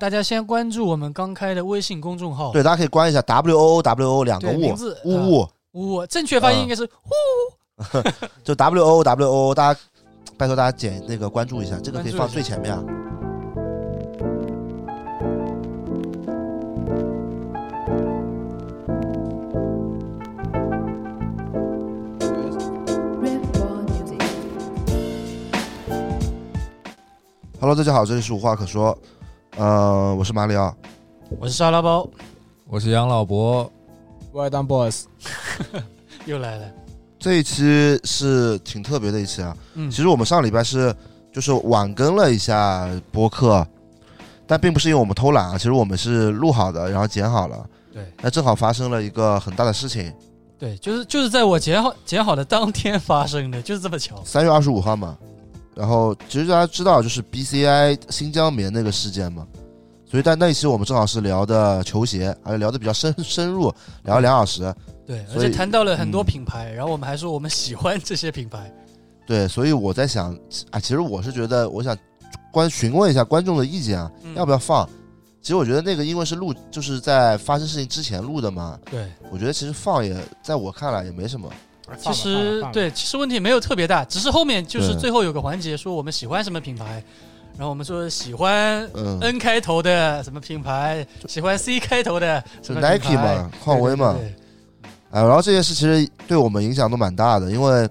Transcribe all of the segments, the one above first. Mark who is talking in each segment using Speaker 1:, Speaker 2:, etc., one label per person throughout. Speaker 1: 大家先关注我们刚开的微信公众号，
Speaker 2: 对，大家可以关一下 W O O W O 两个
Speaker 1: 对
Speaker 2: 物啊
Speaker 1: 名字啊
Speaker 2: 物物，
Speaker 1: 呜，正确发音应该是呼，
Speaker 2: 就 W O O W O，大家拜托大家点那个关注一下，这个可以
Speaker 1: 关注一下
Speaker 2: 放最前面啊。
Speaker 3: Reborn Music.
Speaker 2: Hello，大家好，这里是无话可说，呃，我是马里奥，
Speaker 1: 我是沙拉包，
Speaker 4: 我是杨老伯，
Speaker 5: 我要当 boss，
Speaker 1: 又来了，
Speaker 2: 这一期是挺特别的一期啊。
Speaker 1: 嗯
Speaker 2: 其实我们上礼拜是就是晚更了一下播客，但并不是因为我们偷懒啊，其实我们是录好的，然后剪好了。
Speaker 1: 对
Speaker 2: 那正好发生了一个很大的事情，
Speaker 1: 对，就是就是在我剪好剪好的当天发生的，就是这么巧，
Speaker 2: 三月二十五号嘛。然后其实大家知道，就是 BCI 新疆棉那个事件嘛，所以但那一期我们正好是聊的球鞋，而且聊的比较深深入，聊了两小时。
Speaker 1: 对，而
Speaker 2: 所以
Speaker 1: 且谈到了很多
Speaker 2: 嗯
Speaker 1: 品牌，然后我们还说我们喜欢这些品牌，
Speaker 2: 对，所以我在想啊，其实我是觉得，我想观询问一下观众的意见啊，
Speaker 1: 嗯
Speaker 2: 要不要放？其实我觉得那个因为是录，就是在发生事情之前录的嘛，
Speaker 1: 对，
Speaker 2: 我觉得其实放也在我看来也没什么。
Speaker 1: 其实
Speaker 5: 放吧，
Speaker 1: 对，其实问题没有特别大，只是后面就是
Speaker 2: 对
Speaker 1: 最后有个环节说我们喜欢什么品牌，然后我们说喜欢
Speaker 2: 嗯，
Speaker 1: N 开头的什么品牌，喜欢 C 开头的什
Speaker 2: 就
Speaker 1: 么品牌
Speaker 2: Nike 嘛，匡威嘛，
Speaker 1: 对对对
Speaker 2: 哎，然后这件事其实对我们影响都蛮大的，因为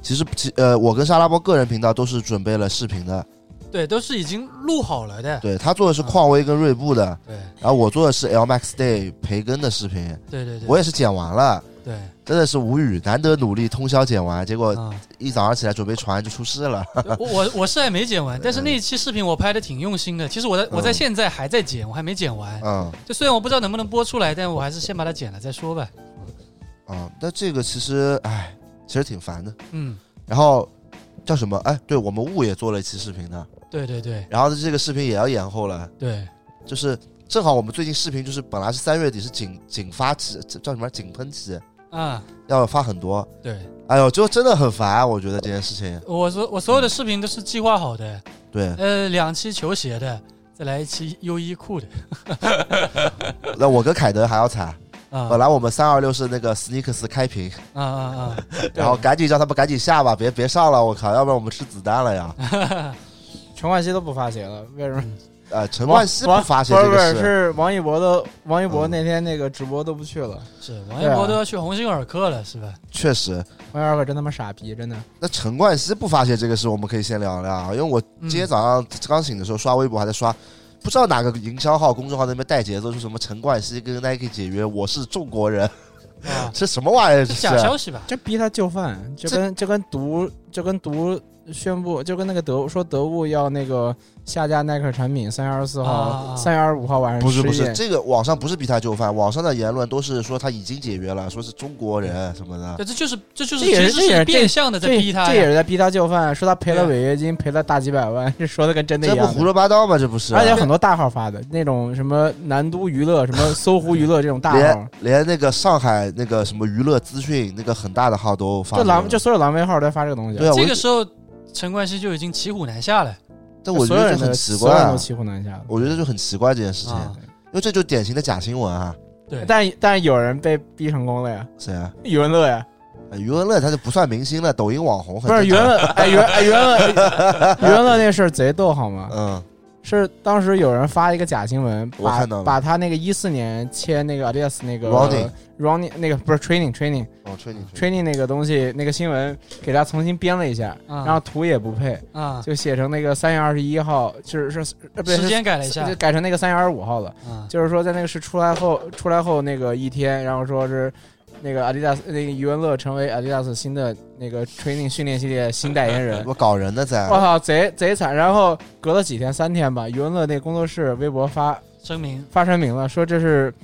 Speaker 2: 其实其呃，我跟沙拉波个人频道都是准备了视频的，
Speaker 1: 对，都是已经录好了的，
Speaker 2: 对他
Speaker 1: 嗯
Speaker 2: 做的是匡威跟锐步的，
Speaker 1: 对
Speaker 2: 然后我做的是 L Max Day 培根的视频，
Speaker 1: 对对对，
Speaker 2: 我也是剪完了，
Speaker 1: 对
Speaker 2: 真的是无语，难得努力通宵剪完，结果
Speaker 1: 啊，
Speaker 2: 一早上起来准备传就出事了。
Speaker 1: 我我我是还没剪完，但是那一期视频我拍的挺用心的。其实我在我在
Speaker 2: 嗯
Speaker 1: 现在还在剪，我还没剪完。
Speaker 2: 嗯
Speaker 1: 就虽然我不知道能不能播出来，但我还是先把它剪了再说吧。
Speaker 2: 嗯，但这个其实哎，其实挺烦的。
Speaker 1: 嗯，
Speaker 2: 然后叫什么？哎，对我们雾也做了一期视频的，
Speaker 1: 对对对
Speaker 2: 然后这个视频也要延后了，
Speaker 1: 对，
Speaker 2: 就是。正好我们最近视频就是本来是三月底是井井发期，这叫什么井喷期，
Speaker 1: 啊、
Speaker 2: 要发很多。
Speaker 1: 对，
Speaker 2: 哎呦，就真的很烦，啊我觉得这件事情。
Speaker 1: 我所我所有的视频都是计划好的，
Speaker 2: 对，
Speaker 1: 呃，两期球鞋的，再来一期优衣库的
Speaker 2: 那我跟凯德还要惨。
Speaker 1: 啊
Speaker 2: 本来我们三二六是那个 sneakers 开 屏，
Speaker 1: 啊啊啊！
Speaker 2: 然后赶紧叫他们赶紧下吧，别别上了，我靠，要不然我们吃子弹了呀。
Speaker 5: 陈冠希都不发鞋了，为什么？
Speaker 2: 呃，陈冠希不
Speaker 5: 王
Speaker 2: 发现
Speaker 5: 不
Speaker 2: 这
Speaker 5: 是不
Speaker 2: 个
Speaker 5: 是
Speaker 2: 事，
Speaker 5: 是王一博的，王一博
Speaker 2: 嗯
Speaker 5: 那天那个直播都不去了，
Speaker 1: 是王一博都要去鸿星尔克了，是吧？
Speaker 2: 确实。
Speaker 5: 王一博可真他妈傻逼，真的。
Speaker 2: 那陈冠希不发现这个事，我们可以先聊聊啊，因为我
Speaker 1: 嗯
Speaker 2: 今天早上刚醒的时候刷微博，还在刷，不知道哪个营销号、公众号在那边带节奏，说什么陈冠希跟 Nike 解约，我是中国人，
Speaker 1: 啊，
Speaker 2: 这什么玩意儿？这
Speaker 1: 是
Speaker 2: 是
Speaker 1: 假 消息吧？
Speaker 5: 这逼他就范，就
Speaker 2: 这
Speaker 5: 跟就跟毒就跟毒宣布，就跟那个德说德务要那个下架耐克产品，三月二十四
Speaker 1: 啊
Speaker 5: 号、三月二十五号晚上
Speaker 2: 不是不
Speaker 5: 11
Speaker 2: 是，
Speaker 5: 点
Speaker 2: 这个网上不是逼他就范，网上的言论都是说他已经解约了，说是中国人什么的。
Speaker 1: 对，这就是这就是
Speaker 5: 啊这也
Speaker 1: 其
Speaker 5: 是
Speaker 1: 实
Speaker 5: 这也是
Speaker 1: 变相的在
Speaker 5: 这
Speaker 1: 逼他
Speaker 5: 这也
Speaker 1: 呀，
Speaker 5: 是在逼他就范，说他赔了
Speaker 1: 对
Speaker 5: 违约金，赔了大几百万， 这说的跟真的一
Speaker 2: 啊这不
Speaker 5: 样
Speaker 2: 胡
Speaker 5: 的。
Speaker 2: 说八道吗？这不是，
Speaker 5: 而且很多大号发的那种什么南都娱乐、什么搜狐娱乐这种大啊号
Speaker 2: 连，连那个上海那个什么娱乐资讯那个很大的号都发
Speaker 5: 就
Speaker 2: 这个，
Speaker 5: 狼就所有狼狈号都在发这个东西。
Speaker 2: 对啊，我
Speaker 1: 这
Speaker 2: 就
Speaker 1: 个时候陈冠希就已经骑虎难下了
Speaker 2: 但我觉
Speaker 5: 所有
Speaker 2: 得
Speaker 5: 人
Speaker 2: 就很
Speaker 5: 都
Speaker 2: 奇
Speaker 5: 所
Speaker 2: 怪
Speaker 5: 有人都
Speaker 2: 啊，
Speaker 5: 骑虎难下的。
Speaker 2: 我觉得就很奇怪这件事情。
Speaker 1: 啊。
Speaker 2: 因为这就是典型的假新闻啊！
Speaker 1: 对，
Speaker 5: 但但有人被逼成功了呀，
Speaker 2: 谁啊？
Speaker 5: 余文乐呀，
Speaker 2: 哎余文乐他就不算明星了，抖音网红很
Speaker 5: 不是余文乐，哎余文哎余 文乐，余文乐那事儿贼逗好吗？
Speaker 2: 嗯，
Speaker 5: 是当时有人发一个假新闻，
Speaker 2: 我
Speaker 5: 把
Speaker 2: 看到了
Speaker 5: 把他那个一四年签那个 Adidas 那个
Speaker 2: Running 嗯
Speaker 5: running 那个不是 training training
Speaker 2: 我哦吹你吹
Speaker 5: training 那个东西那个新闻给他重新编了一下，
Speaker 1: 啊
Speaker 5: 然后图也不配，
Speaker 1: 啊，
Speaker 5: 就写成那个三月二十一号，就是是呃不是
Speaker 1: 时间改了一
Speaker 5: 是
Speaker 1: 下
Speaker 5: 就改成那个三月二十五号了。
Speaker 1: 啊，
Speaker 5: 就是说在那个是出来后，出来后那个一天，然后说是那个 Adidas 那个余文乐成为 Adidas 新的那个 training 训练系列新代 言人。
Speaker 2: 我搞人呢在
Speaker 5: 我，操，贼贼惨！然后隔了几天，三天吧，余文乐那工作室微博发
Speaker 1: 声明
Speaker 5: 发声明了，说这是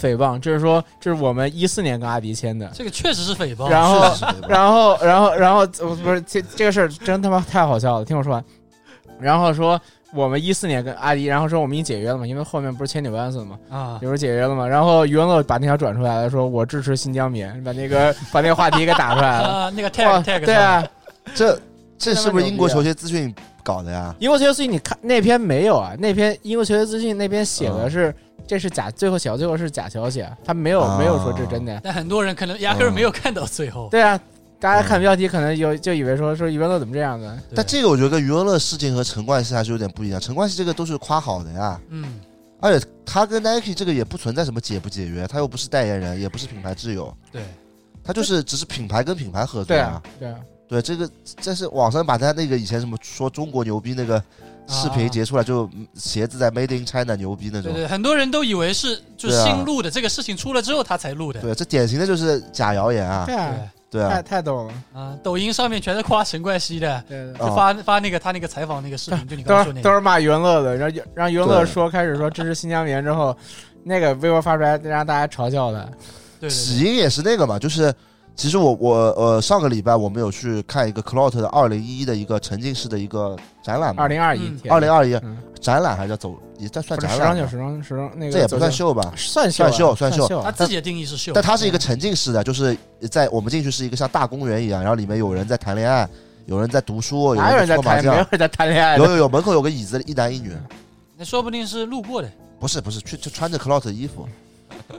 Speaker 5: 诽谤，这是说这是我们一四年跟阿迪 签的。
Speaker 1: 这个确实是诽谤。
Speaker 5: 然后
Speaker 2: 是的是的
Speaker 5: 然后，然后，然后，呃不是这这个事儿真他妈太好笑了，听我说完。然后说我们一四年跟阿迪，然后说我们已经解约了嘛，因为后面不是签纽安斯嘛，
Speaker 1: 啊
Speaker 5: 也，不是解约了嘛。然后余文乐把那条转出来了，说我支持新疆棉，把那个 把那个话题给打出来了。
Speaker 1: 呃啊，那个
Speaker 5: 哇
Speaker 1: tag tag
Speaker 5: 对啊，
Speaker 2: 这这是不是英国球鞋资讯搞的呀？
Speaker 5: 英国球鞋资讯，你看那篇没有啊？那篇英国球鞋资讯那篇写的是、这是假，最后写到最后是假消息，他没有、
Speaker 2: 啊
Speaker 5: 没有说这是真的。呀。
Speaker 1: 但很多人可能压根儿没有看到最后。
Speaker 5: 嗯对啊，大家看标题可能有就以为说说余文乐怎么这样子，
Speaker 1: 对
Speaker 2: 但这个我觉得跟余文乐事情和陈冠希还是有点不一样。陈冠希这个都是夸好的呀，
Speaker 1: 嗯，
Speaker 2: 而且他跟 Nike 这个也不存在什么解不解约，他又不是代言人，也不是品牌挚友，
Speaker 1: 对，
Speaker 2: 他就是只是品牌跟品牌合作
Speaker 5: 对
Speaker 2: 呀
Speaker 5: 啊。对啊，
Speaker 2: 对这个，但是网上把他那个以前什么说中国牛逼那个视
Speaker 5: 啊
Speaker 2: 频截出来，就鞋子在 Made in China 牛逼那种
Speaker 1: 啊对。对，很多人都以为是就
Speaker 2: 对啊
Speaker 1: 新录的，这个事情出了之后他才录的。
Speaker 2: 对，这典型的就是假谣言啊！
Speaker 5: 对啊，
Speaker 1: 对
Speaker 2: 对
Speaker 5: 太
Speaker 2: 啊，
Speaker 5: 太逗了，
Speaker 1: 啊，抖音上面全是夸陈冠希的，
Speaker 5: 对对。对
Speaker 2: 啊
Speaker 1: 就发发那个他那个采访那个视频，就你刚
Speaker 5: 哦
Speaker 1: 刚
Speaker 5: 都是
Speaker 1: 说那
Speaker 5: 都
Speaker 1: 个。
Speaker 5: 是骂余文乐的，让让余文乐
Speaker 2: 对
Speaker 5: 说开始说支持新疆棉之后，那个微博发出来让大家嘲笑他。
Speaker 1: 对
Speaker 2: 起
Speaker 1: 对
Speaker 2: 因也是那个嘛，就是其实我我呃上个礼拜我们有去看一个 Clout 的二零一一的一个沉浸式的一个展览嘛
Speaker 5: 二，零二一
Speaker 1: 嗯，
Speaker 5: 天
Speaker 2: 啊二零二一
Speaker 5: 嗯，
Speaker 2: 展览还是叫走也在算
Speaker 5: 不是
Speaker 2: 展
Speaker 5: 时
Speaker 2: 览
Speaker 5: 装
Speaker 2: 吧
Speaker 5: 就，时装时装那个
Speaker 2: 这也不算
Speaker 5: 走
Speaker 2: 秀吧？
Speaker 5: 秀，算
Speaker 2: 算
Speaker 5: 啊
Speaker 2: 秀
Speaker 5: 算
Speaker 2: 算秀
Speaker 1: 他自己的定义是秀
Speaker 2: 但，它是一个沉浸式的，就是在我们进去是一个像大公园一样，然后里面有人在谈恋爱，有人在读书，
Speaker 5: 哪有
Speaker 2: 人
Speaker 5: 人在
Speaker 2: 搓麻
Speaker 5: 谈？没有
Speaker 2: 将，
Speaker 5: 人在谈恋爱
Speaker 2: 有
Speaker 5: 的。
Speaker 2: 有有，门口有个椅子，一男一女，
Speaker 1: 那说不定是路过的。
Speaker 2: 不是不是，去就穿着 Clout 的衣服，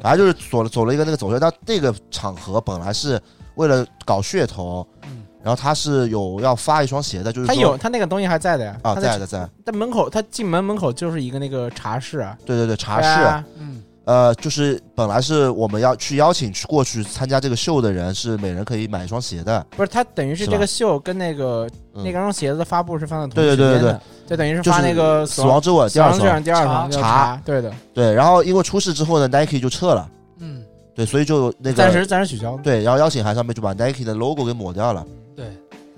Speaker 2: 反正就是走了走了一个那个走秀。但那个场合本来是为了搞噱头，
Speaker 1: 嗯
Speaker 2: 然后他是有要发一双鞋的，就是
Speaker 5: 他
Speaker 2: 说
Speaker 5: 有他那个东西还在的呀，
Speaker 2: 啊，
Speaker 5: 他
Speaker 2: 在的在，
Speaker 5: 但门口他进门门口就是一个那个茶室啊，
Speaker 2: 对对对，茶
Speaker 5: 对
Speaker 2: 室，
Speaker 5: 啊
Speaker 1: 嗯，
Speaker 2: 呃，就是本来是我们要去邀请去过去参加这个秀的人，是每人可以买一双鞋的，
Speaker 5: 不是他等于
Speaker 2: 是
Speaker 5: 是这
Speaker 2: 吧
Speaker 5: 个秀跟那个
Speaker 2: 嗯
Speaker 5: 那双鞋子的发布是放在同
Speaker 2: 对对
Speaker 5: 一
Speaker 2: 对
Speaker 5: 时间的
Speaker 2: 对，
Speaker 5: 就等于是
Speaker 2: 就
Speaker 5: 发
Speaker 2: 是
Speaker 5: 那个
Speaker 2: 死亡之吻
Speaker 5: 死
Speaker 2: 第二
Speaker 5: 亡之
Speaker 2: 双，
Speaker 5: 吻第二双
Speaker 1: 茶
Speaker 5: 叫茶，对的，
Speaker 2: 对，然后因为出事之后呢，Nike 就撤了，
Speaker 1: 嗯，
Speaker 2: 对，所以就有那个
Speaker 5: 暂时暂时取消。
Speaker 2: 对，然后邀请函上面就把 Nike 的 logo 给抹掉了。
Speaker 1: 对，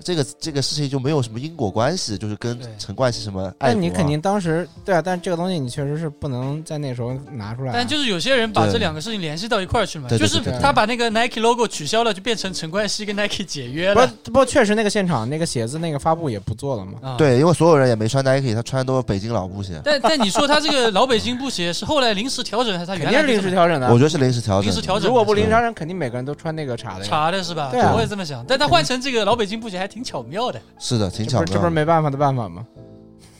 Speaker 2: 这个这个事情就没有什么因果关系，就是跟
Speaker 1: 对
Speaker 2: 陈冠希什么爱、啊。
Speaker 5: 但你肯定当时对啊，但这个东西你确实是不能在那时候拿出来啊。
Speaker 1: 但就是有些人把
Speaker 2: 对
Speaker 1: 这两个事情联系到一块儿去嘛，
Speaker 2: 对对
Speaker 1: 就
Speaker 2: 对
Speaker 1: 是
Speaker 5: 对对
Speaker 1: 他把那个 Nike logo 取消了，就变成陈冠希 跟 Nike 解约
Speaker 5: 不
Speaker 1: 了。
Speaker 5: 不过确实那个现场那个鞋子那个发布也不做了嘛。
Speaker 1: 啊，
Speaker 2: 对，因为所有人也没穿 Nike，他穿的都是北京老布鞋，
Speaker 1: 但但你说他这个老北京布鞋是后来临时调整还是他
Speaker 5: 肯
Speaker 1: 原
Speaker 5: 定
Speaker 1: 来
Speaker 5: 是临时调整的。
Speaker 2: 我觉得是临时调整的。
Speaker 1: 临时调整的？
Speaker 5: 如果不啊
Speaker 2: 临
Speaker 5: 临时
Speaker 2: 时
Speaker 5: 调
Speaker 2: 调
Speaker 5: 整，肯定每个人都穿那个茶的 呀。
Speaker 1: 查的是吧？
Speaker 5: 对啊
Speaker 1: 我也这么想。但他换成这个老北京布鞋还挺巧妙的。
Speaker 2: 是的，挺
Speaker 5: 这
Speaker 2: 巧
Speaker 5: 不是这不
Speaker 2: 妙的，
Speaker 5: 是没办法的办法吗？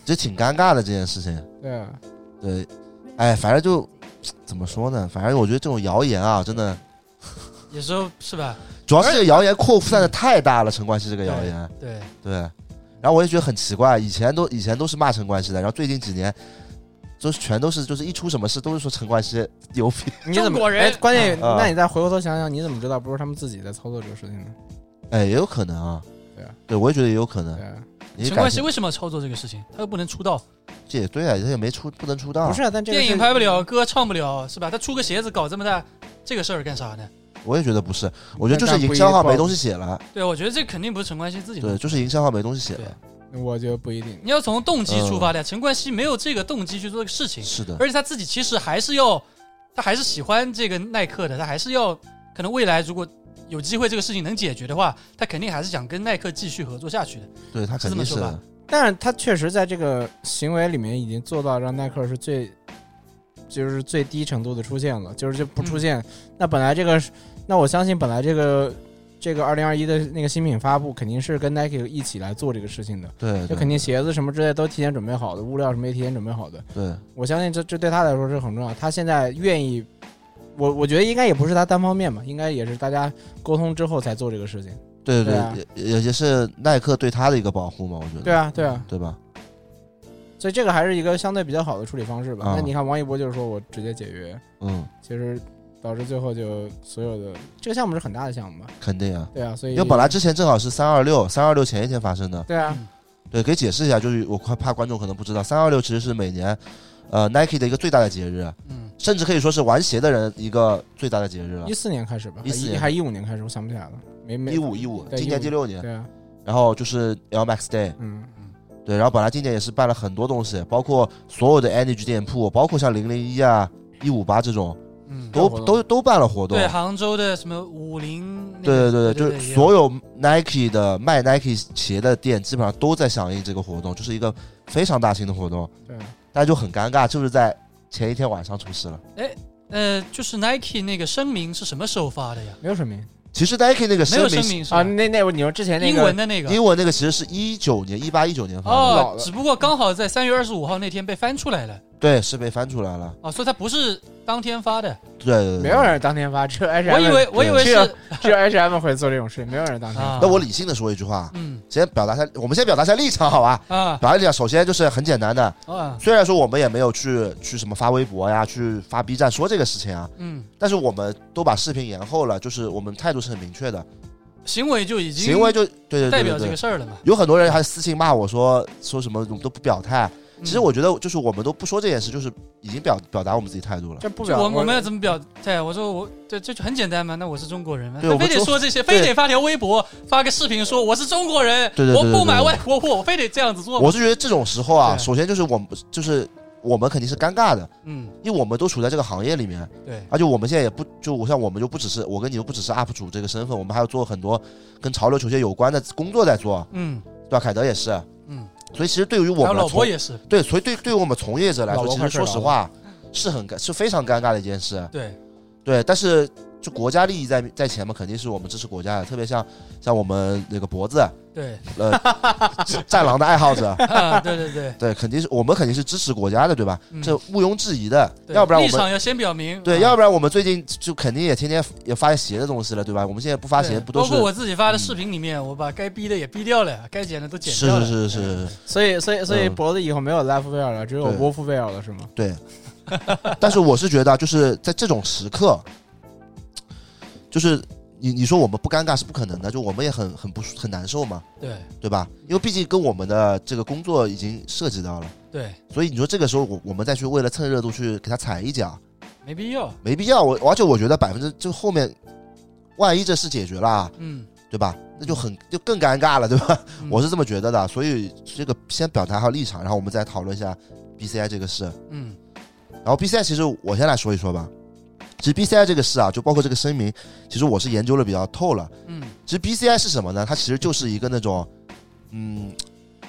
Speaker 2: 这挺尴尬的这件事情。
Speaker 5: 对啊，
Speaker 2: 对，哎，反正就怎么说呢？反正我觉得这种谣言啊，真的，
Speaker 1: 有时候是吧？
Speaker 2: 主要是这个谣言扩散的太大了。陈冠希这个谣言，
Speaker 1: 对，
Speaker 2: 对。然后我也觉得很奇怪，以前都以前都是骂陈冠希的，然后最近几年，就是全都是就是一出什么事都是说陈冠希 牛逼。
Speaker 5: 你怎
Speaker 1: 中
Speaker 5: 么
Speaker 1: 国人
Speaker 5: 哎，关键
Speaker 2: 啊
Speaker 5: 那你再回过头想想，你怎么知道不是他们自己在操作这个事情呢？
Speaker 2: 哎，也有可能啊。
Speaker 5: 对啊
Speaker 2: 对，我也觉得也有可能
Speaker 5: 对。啊，
Speaker 2: 你
Speaker 1: 陈
Speaker 2: 感
Speaker 1: 冠希
Speaker 2: 情
Speaker 1: 为什么要操作这个事情？他又不能出道，
Speaker 2: 这也对啊，他也没出，不能出道。
Speaker 5: 不是，啊，但这个
Speaker 1: 电影
Speaker 5: 是
Speaker 1: 拍不了，歌唱不了，是吧？他出个鞋子搞这么大这个事儿干啥呢？
Speaker 2: 我也觉得不是，我觉得就
Speaker 5: 但
Speaker 2: 是
Speaker 5: 不
Speaker 2: 营
Speaker 5: 一
Speaker 2: 销号
Speaker 5: 定
Speaker 2: 没东西写了。
Speaker 1: 对，啊我觉得这肯定不是陈冠希自己弄
Speaker 2: 对，
Speaker 1: 的。
Speaker 2: 就是营销号没东西写了。
Speaker 5: 我觉得不一定。
Speaker 1: 你要从动机出
Speaker 2: 嗯
Speaker 1: 发的，陈冠希没有这个动机去做这个事情，
Speaker 2: 是的，
Speaker 1: 而且他自己其实还是要，他还是喜欢这个耐克的，他还是要，可能未来如果有机会这个事情能解决的话，他肯定还是想跟耐克继续合作下去的。
Speaker 2: 对他肯定
Speaker 1: 是
Speaker 2: 是
Speaker 1: 这么说
Speaker 2: 的。
Speaker 5: 但是他确实在这个行为里面已经做到让耐克是最，就是最低程度的出现了，就是就不出
Speaker 1: 嗯
Speaker 5: 现。那本来这个，那我相信本来这个这个二零二一的那个新品发布肯定是跟 Nike 一起来做这个事情的，
Speaker 2: 对，
Speaker 5: 就
Speaker 2: 对
Speaker 5: 肯定鞋子什么之类都提前准备好的，物料什么也提前准备好的。
Speaker 2: 对
Speaker 5: 我相信这这对他来说是很重要。他现在愿意，我我觉得应该也不是他单方面吧，应该也是大家沟通之后才做这个事情。
Speaker 2: 对
Speaker 5: 对啊
Speaker 2: 对，也也也是耐克对他的一个保护嘛，我觉得。
Speaker 5: 对啊，对啊，
Speaker 2: 对吧？
Speaker 5: 所以这个还是一个相对比较好的处理方式吧。
Speaker 2: 啊
Speaker 5: 那你看王一博就是说我直接解约，
Speaker 2: 嗯，
Speaker 5: 其实导致最后就所有的这个项目是很大的项目吧？
Speaker 2: 肯定啊。
Speaker 5: 对啊，所以
Speaker 2: 因为本来之嗯前正好是三二六，三二六前一天发生的。
Speaker 5: 对啊，
Speaker 2: 对，可以解释一下，就是我怕怕观众可能不知道，三二六其实是每年，呃，Nike 的一个最大的节日，
Speaker 1: 嗯，
Speaker 2: 甚至可以说是玩鞋的人一个最大的节日了
Speaker 5: 一。四年开始吧，
Speaker 2: 14
Speaker 5: 还还一五年开始，我想不起来了，没没
Speaker 2: 一五一五，
Speaker 5: 对
Speaker 2: 今年
Speaker 5: 15
Speaker 2: 第六年，
Speaker 5: 对啊，
Speaker 2: 然后就是 L Max Day，
Speaker 5: 嗯，
Speaker 2: 对，然后本来今年也是办了很多东西，包括所有的 Energy 店铺，包括像零零一啊、一五八这种，
Speaker 1: 嗯
Speaker 5: 办
Speaker 2: 都
Speaker 5: 活动
Speaker 2: 都都办了活动
Speaker 1: 对，。杭州的什么五菱、那
Speaker 2: 对
Speaker 1: 个，对
Speaker 2: 对对，就是
Speaker 1: 对
Speaker 2: 所有 Nike 的卖 Nike 鞋的店，基本上都在响应这个活动，就是一个非常大型的活动，
Speaker 5: 对啊，
Speaker 2: 大家就很尴尬，就是在前一天晚上出事了。
Speaker 1: 呃，就是 Nike 那个声明是什么时候发的呀？
Speaker 5: 没有什么，
Speaker 2: 其实 Nike 那个
Speaker 1: 没有
Speaker 2: 明
Speaker 1: 声，明是吧
Speaker 5: 啊，那那你说之前那
Speaker 1: 英
Speaker 5: 个
Speaker 1: 文的那个
Speaker 2: 英文那个啊其实是一九年、一八一九年发的，
Speaker 5: 老
Speaker 1: 哦，
Speaker 5: 了
Speaker 1: 只不过刚好在三月二十五号那天被翻出来了
Speaker 2: 对，是被翻出来了。
Speaker 1: 啊，所以它不是当天发的。
Speaker 2: 对对对，对
Speaker 5: 没有。人当天发，只有 H
Speaker 1: 我
Speaker 5: M，
Speaker 1: 以为我以为
Speaker 5: 这
Speaker 1: 是
Speaker 5: 个只有 H M 会做这种事，没有人当天
Speaker 1: 啊
Speaker 5: 发。
Speaker 2: 啊那我理性的说一句话，
Speaker 1: 嗯
Speaker 2: 先表达一下，我们先表达一下立场，好吧？
Speaker 1: 啊
Speaker 2: 表达立场，首先就是很简单的，
Speaker 1: 啊
Speaker 2: 虽然说我们也没有去去什么发微博呀，去发 B 站说这个事情啊，
Speaker 1: 嗯，
Speaker 2: 但是我们都把视频延后了，就是我们态度是很明确的，
Speaker 1: 行为就已经
Speaker 2: 行为就对对
Speaker 1: 代
Speaker 2: 对
Speaker 1: 表这
Speaker 2: 对
Speaker 1: 个
Speaker 2: 对。
Speaker 1: 事儿了嘛。
Speaker 2: 有很多人还私信骂我说说什么我们都不表态，
Speaker 1: 嗯
Speaker 2: 其实我觉得就是我们都不说这件事，就是已经表表达我们自己态度了。
Speaker 5: 这不
Speaker 1: 就
Speaker 5: 表
Speaker 1: 我我们要怎么表态？我说我这这就很简单嘛，那我是中国人嘛，
Speaker 2: 对
Speaker 1: 他
Speaker 2: 我
Speaker 1: 非
Speaker 2: 们
Speaker 1: 得
Speaker 2: 中
Speaker 1: 说这些，非
Speaker 2: 对
Speaker 1: 得发条微博发个视频说我是中国人，
Speaker 2: 对对对对
Speaker 1: 我不买
Speaker 2: 对对
Speaker 1: 外国货，我非得这样子做吗。
Speaker 2: 我是觉得这种时候啊，
Speaker 1: 对
Speaker 2: 首先就是我们就是我们肯定是尴尬的，
Speaker 1: 嗯，
Speaker 2: 因为我们都处在这个行业里面，
Speaker 1: 对，
Speaker 2: 而且我们现在也不就我像我们就不只是我跟你又不只是 UP 主这个身份，我们还要做很多跟潮流球鞋有关的工作在做，
Speaker 1: 嗯
Speaker 2: 对吧？凯德也是，
Speaker 1: 嗯，
Speaker 2: 所以其实对于我
Speaker 1: 还有
Speaker 2: 们
Speaker 1: 老
Speaker 2: 从
Speaker 1: 婆也是，
Speaker 2: 对，所以对对于我们从业者来说，
Speaker 5: 老婆
Speaker 2: 其
Speaker 5: 快
Speaker 2: 实
Speaker 5: 睡
Speaker 2: 说
Speaker 5: 着了
Speaker 2: 实话是很尴是非常尴尬的一件事，
Speaker 1: 对，
Speaker 2: 对，但是。就国家利益在在前嘛，肯定是我们支持国家的，特别像像我们那个脖子，
Speaker 1: 对，
Speaker 2: 呃，战狼的爱好者，
Speaker 1: 啊，对对对，
Speaker 2: 对，肯定是我们肯定是支持国家的，对吧？
Speaker 1: 嗯
Speaker 2: 这毋庸置疑的，
Speaker 1: 对
Speaker 2: 要不然我
Speaker 1: 立
Speaker 2: 们
Speaker 1: 场要先表明，
Speaker 2: 对，
Speaker 1: 啊
Speaker 2: 要不然我们最近就肯定也天天也发鞋的东西了，对吧？我们现在不发
Speaker 1: 对
Speaker 2: 鞋不都
Speaker 1: 包
Speaker 2: 是嗯
Speaker 1: 括我自己发的视频里面，我把该逼的也逼掉了，该剪的都剪
Speaker 2: 是
Speaker 1: 掉了，
Speaker 2: 是是是，
Speaker 5: 所以所以所以
Speaker 2: 嗯
Speaker 5: 脖子以后没有 left wear 了，只有
Speaker 2: 对
Speaker 5: wolf wear 了是吗？
Speaker 2: 对。但是我是觉得啊，就是在这种时刻，就是你你说我们不尴尬是不可能的，就我们也很很不很难受嘛，
Speaker 1: 对
Speaker 2: 对吧？因为毕竟跟我们的这个工作已经涉及到了，
Speaker 1: 对，
Speaker 2: 所以你说这个时候我我们再去为了蹭热度去给他踩一脚，
Speaker 1: 没必要，
Speaker 2: 没必要。我而且我觉得百分之就后面，万一这事解决了啊，
Speaker 1: 嗯，
Speaker 2: 对吧？那就很就更尴尬了，对吧？
Speaker 1: 嗯
Speaker 2: 我是这么觉得的，所以这个先表达好立场，然后我们再讨论一下 BCI 这个事。
Speaker 1: 嗯
Speaker 2: 然后 BCI 其实我先来说一说吧。其实 BCI 这个事啊，就包括这个声明，其实我是研究的比较透了。
Speaker 1: 嗯
Speaker 2: 其实 BCI 是什么呢？它其实就是一个那种，嗯，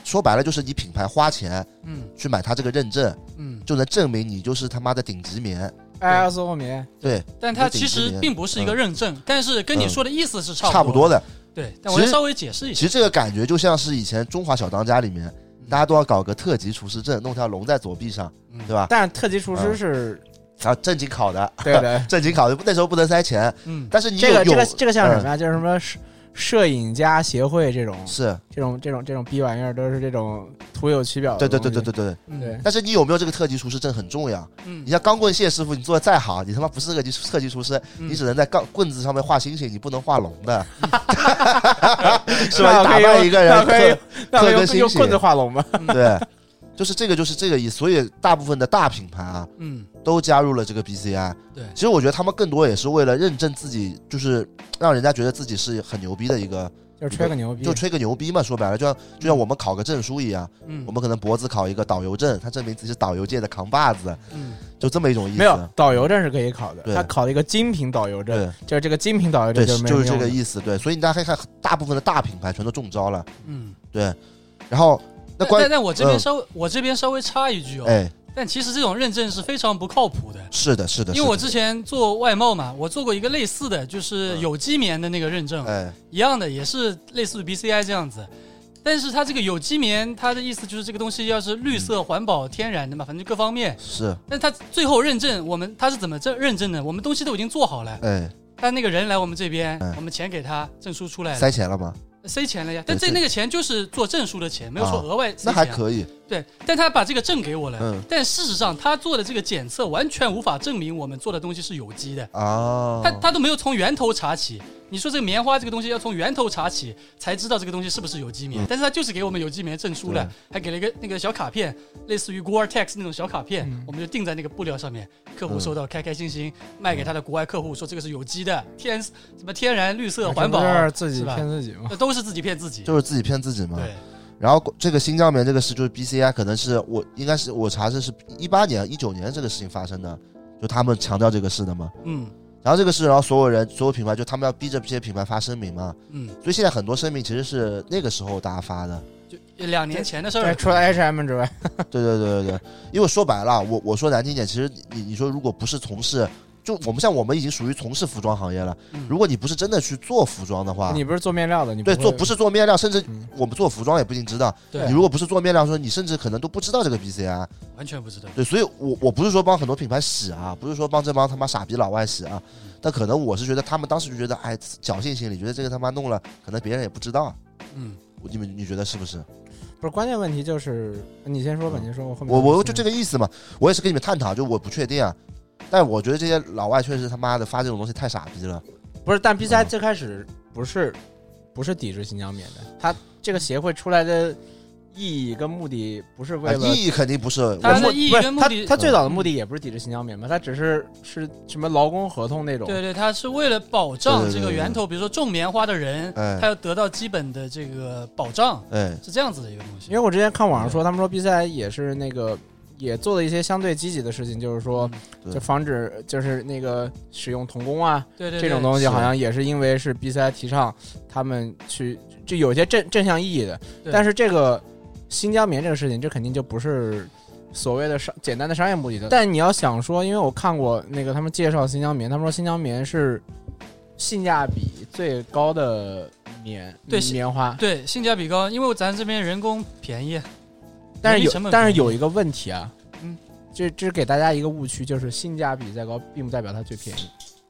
Speaker 2: 说白了就是你品牌花钱
Speaker 1: 嗯
Speaker 2: 去买它这个认证，
Speaker 1: 嗯，
Speaker 2: 就能证明你就是他妈的顶级棉。
Speaker 5: ISO 后棉，
Speaker 2: 对，
Speaker 1: 但它其实并不是一个认证，但是跟你说的意思是
Speaker 2: 嗯差不
Speaker 1: 不
Speaker 2: 多
Speaker 1: 的，
Speaker 2: 的。
Speaker 1: 对，但我要
Speaker 2: 其实
Speaker 1: 稍微解释一
Speaker 2: 其
Speaker 1: 下，
Speaker 2: 实这个感觉就像是以前《中华小当家》里
Speaker 5: 嗯
Speaker 2: 面，大家都要搞个特级厨师证，弄条龙在左臂上，
Speaker 1: 嗯
Speaker 2: 对吧？
Speaker 5: 但是特级厨
Speaker 2: 嗯
Speaker 5: 师是
Speaker 2: 然后正经考的， 。
Speaker 5: 对的
Speaker 2: 正经考的，那时候不能塞钱，
Speaker 1: 嗯，
Speaker 2: 但是你有嗯
Speaker 5: 这个这个
Speaker 2: 有
Speaker 5: 这个像什么呀？就是什么摄摄影家协会这种
Speaker 2: 是
Speaker 5: 这种这种这种逼玩意儿，都是这种徒有其表
Speaker 2: 对
Speaker 5: 的
Speaker 2: 对
Speaker 5: 东西。
Speaker 2: 对 对对对。
Speaker 1: 嗯
Speaker 5: 对，
Speaker 2: 但是你有没有这个特级厨师证很重要。
Speaker 1: 嗯
Speaker 2: 你，像钢棍谢师傅，你做的再好，你他妈不是特级特级厨师，
Speaker 1: 嗯
Speaker 2: 你只能在钢棍子上面画星星，你不能画龙 的，是
Speaker 5: 那
Speaker 2: 吧？
Speaker 5: 我
Speaker 2: 你打
Speaker 5: 可以
Speaker 2: 败
Speaker 5: 用
Speaker 2: 一个
Speaker 5: 那我可以
Speaker 2: 人，
Speaker 5: 那我
Speaker 2: 特
Speaker 5: 用
Speaker 2: 跟星
Speaker 5: 用
Speaker 2: 星
Speaker 5: 棍子画龙吧。
Speaker 2: 对，就是这个就是这个意思。所以大部分的大品牌啊，
Speaker 1: 嗯
Speaker 2: 都加入了这个 BCI。
Speaker 1: 对
Speaker 2: 其实我觉得他们更多也是为了认证自己，就是让人家觉得自己是很牛逼的一个，
Speaker 5: 就是吹个牛逼，
Speaker 2: 就吹个牛逼嘛。说白了，就像就像我们考个证书一样，
Speaker 1: 嗯，
Speaker 2: 我们可能脖子考一个导游证，他证明自己是导游界的扛把子，
Speaker 1: 嗯
Speaker 2: 就这么一种意思。
Speaker 5: 没有导游证是可以考的，
Speaker 2: 对
Speaker 5: 他考了一个精品导游证，
Speaker 2: 对
Speaker 5: 就是这个精品导游证
Speaker 2: 对，
Speaker 5: 就是没
Speaker 2: 就
Speaker 5: 有
Speaker 2: 是这
Speaker 5: 用
Speaker 2: 个
Speaker 5: 的
Speaker 2: 意思。对，所以你大家可以看，大部分的大品牌全都中招了。
Speaker 1: 嗯。
Speaker 2: 对，然后那
Speaker 1: 但
Speaker 2: 关
Speaker 1: 但但我这边
Speaker 2: 嗯
Speaker 1: 稍微、我这边稍微插一句哦，
Speaker 2: 哎，
Speaker 1: 但其实这种认证是非常不靠谱的，
Speaker 2: 是的，是的，
Speaker 1: 因为我
Speaker 2: 是
Speaker 1: 之前做外贸嘛，我做过一个类似的，就是有机棉的那个认证，
Speaker 2: 的哎，
Speaker 1: 一样的，也是类似于 BCI 这样子。但是它这个有机棉，它的意思就是这个东西要是绿色、环保、天然的嘛，反正各方面。
Speaker 2: 是
Speaker 1: 但它最后认证，我们它是怎么证认证的？我们东西都已经做好了，
Speaker 2: 哎，
Speaker 1: 但那个人来我们这边，
Speaker 2: 嗯
Speaker 1: 我们钱给他，证书出来了，
Speaker 2: 塞钱了吗？
Speaker 1: 塞钱了呀。但
Speaker 2: 对
Speaker 1: 这
Speaker 2: 这
Speaker 1: 那个钱就是做证书的钱，没有说
Speaker 2: 啊
Speaker 1: 额外塞
Speaker 2: 那还
Speaker 1: 钱。
Speaker 2: 可以，
Speaker 1: 对，但他把这个证给我了。
Speaker 2: 嗯
Speaker 1: 但事实上，他做的这个检测完全无法证明我们做的东西是有机的，
Speaker 2: 啊，
Speaker 1: 他他都没有从源头查起。你说这个棉花这个东西要从源头查起才知道这个东西是不是有机棉，
Speaker 2: 嗯
Speaker 1: 但是他就是给我们有机棉证书了，还给了一个那个小卡片，类似于 Gore-Tex 那种小卡片，
Speaker 5: 嗯
Speaker 1: 我们就钉在那个布料上面，客户收
Speaker 2: 嗯
Speaker 1: 到开开心心，卖给他的国外客户说这个是有机的，天什么天然、绿色、环保，
Speaker 5: 就是自己
Speaker 1: 是吧
Speaker 5: 骗自己嘛。
Speaker 1: 那都是自己骗自己。
Speaker 2: 就是自己骗自己嘛。
Speaker 1: 对，
Speaker 2: 然后这个新疆棉这个事，就是 BCI 可能是我应该是我查是是一八年、一九年这个事情发生的，就他们强调这个事的嘛。
Speaker 1: 嗯
Speaker 2: 然后这个事，然后所有人、所有品牌，就他们要逼着这些品牌发声明嘛。
Speaker 1: 嗯，
Speaker 2: 所以现在很多声明其实是那个时候大家发的。
Speaker 1: 就嗯两年前的事儿
Speaker 5: 对，
Speaker 1: 了。
Speaker 5: 除了 H&M 之外，
Speaker 2: 啊对对对对对，因为说白了，我我说难听点，其实你你说如果不是从事就我们像我们已经属于从事服装行业了，
Speaker 1: 嗯
Speaker 2: 如果你不是真的去做服装的话，
Speaker 5: 你不是做面料的，你
Speaker 2: 啊对做不
Speaker 5: 是
Speaker 2: 是做面料，甚至
Speaker 5: 嗯
Speaker 2: 我们做服装也不一定知道。
Speaker 1: 对
Speaker 2: 你如果不是做面料说，你甚至可能都不知道这个 BCI。
Speaker 1: 完全不知道。
Speaker 2: 对，所以我我不是说帮很多品牌洗啊，不是说帮这帮他妈傻逼老外洗啊，
Speaker 1: 嗯
Speaker 2: 但可能我是觉得他们当时就觉得，哎，侥幸心理，觉得这个他妈弄了，可能别人也不知道。
Speaker 1: 嗯，
Speaker 2: 我你们你觉得是不是？
Speaker 5: 不是关键问题就是你先说吧，
Speaker 2: 嗯
Speaker 5: 你先说，我后面
Speaker 2: 我我就这
Speaker 5: 个
Speaker 2: 个意思嘛，我也是跟你们探讨，就我不确定啊。但我觉得这些老外确实他妈的发这种东西太傻逼了，
Speaker 5: 不是，但 BCI
Speaker 2: 嗯
Speaker 5: 最开始不是不是抵制新疆棉的，它这个协会出来的意义跟目的不是为
Speaker 2: 哎
Speaker 5: 了
Speaker 2: 意义嗯肯定不是。
Speaker 1: 它
Speaker 2: 我
Speaker 1: 的
Speaker 5: 目
Speaker 1: 意义
Speaker 5: 不是
Speaker 1: 跟目
Speaker 5: 它
Speaker 1: 的
Speaker 5: 它最早的目的也不是抵制新疆棉嘛，它只是是什么劳工合同那种，
Speaker 1: 对对，他是为了保
Speaker 2: 对
Speaker 1: 障
Speaker 2: 对
Speaker 1: 这
Speaker 2: 对
Speaker 1: 个
Speaker 2: 对
Speaker 1: 源头，比如说种棉花的人，
Speaker 2: 哎
Speaker 1: 他要得到基本的这个保障，
Speaker 2: 哎，
Speaker 1: 是这样子的一个东西。
Speaker 5: 因为我之前看网上说，他们说 BCI 也是那个也做了一些相对积极的事情，就是说
Speaker 1: 嗯
Speaker 2: 对
Speaker 5: 就防止就是那个使用童工啊
Speaker 1: 对对
Speaker 5: 这种
Speaker 1: 西，
Speaker 5: 东西，
Speaker 2: 是
Speaker 5: 好像也是因为是 BCI 提倡他们去就有些正正向意义的，
Speaker 1: 对
Speaker 5: 但是这个新疆棉这个事情，这肯定就不是。所谓的商简单的商业目的的，但你要想说，因为我看过那个他们介绍新疆棉，他们说新疆棉是性价比最高的棉，
Speaker 1: 对是
Speaker 5: 棉花，
Speaker 1: 对性价比高，因为咱这边人工便宜，啊
Speaker 5: 但是
Speaker 1: 人力成
Speaker 5: 有
Speaker 1: 本
Speaker 5: 但是
Speaker 1: 便宜
Speaker 5: 有一个问题啊，
Speaker 2: 嗯，
Speaker 5: 这这是给大家一个误区，就是性价比再高，并不代表它最便宜。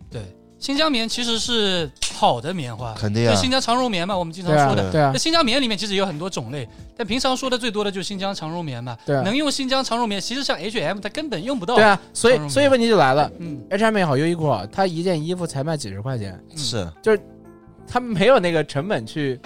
Speaker 1: 对新疆棉其实是好的棉花，
Speaker 2: 肯定
Speaker 1: 就
Speaker 2: 啊。
Speaker 1: 新疆长绒棉嘛，我们经常
Speaker 5: 对啊
Speaker 1: 说的。
Speaker 5: 对啊
Speaker 1: 那，新疆棉里面其实也有很多种类，但平常说的最多的就是新疆长绒棉嘛。
Speaker 5: 对啊
Speaker 1: 能用新疆长绒棉，其实像 H&M 它根本用不到。
Speaker 5: 对啊，所
Speaker 1: 当然
Speaker 5: 以
Speaker 1: 不
Speaker 5: 所以问题就来了
Speaker 1: 嗯，
Speaker 5: ，H&M 也好，优衣库好，它一件衣服才卖几十块钱，
Speaker 1: 嗯
Speaker 2: 是，
Speaker 5: 它没有那个成本去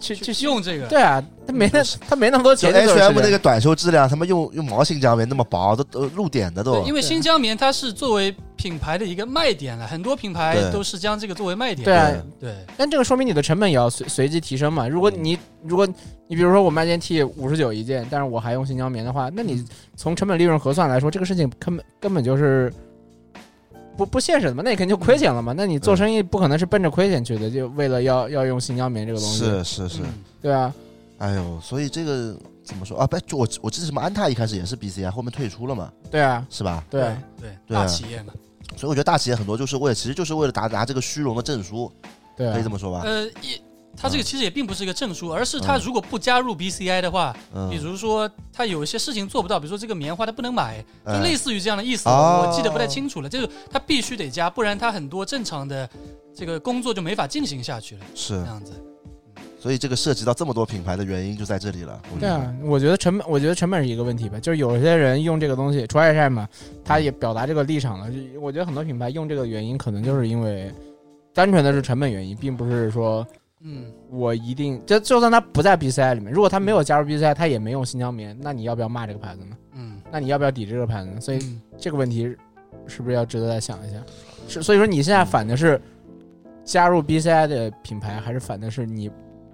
Speaker 5: 去
Speaker 1: 去
Speaker 5: 去
Speaker 1: 去。用这个。
Speaker 5: 对啊，它没那它没那么多
Speaker 2: 嗯就
Speaker 5: 钱。这
Speaker 2: H
Speaker 5: 种
Speaker 2: M
Speaker 5: 事
Speaker 2: 那
Speaker 5: 情
Speaker 2: 个短袖质量，他们用用毛性胶棉那么薄，都都露点的都
Speaker 1: 对，因。
Speaker 5: 啊
Speaker 1: 为新疆棉它是作为品牌的一个卖点了，很多品牌
Speaker 2: 对
Speaker 1: 都是将这个作为卖点。
Speaker 5: 对啊
Speaker 2: 对，
Speaker 1: 对
Speaker 5: 但这个说明你的成本也要随随机提升嘛。
Speaker 2: 嗯
Speaker 5: 如果你如果你比如说我卖件 T 五十九一件，但是我还用新疆棉的话，那
Speaker 2: 嗯
Speaker 5: 你从成本利润核算来说，这个事情根本根本就是不不现实的嘛，那你肯定就亏钱了嘛。那你
Speaker 2: 嗯
Speaker 5: 做生意不可能是奔着亏钱去的，就为了要要用新疆棉这个东西，
Speaker 2: 是是是，
Speaker 1: 嗯
Speaker 5: 对啊，
Speaker 2: 哎呦，所以这个怎么说啊？不，就我我记得什么安踏一开始也是 B C I，后面退出了嘛，
Speaker 5: 对啊，
Speaker 2: 是吧？
Speaker 5: 对啊。
Speaker 1: 对，
Speaker 2: 对啊
Speaker 1: 大企业嘛。
Speaker 2: 所以我觉得大企业很多就是为了，其实就是为了拿拿这个虚荣的证书，
Speaker 5: 对啊
Speaker 2: 可以这么说吧？
Speaker 1: 呃，一它这个
Speaker 2: 嗯
Speaker 1: 其实也并不是一个证书，而是它
Speaker 2: 嗯
Speaker 1: 如果不加入 BCI 的话，
Speaker 2: 嗯，
Speaker 1: 比如说它有一些事情做不到，比如说这个棉花它不能买，就
Speaker 2: 哎
Speaker 1: 类似于这样的意思，
Speaker 2: 哦
Speaker 1: 我记得不太清楚了。就是他必须得加，不然他很多正常的这个工作就没法进行下去了。这
Speaker 2: 是，
Speaker 1: 样子，
Speaker 2: 所以这个涉及到这么多品牌的原因就在这里了。我觉
Speaker 5: 对
Speaker 2: 得
Speaker 5: 啊，我觉得成本，我觉得成本是一个问题吧。就是有些人用这个东西，除 H M，他也表达这个立场了。就我觉得很多品牌用这个原因，可能就是因为单纯的是成本原因，并不是说
Speaker 1: 嗯，
Speaker 5: 我一定就就算他不在 B C I 里面，如果他没有加入 B C I，他也没用新疆棉，那你要不要骂这个牌子呢？
Speaker 1: 嗯，
Speaker 5: 那你要不要抵制这个牌子呢？所以
Speaker 1: 嗯
Speaker 5: 这个问题是不是要值得再想一下？是，所以说你现在反的是加入 BCI 的品牌，还是反的是你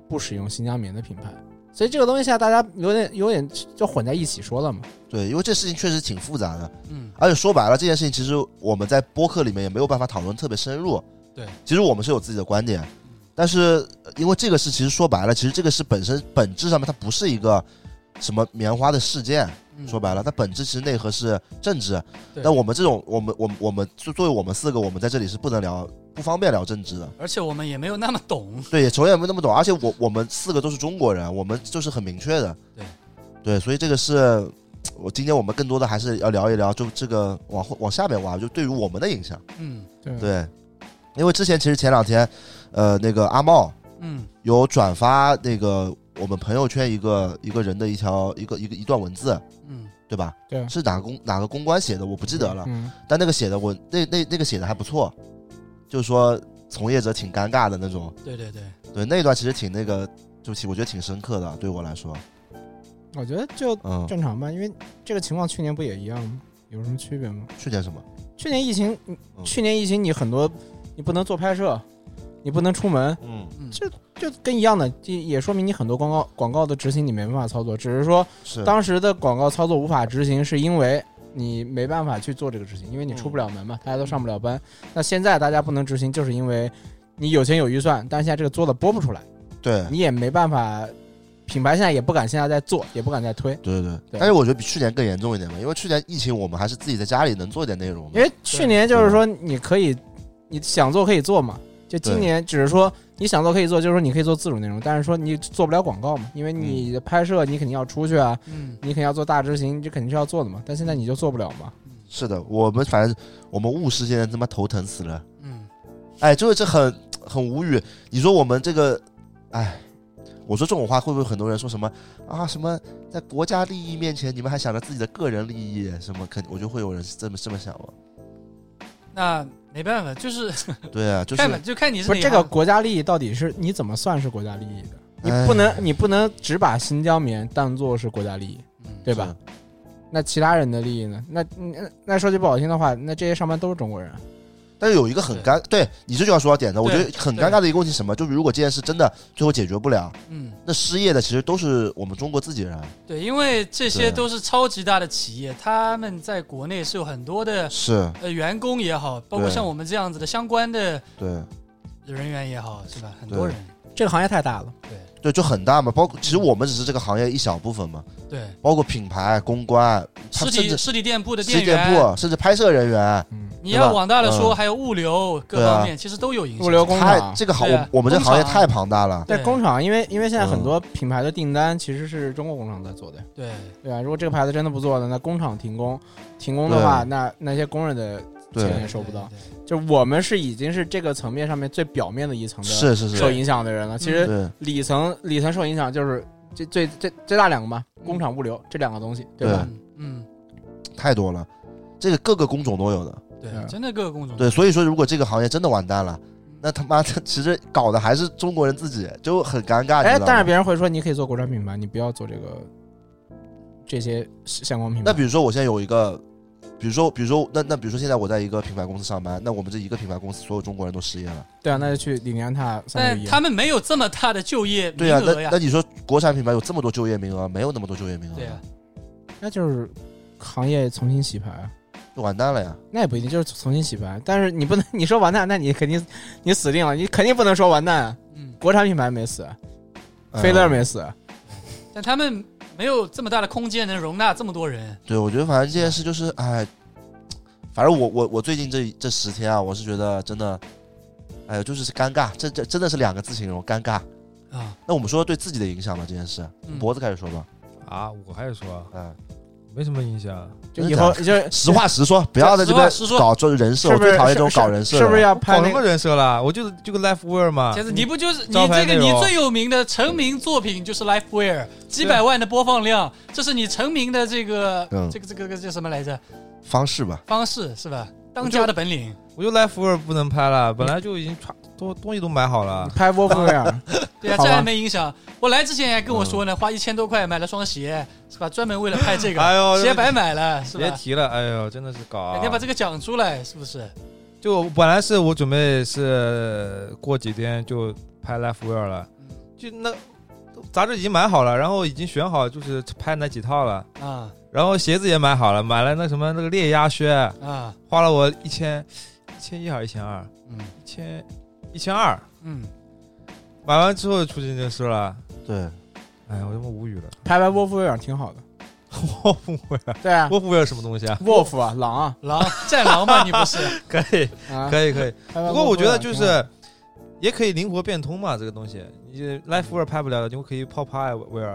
Speaker 5: 不使用新疆棉的品牌？所以这个东西现啊在大家有点有点就混在一起说了嘛。
Speaker 2: 对，因为这事情确实挺复杂的，
Speaker 1: 嗯，
Speaker 2: 而且说白了，这件事情其实我们在播客里面也没有办法讨论特别深入。
Speaker 1: 对，
Speaker 2: 其实我们是有自己的观点，但是呃因为这个事，其实说白了，其实这个是本身本质上面它不是一个什么棉花的事件，
Speaker 1: 嗯
Speaker 2: 说白了，它本质其实内核是政治。
Speaker 1: 对
Speaker 2: 但我们这种，我们我们我们作作为我们四个，我们在这里是不能聊，不方便聊政治的。
Speaker 1: 而且我们也没有那么懂，
Speaker 2: 对，也从来没那么懂，而且我我们四个都是中国人，我们就是很明确的。
Speaker 1: 对，
Speaker 2: 对，所以这个是我今天我们更多的还是要聊一聊，就这个往后往下面挖，就对于我们的影响。
Speaker 1: 嗯
Speaker 5: 对
Speaker 2: 对，因为之前其实前两天，呃，那个阿茂
Speaker 1: 嗯
Speaker 2: 有转发那个我们朋友圈一个一个人的一条一个一个一段文字，
Speaker 1: 嗯，
Speaker 2: 对吧？
Speaker 5: 对
Speaker 2: 是哪个公哪个公关写的，我不记得了。
Speaker 5: 嗯，
Speaker 2: 但那个写的我那那那个写的还不错，就是说从业者挺尴尬的那种。
Speaker 1: 对对对，
Speaker 2: 对，那一段其实挺那个，就挺我觉得挺深刻的，对我来说，
Speaker 5: 我觉得就
Speaker 2: 嗯，
Speaker 5: 正常吧，因为这个情况去年不也一样吗？有什么区别吗？
Speaker 2: 去年什么？
Speaker 5: 去年疫情，嗯
Speaker 2: 嗯
Speaker 5: 去年疫情你很多你不能做拍摄，你不能出门，
Speaker 2: 嗯，
Speaker 1: 嗯，
Speaker 5: 这就跟一样的，也也说明你很多广告广告的执行你没办法操作，只是说
Speaker 2: 是
Speaker 5: 当时的广告操作无法执行，是因为你没办法去做这个事情，因为你出不了门嘛，大家都上不了班。那现在大家不能执行，
Speaker 2: 哎
Speaker 5: 就是因为你有钱有预算，但是现在这个做了播不出来，
Speaker 2: 对
Speaker 5: 你也没办法品牌现在也不敢现在再做，也不敢再推，
Speaker 2: 对对
Speaker 5: 对
Speaker 2: 但是我觉得比去年更严重一点吧，因为去年疫情我们还是自己在家里能做点内容嘛
Speaker 5: 因。为去年就是说你可以，你想做可以做嘛。就今年只是说你想做可以做，就是说你可以做自主内容，但是说你做不了广告嘛，因为你的拍摄你肯定要出去啊，
Speaker 1: 嗯，
Speaker 5: 你肯定要做大执行，你这肯定是要做的嘛。但现在你就做不了嘛。
Speaker 2: 是的，我们反正我们务实现在他妈头疼死了，
Speaker 1: 嗯，
Speaker 2: 哎，就是这很很无语。你说我们这个，哎，我说这种话会不会很多人说什么啊？什么在国家利益面前，你们还想着自己的个人利益？什么肯，我就会有人是这么这么想嘛。
Speaker 1: 那没办法，就是
Speaker 2: 对啊，就 是
Speaker 1: 看吧，就看你是
Speaker 5: 不
Speaker 1: 哪
Speaker 5: 是这个
Speaker 1: 行
Speaker 5: 国家利益到底是你怎么算是国家利益的？你
Speaker 2: 哎
Speaker 5: 不能你不能只把新疆棉当做是国家利益，
Speaker 1: 嗯
Speaker 5: 对吧？那其他人的利益呢？那那那说句不好听的话，那这些上班都是中国人，
Speaker 2: 但是有一个很尴，对你这句话说到点的，我觉得很尴尬的一个问题是什么？就是如果这件事真的最后解决不了，
Speaker 1: 嗯，
Speaker 2: 那失业的其实都是我们中国自己人。
Speaker 1: 对，因为这些
Speaker 2: 对
Speaker 1: 都是超级大的企业，他们在国内是有很多的
Speaker 2: 是
Speaker 1: 呃员工也好，包括
Speaker 2: 对
Speaker 1: 像我们这样子的相关的
Speaker 2: 对
Speaker 1: 人员也好，是吧？很多
Speaker 2: 对
Speaker 1: 人，
Speaker 5: 这个行业太大了。
Speaker 2: 对，就很大嘛。包括其实我们只是这个行业一小部分嘛，
Speaker 1: 对，
Speaker 2: 包括品牌、公关、他
Speaker 1: 实
Speaker 2: 们
Speaker 1: 体
Speaker 2: 甚至
Speaker 1: 实体店铺的
Speaker 2: 实
Speaker 1: 店
Speaker 2: 体店
Speaker 1: 员，
Speaker 2: 铺，甚至拍摄人员，
Speaker 5: 嗯，
Speaker 1: 你
Speaker 2: 对吧
Speaker 1: 要往大了说，
Speaker 2: 嗯
Speaker 1: 还有物流各
Speaker 2: 对啊
Speaker 1: 方面，其实都有影响。
Speaker 5: 物流工
Speaker 2: 太
Speaker 5: 厂
Speaker 2: 这个行，
Speaker 1: 对啊
Speaker 2: 我我们这行业
Speaker 1: 工厂
Speaker 2: 太庞大了。
Speaker 5: 对
Speaker 1: 对
Speaker 5: 工厂，因为因为现在
Speaker 2: 嗯
Speaker 5: 很多品牌的订单其实是中国工厂在做的，
Speaker 1: 对，
Speaker 5: 对吧？如果这个牌子真的不做了，那工厂停工，停工的话，那那些工人的钱
Speaker 2: 对
Speaker 5: 也，收不到。
Speaker 1: 对。
Speaker 5: 就我们是已经是这个层面上面最表面的一层的
Speaker 2: 是是
Speaker 5: 受
Speaker 2: 是，
Speaker 5: 影响的人了。其实
Speaker 2: 对
Speaker 5: 里层里层受影响就是最最最最大两个嘛，
Speaker 1: 嗯
Speaker 5: 工厂、物流这两个东西，对
Speaker 1: 对
Speaker 5: 吧？
Speaker 1: 嗯嗯，
Speaker 2: 太多了，这个各个工种都有的。
Speaker 5: 对啊
Speaker 1: 对，真的各个工种。
Speaker 2: 对，所以说如果这个行业真的完蛋了，那他妈的其实搞的还是中国人自己，就很尴尬。你
Speaker 5: 哎
Speaker 2: 知，道
Speaker 5: 但
Speaker 2: 吗
Speaker 5: 是别人会说，你可以做国产品牌，你不要做这个这些相关品牌。
Speaker 2: 那比如说我现在有一个，比如说比如说那那比如说现在我在一个品牌公司上班，那我们这一个品牌公司所有中国人都失业了。
Speaker 5: 对啊，那就去领安踏三
Speaker 1: 但
Speaker 5: 六一啊。
Speaker 1: 他们没有这么大的就业名
Speaker 2: 对呀、
Speaker 1: 额
Speaker 2: 那
Speaker 1: 呀
Speaker 2: 那。你说国产品牌有这么多就业名额，没有那么多就业名额，
Speaker 1: 对啊呀，
Speaker 5: 那就是行业重新洗牌啊。
Speaker 2: 就完蛋了呀。
Speaker 5: 那也不一定，就是重新洗牌。但是你不能，你说完蛋，那你肯定你死定了，你肯定不能说完蛋啊。
Speaker 1: 嗯，
Speaker 5: 国产品牌没死，
Speaker 2: 嗯
Speaker 5: 菲乐、没死，
Speaker 1: 但他们没有这么大的空间能容纳这么多人。
Speaker 2: 对，我觉得反正这件事就是，哎，反正我我我最近这这十天啊，我是觉得真的，哎呦，就是尴尬，这这真的是两个字形容，尴尬。
Speaker 1: 啊，
Speaker 2: 那我们说对自己的影响吧，这件事，
Speaker 1: 嗯呃
Speaker 2: 脖子开始说吧，
Speaker 4: 啊，我还是说
Speaker 2: 嗯，
Speaker 4: 没什么影响，
Speaker 5: 就以后
Speaker 2: 真
Speaker 5: 就
Speaker 2: 实话实说，不要在这边
Speaker 1: 实话实说
Speaker 2: 搞这人设，
Speaker 5: 是
Speaker 2: 我
Speaker 5: 不是
Speaker 2: 最讨厌这种
Speaker 5: 是
Speaker 2: 搞人设的
Speaker 5: 是不是
Speaker 2: 了
Speaker 5: 要拍
Speaker 4: 搞什
Speaker 5: 那
Speaker 4: 么
Speaker 5: 个？
Speaker 4: 人设啦？我就是就个 life wear 嘛
Speaker 1: 其，实你不就是你
Speaker 4: 啊招牌
Speaker 1: 这个
Speaker 4: 内
Speaker 1: 你
Speaker 4: 容
Speaker 1: 最有名的成名作品就是《Life Wear》，几百万的播放
Speaker 4: 嗯
Speaker 1: 量，这是你成名的这个
Speaker 2: 嗯
Speaker 1: 这个这个这个叫什么来着？
Speaker 2: 方式吧？
Speaker 1: 方式是吧？当家的本领。
Speaker 4: 我就 life wear 不能拍了，本来就已经歘都东西都买好了
Speaker 5: 你，拍沃夫尔，
Speaker 1: 对啊，
Speaker 5: 好
Speaker 1: 这
Speaker 5: 吧
Speaker 1: 还没影响。我来之前还跟我说呢，花一千多块买了双鞋，是吧？专门为了拍这个，
Speaker 4: 嗯哎 呦
Speaker 1: 鞋白买了，是
Speaker 4: 别
Speaker 1: 吧？
Speaker 4: 提了，哎呦，真的是搞啊
Speaker 1: 你！要把这个讲出来，是不是？
Speaker 4: 就本来是我准备是过几天就拍 life wear 了，
Speaker 1: 嗯
Speaker 4: 就那杂志已经买好了，然后已经选好就是拍哪几套了。
Speaker 1: 啊
Speaker 4: 然后鞋子也买好了，买了那什么那个猎鸭靴，
Speaker 1: 啊，
Speaker 4: 花了我一千一千一还是一千二，
Speaker 1: 嗯
Speaker 4: 一千一千二，
Speaker 1: 嗯，
Speaker 4: 买完之后就出去就事了。
Speaker 2: 对，
Speaker 4: 哎，我他妈无语了，
Speaker 5: 拍拍沃夫尔挺好的。
Speaker 4: 我不会啊，
Speaker 5: 对啊，
Speaker 4: 我不会是什么东西啊？
Speaker 5: 沃夫啊，狼啊，
Speaker 1: 狼战狼嘛，你不是？
Speaker 4: 可以，
Speaker 5: 啊。嗯
Speaker 4: 可以，可以。
Speaker 5: 拍拍
Speaker 4: 不
Speaker 5: 沃夫
Speaker 4: 过
Speaker 5: 尔
Speaker 4: 我觉得就
Speaker 5: 挺好的
Speaker 4: 是也可以灵活变通嘛，这个东西，你 life wear 拍不了了，就可以泡泡威 尔，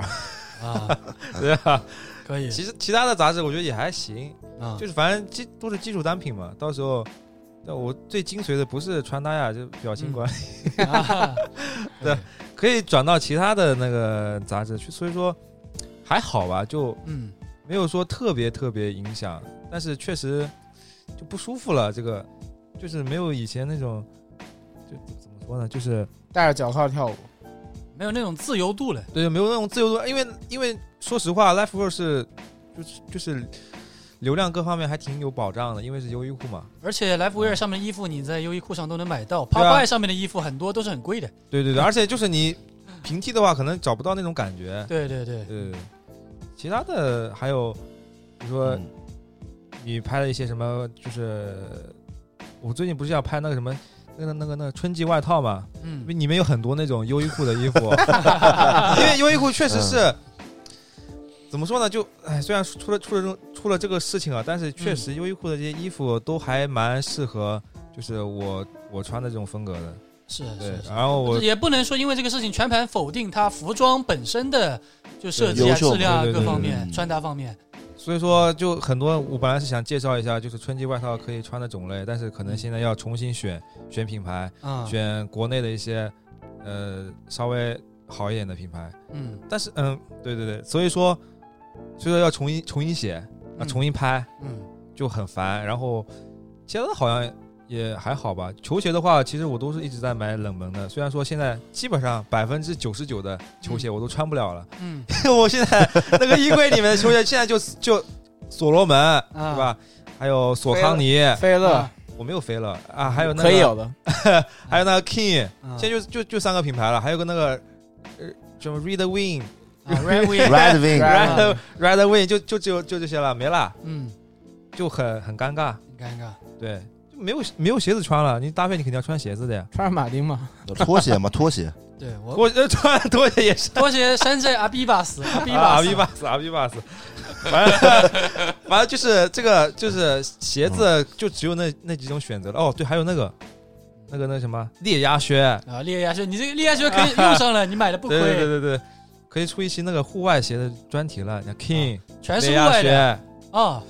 Speaker 1: 啊，
Speaker 4: 对啊。
Speaker 1: 可以
Speaker 4: 其实其他的杂志我觉得也还行，
Speaker 1: 啊，
Speaker 4: 就是反正基都是基础单品嘛，到时候。但我最精髓的不是穿搭呀，就是表情
Speaker 1: 嗯
Speaker 4: 管理。
Speaker 1: 啊
Speaker 4: 对，可以转到其他的那个杂志去，所以说还好吧，就
Speaker 1: 嗯，
Speaker 4: 没有说特别特别影响，但是确实就不舒服了。这个就是没有以前那种，就怎么说呢，就是
Speaker 5: 戴着脚套跳舞，
Speaker 1: 没有那种自由度了。
Speaker 4: 对没有那种自由度，因为因为说实话，Life World 是就是就是流量各方面还挺有保障的，因为是优衣库嘛。
Speaker 1: 而且莱福威尔上面的衣服你在优衣库上都能买到
Speaker 4: 对啊
Speaker 1: ，Popeye 上面的衣服很多都是很贵的。
Speaker 4: 对对对，而且就是你平替的话，可能找不到那种感觉。
Speaker 1: 对对对，
Speaker 4: 对，其他的还有，比如
Speaker 1: 呃
Speaker 4: 说
Speaker 2: 嗯
Speaker 4: 你拍了一些什么，就是我最近不是要拍那个什么那个那个那个春季外套嘛，因为
Speaker 1: 嗯，
Speaker 4: 里面有很多那种优衣库的衣 服，因为优衣库确实是。
Speaker 1: 嗯
Speaker 4: 怎么说呢？就哎，虽然出了出了这种出了这个事情啊，但是确
Speaker 1: 嗯
Speaker 4: 实优衣库的这些衣服都还蛮适合，就是我我穿的这种风格的。
Speaker 1: 是
Speaker 4: 对
Speaker 1: 是，是，
Speaker 4: 然后我
Speaker 1: 也不能说因为这个事情全盘否定它服装本身的就设计
Speaker 2: 对
Speaker 1: 啊、
Speaker 2: 优秀
Speaker 1: 质量啊
Speaker 4: 对对
Speaker 1: 各
Speaker 4: 对
Speaker 1: 方
Speaker 2: 对
Speaker 1: 面、
Speaker 2: 嗯
Speaker 1: 穿搭方面，
Speaker 4: 所以说，就很多我本来是想介绍一下，就是春季外套可以穿的种类，但是可能现在要重新选选品牌，
Speaker 1: 嗯
Speaker 4: 选国内的一些呃稍微好一点的品牌。
Speaker 1: 嗯
Speaker 4: 但是嗯，对对对，所以说所以说要重新重新写啊，
Speaker 1: 嗯
Speaker 4: 重新拍
Speaker 1: 嗯
Speaker 4: 就很烦。然后其他的好像也还好吧。球鞋的话，其实我都是一直在买冷门的，虽然说现在基本上百分之九十九的球鞋我都穿不了 了，
Speaker 1: 嗯，
Speaker 4: 我现在那个衣柜里面的球鞋，现在就就所罗门、对吧？还有索康尼，
Speaker 5: 啊飞乐
Speaker 1: 啊
Speaker 4: 我没有飞了啊，还有那个
Speaker 5: 可以哦啊有的，
Speaker 4: 还有那个 King，、
Speaker 1: 嗯
Speaker 4: 现在就就就三个品牌了，还有个那个呃什么 Red Wing、
Speaker 1: 啊 Red Wing，
Speaker 2: Red Wing，
Speaker 5: Red-
Speaker 1: 啊
Speaker 4: Red Red Wing，就就只有就这些了，没了，
Speaker 1: 嗯，
Speaker 4: 就很很尴尬，
Speaker 1: 很尴尬，
Speaker 4: 对，就没有没有鞋子穿了，你搭配你肯定要穿鞋子的呀，
Speaker 5: 穿上马丁嘛，
Speaker 2: 拖鞋嘛，拖鞋，
Speaker 1: 对我
Speaker 4: 我呃 穿拖鞋也是。
Speaker 1: 拖鞋山寨阿比巴 斯，阿比
Speaker 4: 啊
Speaker 1: 巴
Speaker 4: 阿
Speaker 1: 斯
Speaker 4: 比，巴斯，阿比巴斯， 反正反正就是这个，就是鞋子就只有那那几种选择了。哦，对，还有那个那个那什么猎鸭靴，
Speaker 1: 啊，裂牙靴，你这个裂牙靴可以用上了，你买的不
Speaker 4: 对 对对
Speaker 1: 亏，
Speaker 4: 对对，可以出一期那个户外鞋的专题了。那 King
Speaker 1: 全啊是
Speaker 4: 猎
Speaker 1: 户
Speaker 4: 鸭
Speaker 1: 外的
Speaker 4: 靴
Speaker 1: 啊，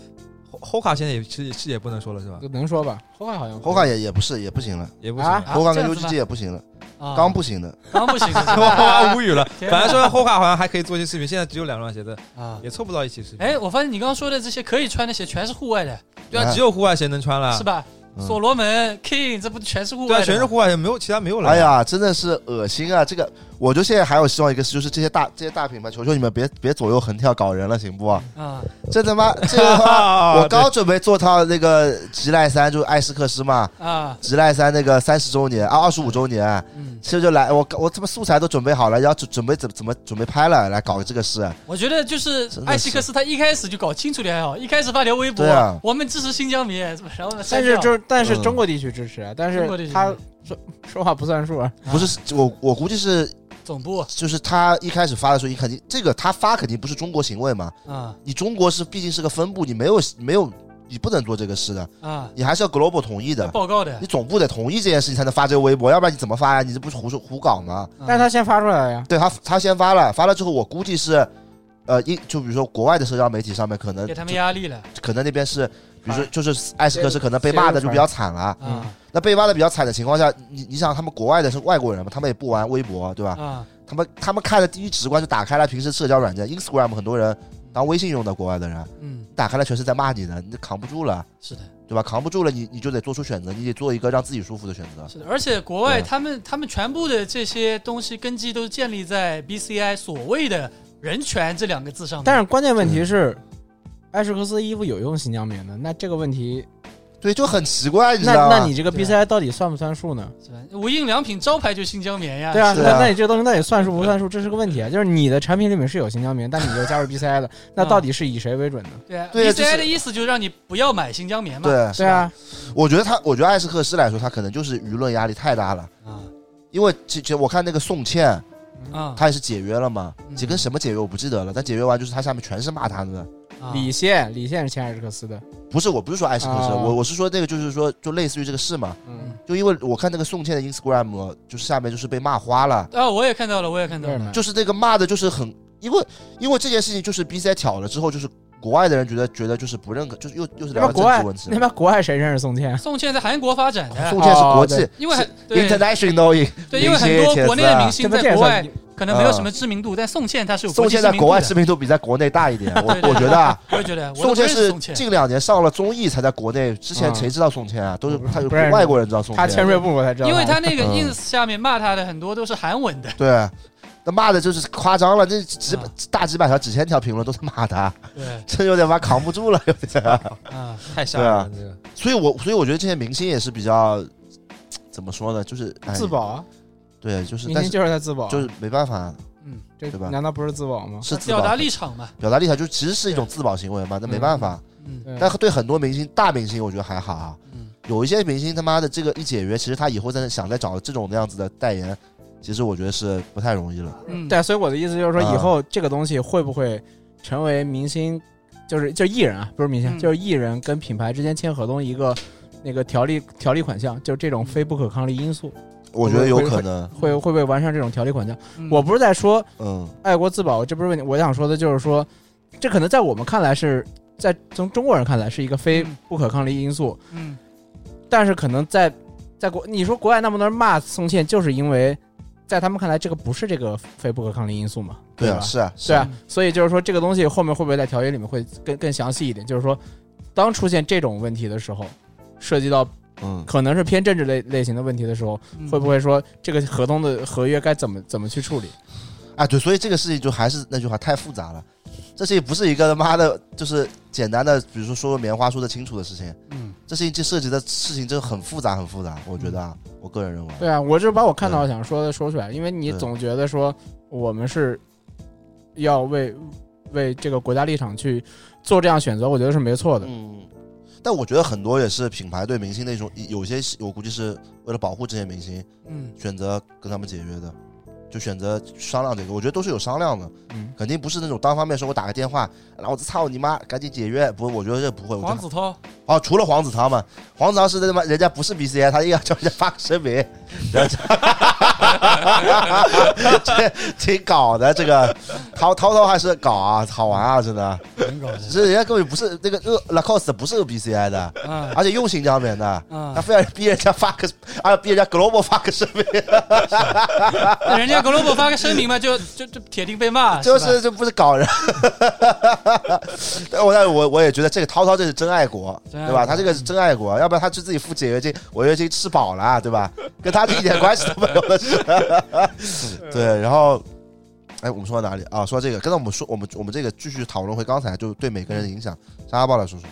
Speaker 4: ，Hoka 现在也是是也不能说了是吧？
Speaker 5: 能说吧？后海好像
Speaker 2: 后盖也也不是，也不行了，
Speaker 4: 也不行了。
Speaker 1: 啊
Speaker 2: 后盖跟
Speaker 1: 这样
Speaker 2: U
Speaker 1: 子
Speaker 2: G
Speaker 1: 吗
Speaker 2: G 也不行了，
Speaker 1: 啊
Speaker 2: 刚不行的，
Speaker 1: 刚不行是 吧
Speaker 4: 哇，无语了。
Speaker 1: 天
Speaker 4: 本
Speaker 1: 哪
Speaker 4: 来说 Hoka 好像还可以做一期视频，现在只有两双鞋子，
Speaker 1: 啊，
Speaker 4: 也凑不到一起视频。
Speaker 1: 哎，，我发现你刚刚说的这些可以穿的鞋全是户外的，
Speaker 4: 对
Speaker 2: 哎
Speaker 4: 啊，只有户外鞋能穿了，
Speaker 1: 是？吧？
Speaker 2: 嗯
Speaker 1: 所罗门、King 这不全是户
Speaker 4: 对
Speaker 1: 外
Speaker 4: 啊，
Speaker 1: 的，
Speaker 4: 全是户外鞋，没有其他没有了。
Speaker 2: 哎，呀，真的是恶心啊！这个，我就现在还有希望一个是，就是这些大这些大品牌，求求你们别别左右横跳搞人了，行不？
Speaker 1: 啊，
Speaker 2: 这他妈这 个
Speaker 4: 啊
Speaker 2: 我刚准备做套那个吉濑三，就是艾斯克斯嘛，
Speaker 1: 啊，
Speaker 2: 吉濑三那个三十周年啊，二十五周年，
Speaker 1: 嗯，
Speaker 2: 其实就来我我他妈素材都准备好了，要准准备怎么怎么准备拍了，来搞这个事，
Speaker 1: 我觉得就是
Speaker 2: 真的是
Speaker 1: 艾希克斯他一开始就搞清楚点还好，一开始发条微博，
Speaker 2: 对啊
Speaker 1: 我们支持新疆棉，然后呢，删
Speaker 5: 但是
Speaker 1: 掉
Speaker 5: 就是但是
Speaker 2: 嗯
Speaker 5: 中国地区支持啊，但
Speaker 1: 中国地
Speaker 5: 是
Speaker 1: 区
Speaker 5: 他说说话不算数啊，
Speaker 2: 不是我我估计是
Speaker 1: 总部
Speaker 2: 就是他一开始发的时候，你肯定这个他发肯定不是中国行为嘛，
Speaker 1: 啊
Speaker 2: 你中国是毕竟是个分部，你没有没有你不能做这个事的，
Speaker 1: 啊
Speaker 2: 你还是要 global 同意的。
Speaker 1: 报告的
Speaker 2: 你，总部得同意这件事情才能发这个微博，要不然你怎么发呀？你这不是胡说胡搞吗？
Speaker 1: 但
Speaker 5: 但是他先发出来了呀，
Speaker 2: 对他，他先发了，发了之后，我估计是，呃，一就比如说国外的社交媒体上面，可能
Speaker 1: 给他们压力了
Speaker 2: 就可能那边是，比如说
Speaker 5: 发
Speaker 2: 就是艾斯克是可能被骂的就比较惨了。
Speaker 1: 啊
Speaker 2: 那被骂的比较惨的情况下，你你想他们国外的是外国人嘛，他们也不玩微博，对吧？
Speaker 1: 啊
Speaker 2: 他们他们看的第一直观就打开了平时社交软件，Instagram 很多人当微信用的，国外的人
Speaker 1: 嗯，
Speaker 2: 打开了全是在骂你的，你扛不住了，
Speaker 1: 是的，
Speaker 2: 对吧？扛不住了，你你就得做出选择，你得做一个让自己舒服的选择。
Speaker 1: 是的，而且国外
Speaker 2: 对
Speaker 1: 他们他们全部的这些东西根基都是建立在 BCI 所谓的人权这两个字上面，
Speaker 5: 但是关键问题是，艾什克斯衣服有用新疆棉的，那这个问题，
Speaker 2: 对，就很奇怪，你知
Speaker 5: 那
Speaker 2: 道吗？
Speaker 5: 那你这个
Speaker 1: 对啊
Speaker 5: BCI 到底算不算数呢？
Speaker 1: 是吧无印良品招牌就新疆棉呀，
Speaker 5: 对啊，
Speaker 2: 是啊
Speaker 5: 那那你这个东西到底算数不算数，这是个问题啊。就是你的产品里面是有新疆棉，但你又加入 BCI 了，那到底是以谁为准呢？
Speaker 1: 对啊
Speaker 2: 对啊就是
Speaker 1: ，BCI 的意思就是让你不要买新疆棉嘛，
Speaker 2: 对，
Speaker 5: 对啊，
Speaker 2: 我觉得他，我觉得艾斯克斯来说，他可能就是舆论压力太大了，
Speaker 1: 啊
Speaker 2: 因为其实我看那个宋茜，
Speaker 1: 啊
Speaker 2: 她也是解约了嘛，
Speaker 1: 嗯
Speaker 2: 解跟什么解约我不记得了，但解约完就是她下面全是骂她的，
Speaker 1: 啊
Speaker 5: 李现，李现是前艾什克斯的，
Speaker 2: 不是，我不是说艾斯克斯，
Speaker 5: 啊
Speaker 2: 我我是说那个就是说就类似于这个事嘛，
Speaker 5: 嗯，
Speaker 2: 就因为我看那个宋茜的 Instagram 就是下面就是被骂花了，
Speaker 1: 啊，我也看到了，我也看到
Speaker 5: 为什
Speaker 1: 了，
Speaker 5: 么？
Speaker 2: 就是那个骂的就是很，因为因为这件事情就是 B C 挑了之后就是。国外的人觉得觉得就是不认可，就是又又是
Speaker 5: 那
Speaker 2: 聊到
Speaker 5: 边国
Speaker 2: 政
Speaker 5: 外
Speaker 2: 治问题
Speaker 5: 那。边国外谁认识宋茜？啊
Speaker 1: 宋茜在韩国发展的，
Speaker 2: 啊宋茜是
Speaker 5: 哦
Speaker 2: 国际
Speaker 1: 因为很对
Speaker 2: international 明星，
Speaker 1: 对，因为很多国内的明
Speaker 5: 这
Speaker 1: 星
Speaker 5: 不
Speaker 1: 在
Speaker 5: 这也
Speaker 1: 国
Speaker 5: 算
Speaker 1: 外可能没有什么知名度，但宋茜她是有
Speaker 2: 宋
Speaker 1: 国际知
Speaker 2: 茜在
Speaker 1: 名度
Speaker 2: 国外
Speaker 1: 的。
Speaker 2: 知名度比在国内大一点，我
Speaker 1: 对对
Speaker 2: 我觉得啊，
Speaker 1: 我也觉得，我都不
Speaker 2: 宋茜
Speaker 1: 认识
Speaker 2: 是
Speaker 1: 宋茜
Speaker 2: 近两年上了综艺才在国内，之前
Speaker 5: 嗯
Speaker 2: 谁知道宋茜啊？都是
Speaker 5: 不是
Speaker 2: 他有
Speaker 5: 不认识
Speaker 2: 外国人知道宋
Speaker 5: 他签
Speaker 2: 茜，啊
Speaker 5: 锐步我才知道，
Speaker 1: 因为她那个
Speaker 2: 嗯
Speaker 1: ins 下面骂她的很多都是韩文的，
Speaker 2: 对，他骂的就是夸张了，这几
Speaker 1: 啊
Speaker 2: 大几百条、几千条评论都在骂他，
Speaker 1: 对
Speaker 2: 这有点妈扛不住了，有点。
Speaker 1: 啊，
Speaker 4: 太吓人了，这个
Speaker 2: 所以我所以我觉得这些明星也是比较怎么说呢，就是哎
Speaker 5: 自保啊，
Speaker 2: 对，就是
Speaker 5: 明
Speaker 2: 但
Speaker 5: 星
Speaker 2: 是
Speaker 5: 就是在自保啊，
Speaker 2: 就是没办法，
Speaker 1: 嗯，
Speaker 5: 这
Speaker 2: 对吧
Speaker 5: 难道不是自保吗？
Speaker 2: 是自
Speaker 1: 表达
Speaker 2: 保
Speaker 1: 立场嘛，
Speaker 2: 表达立场，就其实是一种自保行为嘛，那没办法。
Speaker 1: 嗯
Speaker 5: 对
Speaker 2: 但对很多明星，大明星我觉得还好啊，
Speaker 1: 嗯，
Speaker 2: 有一些明星他妈的这个一解约，其实他以后再想再找这种那样子的代言，其实我觉得是不太容易了。
Speaker 1: 嗯，
Speaker 5: 对，所以我的意思就是说，
Speaker 2: 啊
Speaker 5: 以后这个东西会不会成为明星，就是就艺人啊，不是明星，
Speaker 1: 嗯
Speaker 5: 就是艺人跟品牌之间签合同一个那个条例条例款项，就这
Speaker 1: 嗯
Speaker 5: 种非不可抗力因素，
Speaker 2: 我觉得有可能，
Speaker 5: 会会不会完善这种条例款项？
Speaker 1: 嗯
Speaker 5: 我不是在说
Speaker 2: 嗯
Speaker 5: 爱国自保，这不是问题，我想说的就是说，这可能在我们看来是在从中国人看来是一个非
Speaker 1: 嗯
Speaker 5: 不可抗力因素，
Speaker 1: 嗯
Speaker 5: 但是可能在在国，你说国外那么多人骂宋茜，就是因为在他们看来，这个不是这个非不可抗力因素嘛？
Speaker 2: 对
Speaker 5: 吧？
Speaker 2: 啊，是啊，是
Speaker 5: 对
Speaker 2: 啊，
Speaker 5: 啊，所以就是说这个东西后面会不会在条约里面会更更详细一点？就是说，当出现这种问题的时候，涉及到
Speaker 2: 嗯，
Speaker 5: 可能是偏政治类类型的问题的时候，
Speaker 1: 嗯
Speaker 5: 会不会说这个合同的合约该怎么怎么去处理？
Speaker 2: 啊，对，所以这个事情就还是那句话，太复杂了。这事情不是一个他妈的，就是简单的，比如说说个棉花说的清楚的事情。
Speaker 1: 嗯
Speaker 2: 这事情这涉及的事情真的很复杂，很复杂。我觉得啊，我个人认为，
Speaker 5: 对啊，我就是把我看到
Speaker 2: 对
Speaker 5: 想说的说出来，因为你
Speaker 2: 对
Speaker 5: 总觉得说我们是要为为这个国家立场去做这样选择，我觉得是没错的。
Speaker 2: 嗯，但我觉得很多也是品牌对明星那种，有些是我估计是为了保护这些明星，
Speaker 1: 嗯
Speaker 2: 选择跟他们解约的，就选择商量这个。我觉得都是有商量的，
Speaker 5: 嗯，
Speaker 2: 肯定不是那种单方面说我打个电话，老子操你妈，赶紧解约。不，我觉得这不会。我觉
Speaker 1: 黄
Speaker 2: 得
Speaker 1: 子韬，
Speaker 2: 哦，除了黄子韬嘛，黄子韬是他妈人家不是 BCI，他硬要叫人家发个声明，然后 这这挺搞的。这个涛涛涛还是搞啊，好玩啊，真的。
Speaker 1: 很搞
Speaker 2: 只
Speaker 1: 笑
Speaker 2: 是人家根本不是那个呃 Lacoste 不是 BCI 的，
Speaker 1: 啊
Speaker 2: 而且用心良品的，他
Speaker 1: 啊！
Speaker 2: 非要逼人家发个，啊逼人家 Global 发个声明，
Speaker 1: 那 人家 Global 发个声明嘛，就就就铁定被骂，
Speaker 2: 就是
Speaker 1: 吧
Speaker 2: 是这不是搞人。 但我但我我也觉得这个涛涛这是真爱国，
Speaker 1: 真爱
Speaker 2: 对吧？
Speaker 1: 国
Speaker 2: 他这个是真爱国，要不然他去自己付解约金，违约金吃饱了，对吧？跟他这一点关系都没有的事。对，然后。哎，我们说到哪里啊？说到这个，刚才我们说，我们我们这个继续讨论回刚才，就对每个人的影响。沙拉鲍来说说，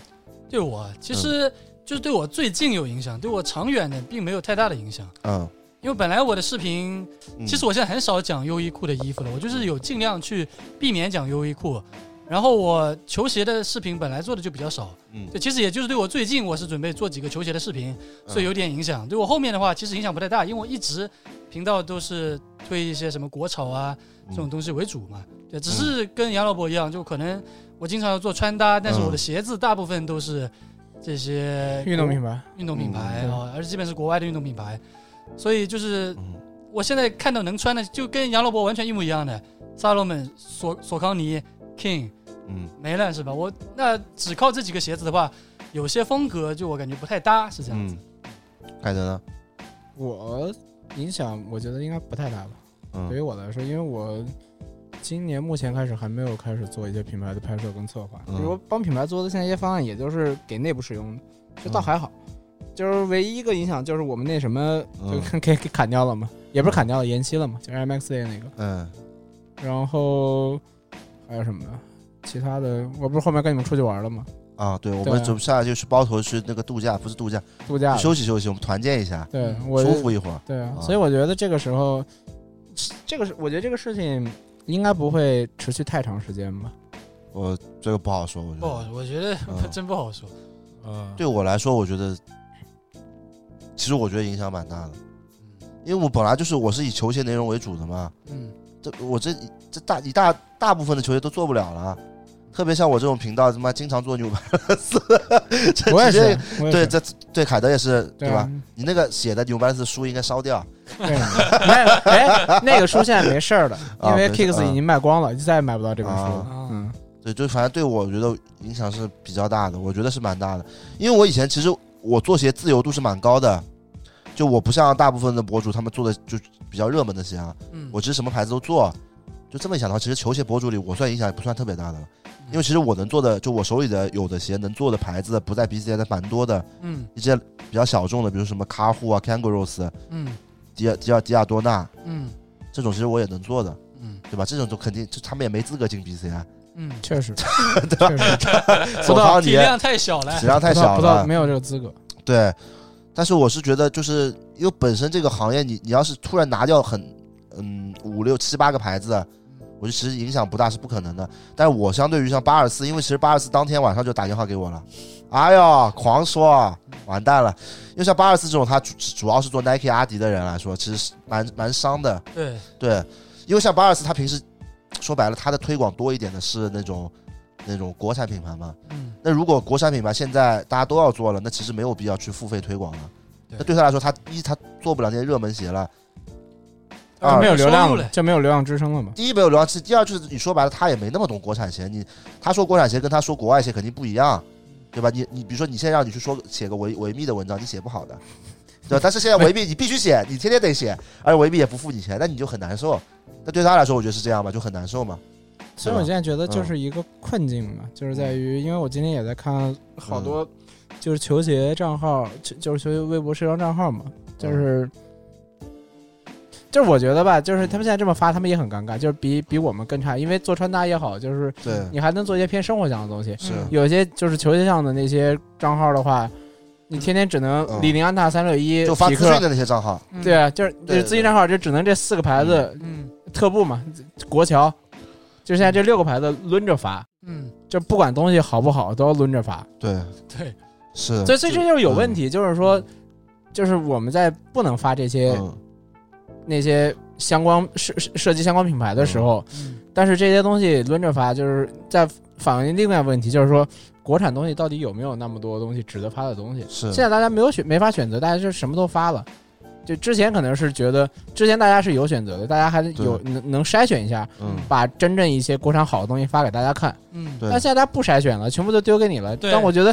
Speaker 1: 对我其
Speaker 2: 嗯
Speaker 1: 实就是对我最近有影响，对我长远的并没有太大的影响。
Speaker 2: 嗯，
Speaker 1: 因为本来我的视频，
Speaker 2: 嗯
Speaker 1: 其实我现在很少讲优衣库的衣服了，我就是有尽量去避免讲优衣库。然后我球鞋的视频本来做的就比较少，
Speaker 2: 嗯
Speaker 1: 对，其实也就是对我最近我是准备做几个球鞋的视频，
Speaker 2: 嗯
Speaker 1: 所以有点影响。对我后面的话，其实影响不太大，因为我一直频道都是推一些什么国潮啊
Speaker 2: 嗯
Speaker 1: 这种东西为主嘛。对，只是跟杨老伯一样，就可能我经常要做穿搭，但是
Speaker 2: 嗯
Speaker 1: 我的鞋子大部分都是这些
Speaker 5: 运动品牌，
Speaker 1: 运动品牌
Speaker 5: 嗯
Speaker 1: 啊，而且基本是国外的运动品牌，所以就是
Speaker 2: 嗯
Speaker 1: 我现在看到能穿的，就跟杨老伯完全一模一样的，萨洛门、索索康尼、King
Speaker 2: 嗯
Speaker 1: 没了是吧？我那只靠这几个鞋子的话，有些风格就我感觉不太搭，是这样子。
Speaker 2: 嗯，凯德呢？
Speaker 5: 我影响我觉得应该不太大吧。对于
Speaker 2: 嗯
Speaker 5: 我来说，因为我今年目前开始还没有开始做一些品牌的拍摄跟策划，
Speaker 2: 嗯
Speaker 5: 比如帮品牌做的现在一些方案，也就是给内部使用的，这倒
Speaker 2: 嗯
Speaker 5: 还好。就是唯一一个影响就是我们那什么就
Speaker 2: 嗯
Speaker 5: 给给砍掉了嘛，也不是砍掉了，延期了嘛，就是 IMAX Day 那个。
Speaker 2: 嗯
Speaker 5: 然后还有什么呢？其他的，我不是后面跟你们出去玩了吗？
Speaker 2: 啊，对，我
Speaker 5: 对
Speaker 2: 们
Speaker 5: 啊
Speaker 2: 准下来就去包头去那个度假，不是度假，
Speaker 5: 度假了
Speaker 2: 休息休息，我们团建一下，
Speaker 5: 对我
Speaker 2: 舒服一会儿。
Speaker 5: 对啊
Speaker 2: 啊，
Speaker 5: 所以我觉得这个时候，这个是我觉得这个事情应该不会持续太长时间吧。
Speaker 2: 我这个不好说，我觉
Speaker 1: 不好
Speaker 2: 得，
Speaker 1: 我觉得
Speaker 2: 嗯
Speaker 1: 真不好说。
Speaker 4: 嗯，
Speaker 2: 对我来说，我觉得其实我觉得影响蛮大的，因为我本来就是我是以球鞋内容为主的嘛，
Speaker 1: 嗯，
Speaker 2: 这我这这大一大大部分的球鞋都做不了了。特别像我这种频道，他妈经常做纽巴 勒斯， 这
Speaker 5: 我也
Speaker 2: 直接
Speaker 5: 是，我也
Speaker 2: 对
Speaker 5: 是
Speaker 2: 这对凯德也是对
Speaker 5: 啊
Speaker 2: 吧？？你那个写的纽巴 勒斯书应该烧掉，
Speaker 5: 对， 没有哎，那个书现在没事儿了，
Speaker 2: 啊
Speaker 5: 因为
Speaker 2: 没事
Speaker 5: Kicks 已经卖光了，就再也买不到这本书
Speaker 1: 啊
Speaker 5: 了。嗯，
Speaker 2: 对，就反正对我觉得影响是比较大的，我觉得是蛮大的，因为我以前其实我做鞋自由度是蛮高的，就我不像大部分的博主他们做的就比较热门的鞋啊，
Speaker 1: 嗯，
Speaker 2: 我其实什么牌子都做，就这么一想的话，其实球鞋博主里我算影响也不算特别大的了，因为其实我能做的就我手里的有的鞋能做的牌子不在 BCI 的蛮多的，
Speaker 1: 嗯
Speaker 2: 一些比较小众的，比如什么卡虎啊、Kangaroos、
Speaker 1: 嗯
Speaker 2: 迪亚迪亚迪亚多纳
Speaker 1: 嗯
Speaker 2: 这种，其实我也能做的，
Speaker 1: 嗯
Speaker 2: 对吧？这种都肯定就他们也没资格进 BCI，
Speaker 1: 嗯，
Speaker 5: 确实，对吧？
Speaker 2: 手
Speaker 5: 到
Speaker 2: 长
Speaker 1: 体
Speaker 2: 你
Speaker 1: 量太小了
Speaker 2: 体。量太
Speaker 5: 不到
Speaker 2: 小
Speaker 5: 不到
Speaker 2: 了，
Speaker 5: 没有这个资格。
Speaker 2: 对，但是我是觉得，就是因为本身这个行业你，你要是突然拿掉很嗯五六七八个牌子，我觉得其实影响不大是不可能的。但是我相对于像八二四，因为其实八二四当天晚上就打电话给我了，哎呀，狂说完蛋了。因为像八二四这种，他主主要是做 Nike、阿迪的人来说，其实是蛮蛮伤的。
Speaker 1: 对，
Speaker 2: 对，因为像八二四，他平时说白了，他的推广多一点的是那种那种国产品牌嘛。
Speaker 1: 嗯，
Speaker 2: 那如果国产品牌现在大家都要做了，那其实没有必要去付费推广了。
Speaker 1: 对
Speaker 2: 那对他来说，他一他做不了那些热门鞋了，
Speaker 1: 当然
Speaker 5: 没有流
Speaker 1: 收
Speaker 5: 量
Speaker 1: 入
Speaker 5: 了
Speaker 1: 嘞，
Speaker 5: 就没有流量支撑了嘛。
Speaker 2: 第一没有流量，第二就是你说白了，他也没那么懂国产鞋。你他说国产鞋跟他说国外鞋肯定不一样，对吧？你你比如说你现在让你去说写个维维密的文章，你写不好的，对吧？但是现在维密你必须写，你天天得写，而且维密也不付你钱，那你就很难受。那对他来说，我觉得是这样吧，就很难受嘛。
Speaker 5: 所以我现在觉得就是
Speaker 2: 嗯
Speaker 5: 一个困境嘛，就是在于，因为我今天也在看好多就是球鞋账号，就就是球鞋微博社交账号嘛，就是。就是我觉得吧，就是他们现在这么发，他们也很尴尬，就是比比我们更差，因为做穿搭也好，就是
Speaker 2: 嗯对，
Speaker 5: 你还能做一些偏生活向的东西。
Speaker 2: 是
Speaker 5: 有些就是球鞋上的那些账号的话，你天天只能
Speaker 2: 嗯
Speaker 5: 李宁、安踏、三六一、
Speaker 2: 就发资
Speaker 5: 匹
Speaker 2: 讯
Speaker 5: 克，
Speaker 2: 的那些账号，
Speaker 1: 嗯
Speaker 5: 对，啊，就是
Speaker 2: 对
Speaker 5: 就是资讯账号就只能这四个牌子，
Speaker 1: 嗯
Speaker 5: 特步嘛，国桥，就现在这六个牌子抡着发，
Speaker 1: 嗯，
Speaker 5: 就不管东西好不好都要抡着发。
Speaker 2: 对，
Speaker 1: 对，
Speaker 2: 是，
Speaker 5: 所以，所以这就是有问题，就是说，就是我们在不能发这些
Speaker 2: 嗯，
Speaker 5: 那些相关设设设计相关品牌的时候，
Speaker 1: 嗯
Speaker 5: 但是这些东西抡着发，就是在反映另外一个问题，就是说国产东西到底有没有那么多东西值得发的东西？
Speaker 2: 是，
Speaker 5: 现在大家没有选，没法选择，大家就什么都发了。就之前可能是觉得，之前大家是有选择的，大家还有能能筛选一下，
Speaker 2: 嗯，
Speaker 5: 把真正一些国产好的东西发给大家看。
Speaker 1: 嗯，
Speaker 2: 对
Speaker 5: 但，现在大家不筛选了，全部都丢给你了。
Speaker 1: 对
Speaker 5: 但我觉得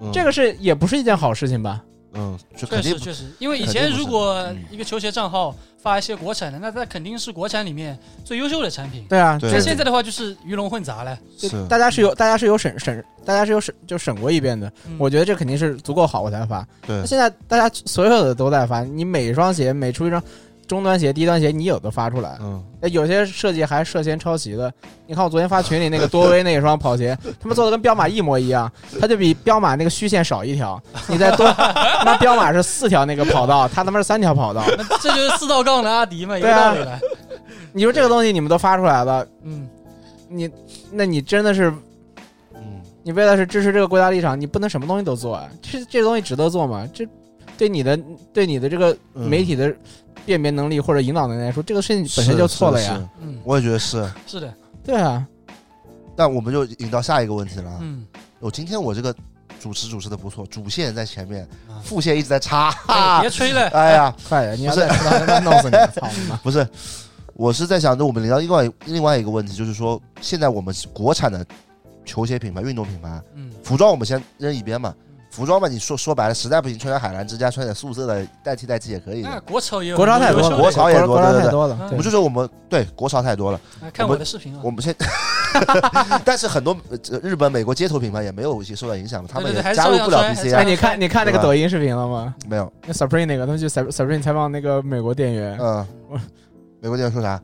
Speaker 2: 嗯
Speaker 5: 这个，是也不是一件好事情吧？
Speaker 2: 嗯，
Speaker 1: 确
Speaker 2: 就肯定
Speaker 1: 实
Speaker 2: 不
Speaker 1: 确实，因为以
Speaker 2: 肯
Speaker 1: 前
Speaker 2: 定不
Speaker 1: 如
Speaker 2: 是
Speaker 1: 果
Speaker 2: 嗯
Speaker 1: 一个球鞋账号发一些国产的，那它肯定是国产里面最优秀的产品。
Speaker 5: 对啊，
Speaker 2: 对
Speaker 5: 这
Speaker 1: 那现在的话就是鱼龙混杂了。
Speaker 5: 这
Speaker 2: 是，
Speaker 5: 大家是有大家是有审审，大家是有审就审过一遍的。
Speaker 1: 嗯
Speaker 5: 我觉得这肯定是足够好我才发。
Speaker 2: 对
Speaker 5: 那，现在大家所有的都在发，你每一双鞋每出一双中端鞋、低端鞋，你有的发出来。
Speaker 2: 嗯，
Speaker 5: 哎有些设计还涉嫌抄袭的。你看我昨天发群里那个多威那一双跑鞋，他们做的跟彪马一模一样，它就比彪马那个虚线少一条。你在多， 他妈彪马是四条那个跑道，它他妈是三条跑道。
Speaker 1: 那这就是四道杠的阿迪 嘛，有
Speaker 5: 对啊
Speaker 1: 道理了。
Speaker 5: 你说这个东西你们都发出来了，
Speaker 1: 嗯，
Speaker 5: 你那你真的是
Speaker 2: 嗯，
Speaker 5: 你为了是支持这个国家立场，你不能什么东西都做啊！这这东西值得做吗？这对你的对你的这个
Speaker 2: 嗯
Speaker 5: 媒体的辨别能力或者引导能力来说，这个事情本身
Speaker 2: 是
Speaker 5: 就错了，
Speaker 2: 是
Speaker 5: 呀。
Speaker 2: 是
Speaker 1: 嗯，
Speaker 2: 我也觉得是。
Speaker 1: 是的，
Speaker 5: 对啊，
Speaker 2: 但我们就引到下一个问题了。
Speaker 1: 嗯，
Speaker 2: 我今天我这个主持主持的不错，主线在前面
Speaker 1: 啊，
Speaker 2: 副线一直在插，
Speaker 1: 哎
Speaker 2: 哈
Speaker 1: 别
Speaker 2: 哈
Speaker 1: 吹了。
Speaker 2: 哎呀，
Speaker 5: 快点，你要
Speaker 2: 不
Speaker 5: 再
Speaker 2: 是
Speaker 5: 知道，他妈弄死你！操你 妈！
Speaker 2: 不是，我是在想着我们聊到另外另外一个问题，就是说现在我们国产的球鞋品牌、运动品牌，
Speaker 1: 嗯，
Speaker 2: 服装我们先扔一边嘛。服装嘛，你说说白了，实在不行穿点海澜之家，穿点素色的代替代替也可以
Speaker 1: 那
Speaker 2: 的。
Speaker 1: 国潮也有
Speaker 5: 国潮太多
Speaker 1: 优秀
Speaker 5: 了，
Speaker 1: 的
Speaker 2: 国潮也多
Speaker 5: 国潮
Speaker 2: 对对
Speaker 5: 太
Speaker 2: 对
Speaker 5: 多了
Speaker 1: 嗯。
Speaker 5: 对
Speaker 2: 我们就说我们对国潮太多了，
Speaker 1: 啊看我的视频啊
Speaker 2: 我，们现， 但是很多呃日本、美国街头品牌也没有一些受到影响嘛，他
Speaker 1: 对
Speaker 2: 们
Speaker 1: 对
Speaker 2: 也
Speaker 1: 对还是
Speaker 2: 加入不了
Speaker 1: 照样穿还
Speaker 2: BC
Speaker 1: 是
Speaker 5: 哎，
Speaker 2: 啊，
Speaker 5: 你看你看那个
Speaker 2: 对吧
Speaker 5: 抖音视频了吗？
Speaker 2: 没有，
Speaker 5: 那 Supreme 那个，他们去 Sup- Supreme 采访那个美国店员
Speaker 2: 嗯
Speaker 5: 哎我，
Speaker 2: 美国店员说啥？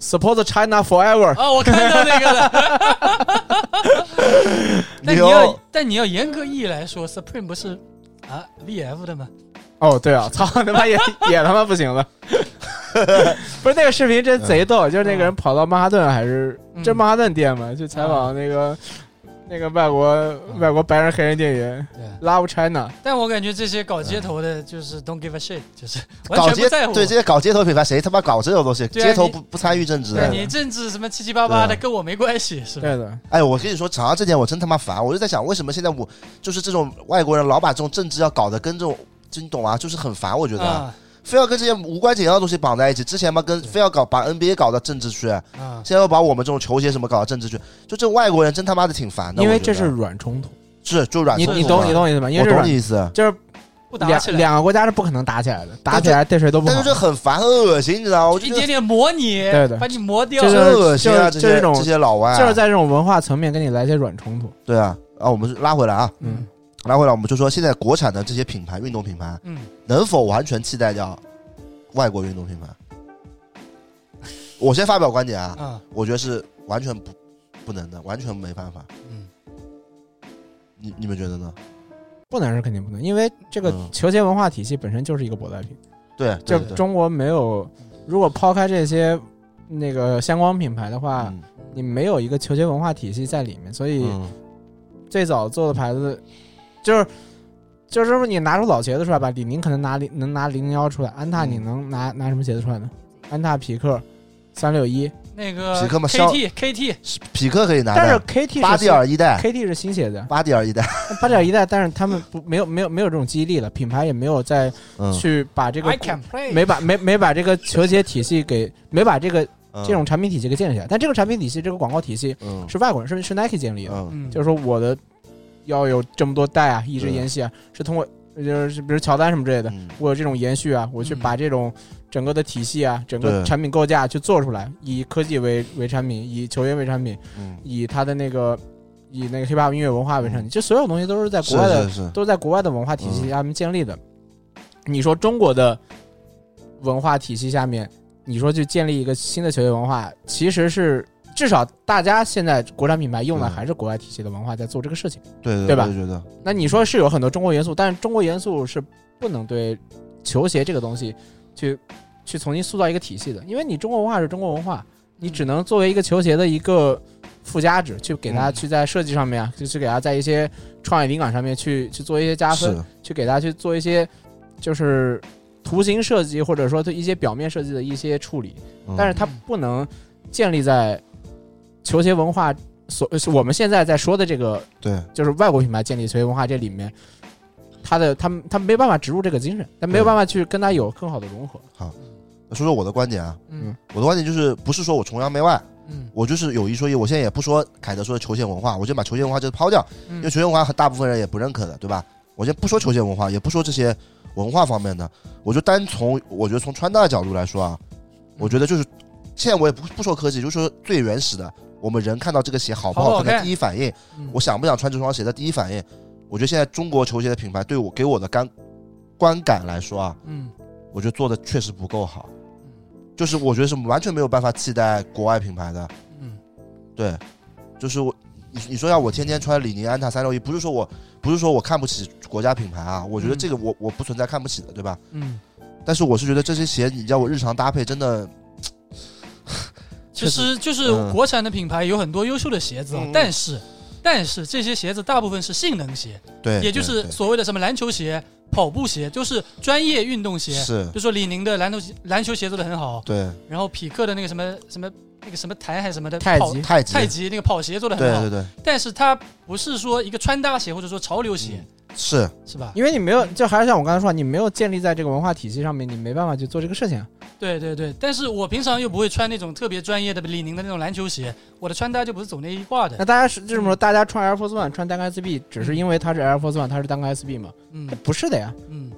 Speaker 5: ，Support China Forever。
Speaker 1: 啊，我看到那个 了。但你要
Speaker 2: 牛，
Speaker 1: 但你要严格意义来说，Supreme 不是啊 VF 的吗？
Speaker 5: 哦，对啊，操他 妈也也他妈不行了。不是那个视频真贼逗，就是那个人跑到曼哈顿还是
Speaker 1: 嗯
Speaker 5: 这曼哈顿店嘛，去采访那个那个外国外国白人黑人店员
Speaker 1: 嗯对。
Speaker 5: Love China，
Speaker 1: 但我感觉这些搞街头的，就是 don't give a shit，就是完
Speaker 2: 搞
Speaker 1: 全
Speaker 2: 街
Speaker 1: 不在乎。
Speaker 2: 对这些搞街头品牌，谁他妈搞这种东西？
Speaker 1: 对啊
Speaker 2: 街头
Speaker 1: 你
Speaker 2: 不不参与政治
Speaker 1: 对
Speaker 2: 的。
Speaker 1: 你政治什么七七八八的，跟我没关系，是吧？
Speaker 5: 对的，
Speaker 2: 哎，我跟你说，长沙这点我真他妈烦，我就在想，为什么现在我就是这种外国人老把这种政治要搞得跟这种，就你懂啊，就是很烦，我觉得、
Speaker 1: 啊
Speaker 2: 非要跟这些无关紧要的东西绑在一起。之前嘛，跟
Speaker 1: 对
Speaker 2: 非要搞把 NBA 搞到政治去，现
Speaker 1: 啊，
Speaker 2: 在又把我们这种球鞋什么搞到政治去，就这外国人真他妈的挺烦的。
Speaker 5: 因为
Speaker 2: 我觉
Speaker 5: 这
Speaker 2: 得
Speaker 5: 是软冲突，
Speaker 2: 是就软
Speaker 5: 你
Speaker 2: 冲
Speaker 5: 你
Speaker 2: 突
Speaker 5: 懂
Speaker 2: 嘛
Speaker 5: 你，懂我意思吧？因为
Speaker 2: 我
Speaker 5: 这是
Speaker 2: 懂你
Speaker 5: 软
Speaker 2: 意思，
Speaker 5: 就是
Speaker 1: 不打起
Speaker 5: 两
Speaker 1: 来，
Speaker 5: 两个国家是不可能打起来的，打
Speaker 2: 但
Speaker 5: 起
Speaker 2: 是
Speaker 5: 来对谁都不
Speaker 2: 但
Speaker 5: 好
Speaker 2: 是。这很烦，很恶心，你知道吗？我就
Speaker 1: 一
Speaker 2: 觉得
Speaker 1: 点点磨你
Speaker 5: 对的，
Speaker 1: 把你磨掉
Speaker 5: 这。
Speaker 2: 真
Speaker 5: 是
Speaker 2: 恶心啊！
Speaker 5: 就
Speaker 2: 这
Speaker 5: 是
Speaker 2: 些
Speaker 5: 这种
Speaker 2: 这些老外，啊
Speaker 5: 就是在这种文化层面跟你来一些软冲突，
Speaker 2: 对啊啊，我们拉回来啊，
Speaker 5: 嗯，
Speaker 2: 拉回来，我们就说现在国产的这些品牌，运动品牌，
Speaker 1: 嗯，
Speaker 2: 能否完全替代掉外国运动品牌？我先发表观点啊，
Speaker 1: 啊，
Speaker 2: 我觉得是完全不不能的，完全没办法。
Speaker 1: 嗯，
Speaker 2: 你你们觉得呢？
Speaker 5: 不能是肯定不能，因为这个
Speaker 2: 嗯
Speaker 5: 球鞋文化体系本身就是一个舶来品。
Speaker 2: 对，
Speaker 5: 就
Speaker 2: 对对
Speaker 5: 中国没有，如果抛开这些那个相关品牌的话，
Speaker 2: 嗯
Speaker 5: 你没有一个球鞋文化体系在里面，所以
Speaker 2: 嗯
Speaker 5: 最早做的牌子就是。就是说你拿出老鞋子出来吧，李宁可能拿零能拿零零幺出来，安踏你
Speaker 2: 嗯
Speaker 5: 能拿、拿什么鞋子出来呢？安踏匹克，三六一，
Speaker 1: 那个
Speaker 2: 匹克嘛肖
Speaker 1: KT KT
Speaker 2: 匹克可以拿
Speaker 5: 但是
Speaker 2: 的，
Speaker 5: KT
Speaker 2: 八
Speaker 5: 是
Speaker 2: 点二一代，
Speaker 5: KT 是新鞋子，
Speaker 2: 八点二一代，
Speaker 5: 八点一代，但是他们不没有没有没有这种激励了，品牌也没有再
Speaker 2: 嗯，
Speaker 5: 去把这个
Speaker 1: I can play
Speaker 5: 没把没没把这个球鞋体系给没把这个
Speaker 2: 嗯
Speaker 5: 这种产品体系给建立起来。但这个产品体系，这个广告体系
Speaker 2: 嗯
Speaker 5: 是外国人，是是 Nike 建立的，
Speaker 2: 嗯
Speaker 1: 嗯
Speaker 5: 就是说我的要有这么多代啊，一直
Speaker 2: 对
Speaker 5: 延续啊，是通过就是比如乔丹什么之类的，
Speaker 2: 嗯
Speaker 5: 我有这种延续啊，我去
Speaker 1: 嗯
Speaker 5: 把这种整个的体系啊，整个
Speaker 2: 对
Speaker 5: 产品构架去做出来，以科技为为产品，以球员为产品，
Speaker 2: 嗯，
Speaker 5: 以他的那个以那个 hiphop 音乐文化为产品，这所有东西都是在
Speaker 2: 是
Speaker 5: 国外的
Speaker 2: 嗯是是，
Speaker 5: 都是在国外的文化体
Speaker 2: 嗯
Speaker 5: 系下面建立的。你说中国的文化体系下面，你说去建立一个新的球鞋文化，其实是至少大家现在国产品牌用的
Speaker 2: 嗯
Speaker 5: 还是国外体系的文化在做这个事情。
Speaker 2: 对对
Speaker 5: 对吧
Speaker 2: 我也觉得，
Speaker 5: 那你说是有很多中国元素，但是中国元素是不能对球鞋这个东西去去重新塑造一个体系的，因为你中国文化是中国文化，你只能作为一个球鞋的一个附加值，去给它
Speaker 2: 嗯
Speaker 5: 去在设计上面啊，就是给它在一些创意灵感上面去去做一些加分，
Speaker 2: 是，
Speaker 5: 去给它去做一些就是图形设计或者说对一些表面设计的一些处理，
Speaker 2: 嗯
Speaker 5: 但是它不能建立在球鞋文化所是我们现在在说的这个
Speaker 2: 对，
Speaker 5: 就是外国品牌建立球鞋文化这里面，他的他们他没办法植入这个精神，他没有办法去跟他有更好的融合。
Speaker 2: 说说我的观点啊，
Speaker 1: 嗯
Speaker 2: 我的观点就是不是说我崇洋媚外，
Speaker 1: 嗯
Speaker 2: 我就是有一说一，我现在也不说凯德说的球鞋文化，我就把球鞋文化就是抛掉，
Speaker 1: 嗯
Speaker 2: 因为球鞋文化很大部分人也不认可的，对吧？我先不说球鞋文化，也不说这些文化方面的，我就单从我觉得从穿搭的角度来说啊，
Speaker 1: 嗯
Speaker 2: 我觉得就是现在我也不不说科技，就说最原始的，我们人看到这个鞋好不
Speaker 1: 好不
Speaker 2: 好
Speaker 1: 好
Speaker 2: 看的
Speaker 1: 看
Speaker 2: 第一反应，
Speaker 1: 嗯
Speaker 2: 我想不想穿这双鞋的第一反应，我觉得现在中国球鞋的品牌对我给我的感观感来说啊，
Speaker 1: 嗯
Speaker 2: 我觉得做的确实不够好，就是我觉得是完全没有办法替代国外品牌的。
Speaker 1: 嗯
Speaker 2: 对，就是我，你你说要我天天穿李宁、安踏、三六一，不是说我不是说我看不起国家品牌啊，我觉得
Speaker 1: 嗯
Speaker 2: 这个我我不存在看不起的，对吧？
Speaker 1: 嗯，
Speaker 2: 但是我是觉得这些鞋你叫我日常搭配，真的，
Speaker 1: 其实就是
Speaker 2: 嗯
Speaker 1: 国产的品牌有很多优秀的鞋子啊
Speaker 2: 嗯，
Speaker 1: 但是但是这些鞋子大部分是性能鞋，
Speaker 2: 对，
Speaker 1: 也就
Speaker 2: 对
Speaker 1: 是
Speaker 2: 对
Speaker 1: 所谓的什么篮球鞋、跑步鞋，就是专业运动鞋。
Speaker 2: 是
Speaker 1: 比，如说李宁的篮球鞋篮球鞋做的很好，
Speaker 2: 对，
Speaker 1: 然后匹克的那个什么什么那个什么弹还是什么的
Speaker 5: 太
Speaker 1: 跑
Speaker 5: 极
Speaker 2: 太极，
Speaker 1: 嗯太极那个跑鞋做的
Speaker 2: 对
Speaker 1: 很好
Speaker 2: 对，对，
Speaker 1: 但是它不是说一个穿搭鞋或者说潮流鞋
Speaker 2: 嗯，是，
Speaker 1: 是吧？
Speaker 5: 因为你没有，就还是像我刚才说，你没有建立在这个文化体系上面，你没办法去做这个事情啊。
Speaker 1: 对对对，但是我平常又不会穿那种特别专业的李宁的那种篮球鞋，我的穿搭就不是走那一挂
Speaker 5: 那
Speaker 1: 的。
Speaker 5: 大家是这么说，大家穿 Air Force One 穿单个 SB，只是因为它是 Air Force One，它是单个 SB 吗？
Speaker 1: 嗯
Speaker 5: 那不是的呀，
Speaker 1: 嗯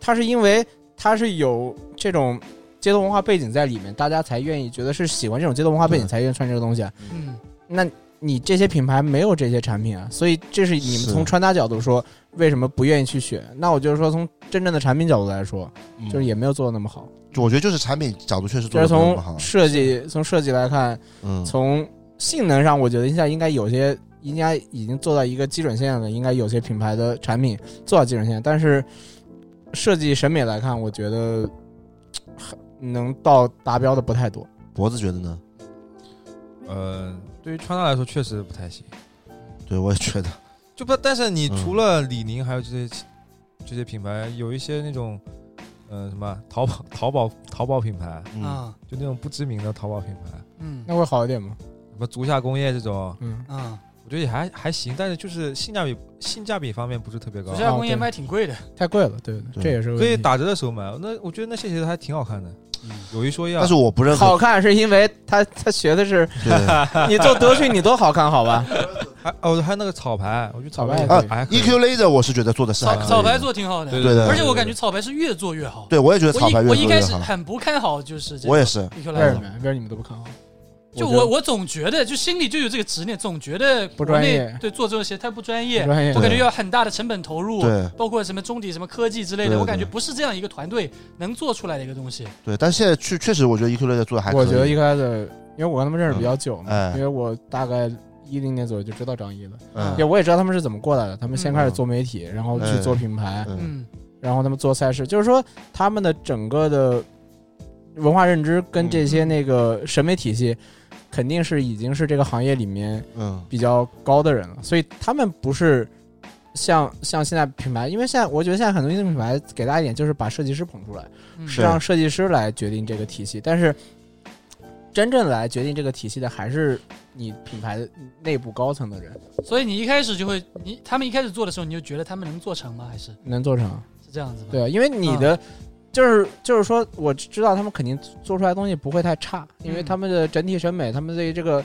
Speaker 5: 它是因为它是有这种街头文化背景在里面，大家才愿意觉得是喜欢这种街头文化背景
Speaker 2: 对
Speaker 5: 才愿意穿这个东西啊。
Speaker 1: 嗯
Speaker 5: 那你这些品牌没有这些产品啊，所以这是你们
Speaker 2: 是
Speaker 5: 从穿搭角度说为什么不愿意去选？那我就是说从真正的产品角度来说，
Speaker 2: 嗯
Speaker 5: 就是也没有做的那么好，
Speaker 2: 我觉得就是产品角度确实
Speaker 5: 就
Speaker 2: 做
Speaker 5: 是
Speaker 2: 的不那么好
Speaker 5: 从，设计从设计来看，
Speaker 2: 嗯，
Speaker 5: 从性能上，我觉得现在应该有些应该已经做到一个基准线了，应该有些品牌的产品做到基准线，但是设计审美来看，我觉得嘖能到达标的不太多。
Speaker 2: 脖子觉得呢？
Speaker 4: 呃，对于穿搭来说确实不太行。
Speaker 2: 对，我也觉
Speaker 1: 啊
Speaker 2: 得，
Speaker 4: 就不，但是你
Speaker 2: 嗯
Speaker 4: 除了李宁，还有这些其这些品牌，有一些那种，呃，什么淘宝、淘宝、淘宝品牌，
Speaker 2: 嗯，
Speaker 1: 啊
Speaker 4: 就那种不知名的淘宝品牌，
Speaker 1: 嗯
Speaker 5: 那会好一点吗？
Speaker 4: 什么足下工业这种，
Speaker 5: 嗯，
Speaker 1: 啊，
Speaker 4: 我觉得也还还行，但是就是性价比性价比方面不是特别高
Speaker 1: 主。家工
Speaker 5: 哦
Speaker 1: 业
Speaker 5: 对
Speaker 1: 卖挺贵的。
Speaker 5: 太贵了，对不
Speaker 2: 对
Speaker 5: 这也是个
Speaker 4: 可以
Speaker 5: 问题
Speaker 4: 打折的时候买，那我觉得那些鞋子还挺好看的，
Speaker 1: 嗯
Speaker 4: 有一说一啊。
Speaker 2: 但是我不认
Speaker 5: 好
Speaker 2: 可，
Speaker 5: 看是因为他他学的 是
Speaker 2: 对，
Speaker 5: 你做德训你多好看好吧？
Speaker 4: 还哦，还有那个草牌，我觉得草牌
Speaker 5: 草牌也可以
Speaker 4: 还可以
Speaker 2: EQ，E Laser 我是觉得做的是还
Speaker 1: 草
Speaker 2: 可以
Speaker 1: 草牌
Speaker 2: 的
Speaker 1: 做挺好的，
Speaker 4: 对
Speaker 2: 啊对的
Speaker 1: 而且我感觉草牌是越做越好。
Speaker 2: 对，我也觉得
Speaker 1: 我
Speaker 2: 草
Speaker 1: 一
Speaker 2: 牌越
Speaker 1: 我
Speaker 2: 做
Speaker 1: 一开
Speaker 2: 越
Speaker 1: 始
Speaker 2: 好，
Speaker 1: 很不看好，就是这
Speaker 2: 我也
Speaker 1: 个
Speaker 2: 是，
Speaker 1: EQ
Speaker 5: 为什
Speaker 1: Laser，
Speaker 5: 么？为什么你 们都不看好？
Speaker 1: 就
Speaker 5: 觉得
Speaker 1: 我我总觉得就心里就有这个执念，总觉得
Speaker 5: 不
Speaker 1: 国
Speaker 5: 专
Speaker 1: 内
Speaker 5: 业
Speaker 1: 对做这种鞋太不专
Speaker 5: 不
Speaker 1: 业，
Speaker 5: 专业
Speaker 1: 我感觉
Speaker 2: 对
Speaker 1: 要很大的成本投入，
Speaker 2: 对。
Speaker 1: 包括什么中底什么科技之类
Speaker 2: 对
Speaker 1: 的，
Speaker 2: 对
Speaker 1: 我感觉不是这样一个团队能做出来的一个东西。
Speaker 2: 对，但是现在确确实，我觉得 EQ 类的做的还可以。
Speaker 5: 我觉得一开始，因为我跟他们认识比较久嘛，
Speaker 2: 嗯哎
Speaker 5: 因为我大概一零年左右就知道张一了，
Speaker 2: 嗯
Speaker 5: 也我也知道他们是怎么过来的。他们先
Speaker 1: 嗯
Speaker 5: 开始做媒体，然后去
Speaker 2: 嗯
Speaker 5: 做品牌，
Speaker 2: 嗯
Speaker 1: 嗯
Speaker 5: 然后他们做赛事，就是说他们的整个的文化认知跟这些那个审美体系，肯定是已经是这个行业里面
Speaker 2: 嗯
Speaker 5: 比较高的人了，所以他们不是像像现在品牌，因为现在我觉得现在很多运动品牌给大家一点就是把设计师捧出来，
Speaker 1: 嗯
Speaker 5: 是让设计师来决定这个体系，但是真正来决定这个体系的还是你品牌的内部高层的人，
Speaker 1: 所以你一开始就会，你他们一开始做的时候，你就觉得他们能做成吗？还是
Speaker 5: 能做成？
Speaker 1: 是这样子吗？
Speaker 5: 对，因为你
Speaker 1: 嗯
Speaker 5: 的、就是就是说，我知道他们肯定做出来的东西不会太差，因为
Speaker 1: 嗯
Speaker 5: 他们的整体审美，他们对这个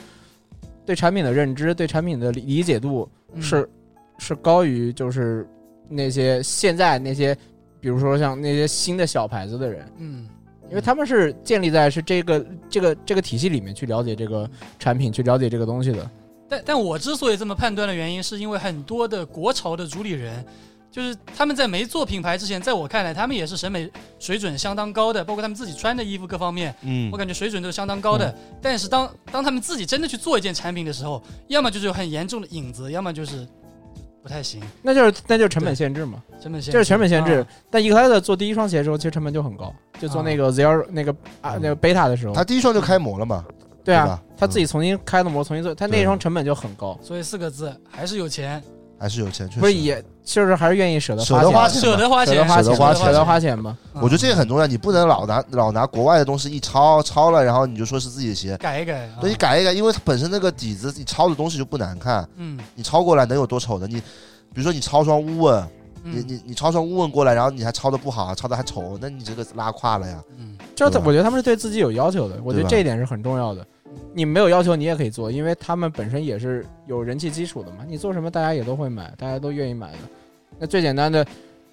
Speaker 5: 对产品的认知、对产品的理理解度
Speaker 1: 嗯
Speaker 5: 是、是高于就是那些现在那些，比如说像那些新的小牌子的人，
Speaker 1: 嗯，
Speaker 5: 因为他们是建立在是这个这个这个体系里面去了解这个产品，去了解这个东西的。
Speaker 1: 嗯但但我之所以这么判断的原因，是因为很多的国潮的主理人，就是他们在没做品牌之前，在我看来，他们也是审美水准相当高的，包括他们自己穿的衣服各方面，
Speaker 2: 嗯
Speaker 1: 我感觉水准都是相当高的。但是当当他们自己真的去做一件产品的时候，要么就是有很严重的影子，要么就是不太行，
Speaker 5: 那就是那就是成本限制嘛，
Speaker 1: 成本限制，
Speaker 5: 就是成本限制
Speaker 1: 啊。
Speaker 5: 但 Eclipse 做第一双鞋的时候，其实成本就很高，就
Speaker 2: 啊
Speaker 5: 做那个 Zero 那个啊那个 Beta 的时候，
Speaker 2: 他第一双就开模了嘛，
Speaker 5: 对
Speaker 2: 嗯对
Speaker 5: 啊
Speaker 2: 吧，嗯
Speaker 5: 他自己重新开的模，重新做，他那
Speaker 2: 对
Speaker 5: 双成本就很高，
Speaker 1: 所以四个字，还是有钱，
Speaker 2: 嗯还是有钱，确实
Speaker 5: 不是也就是还是愿意舍得
Speaker 2: 舍得花
Speaker 5: 花
Speaker 2: 钱
Speaker 5: 钱，
Speaker 1: 舍得花钱，嗯
Speaker 5: 得花
Speaker 2: 舍得花
Speaker 5: 花
Speaker 2: 钱
Speaker 5: 舍得花钱嘛。
Speaker 2: 我觉得这也
Speaker 1: 个
Speaker 2: 很重要，你不能老拿老拿国外的东西一抄抄了，然后你就说是自己的鞋，
Speaker 1: 改一改啊，
Speaker 2: 所以改一改，因为它本身那个底子，你抄的东西就不难看，
Speaker 1: 嗯，
Speaker 2: 你抄过来能有多丑的？你比如说你抄双乌问，
Speaker 1: 嗯
Speaker 2: 你你你抄双乌问过来，然后你还抄的不好，抄的还丑，那你这个拉胯了呀。
Speaker 1: 嗯
Speaker 5: 就是
Speaker 2: 对吧
Speaker 5: 我觉得他们是对自己有要求的，我觉
Speaker 2: 对吧
Speaker 5: 得这一点是很重要的。你没有要求，你也可以做，因为他们本身也是有人气基础的嘛。你做什么，大家也都会买，大家都愿意买的。那最简单的，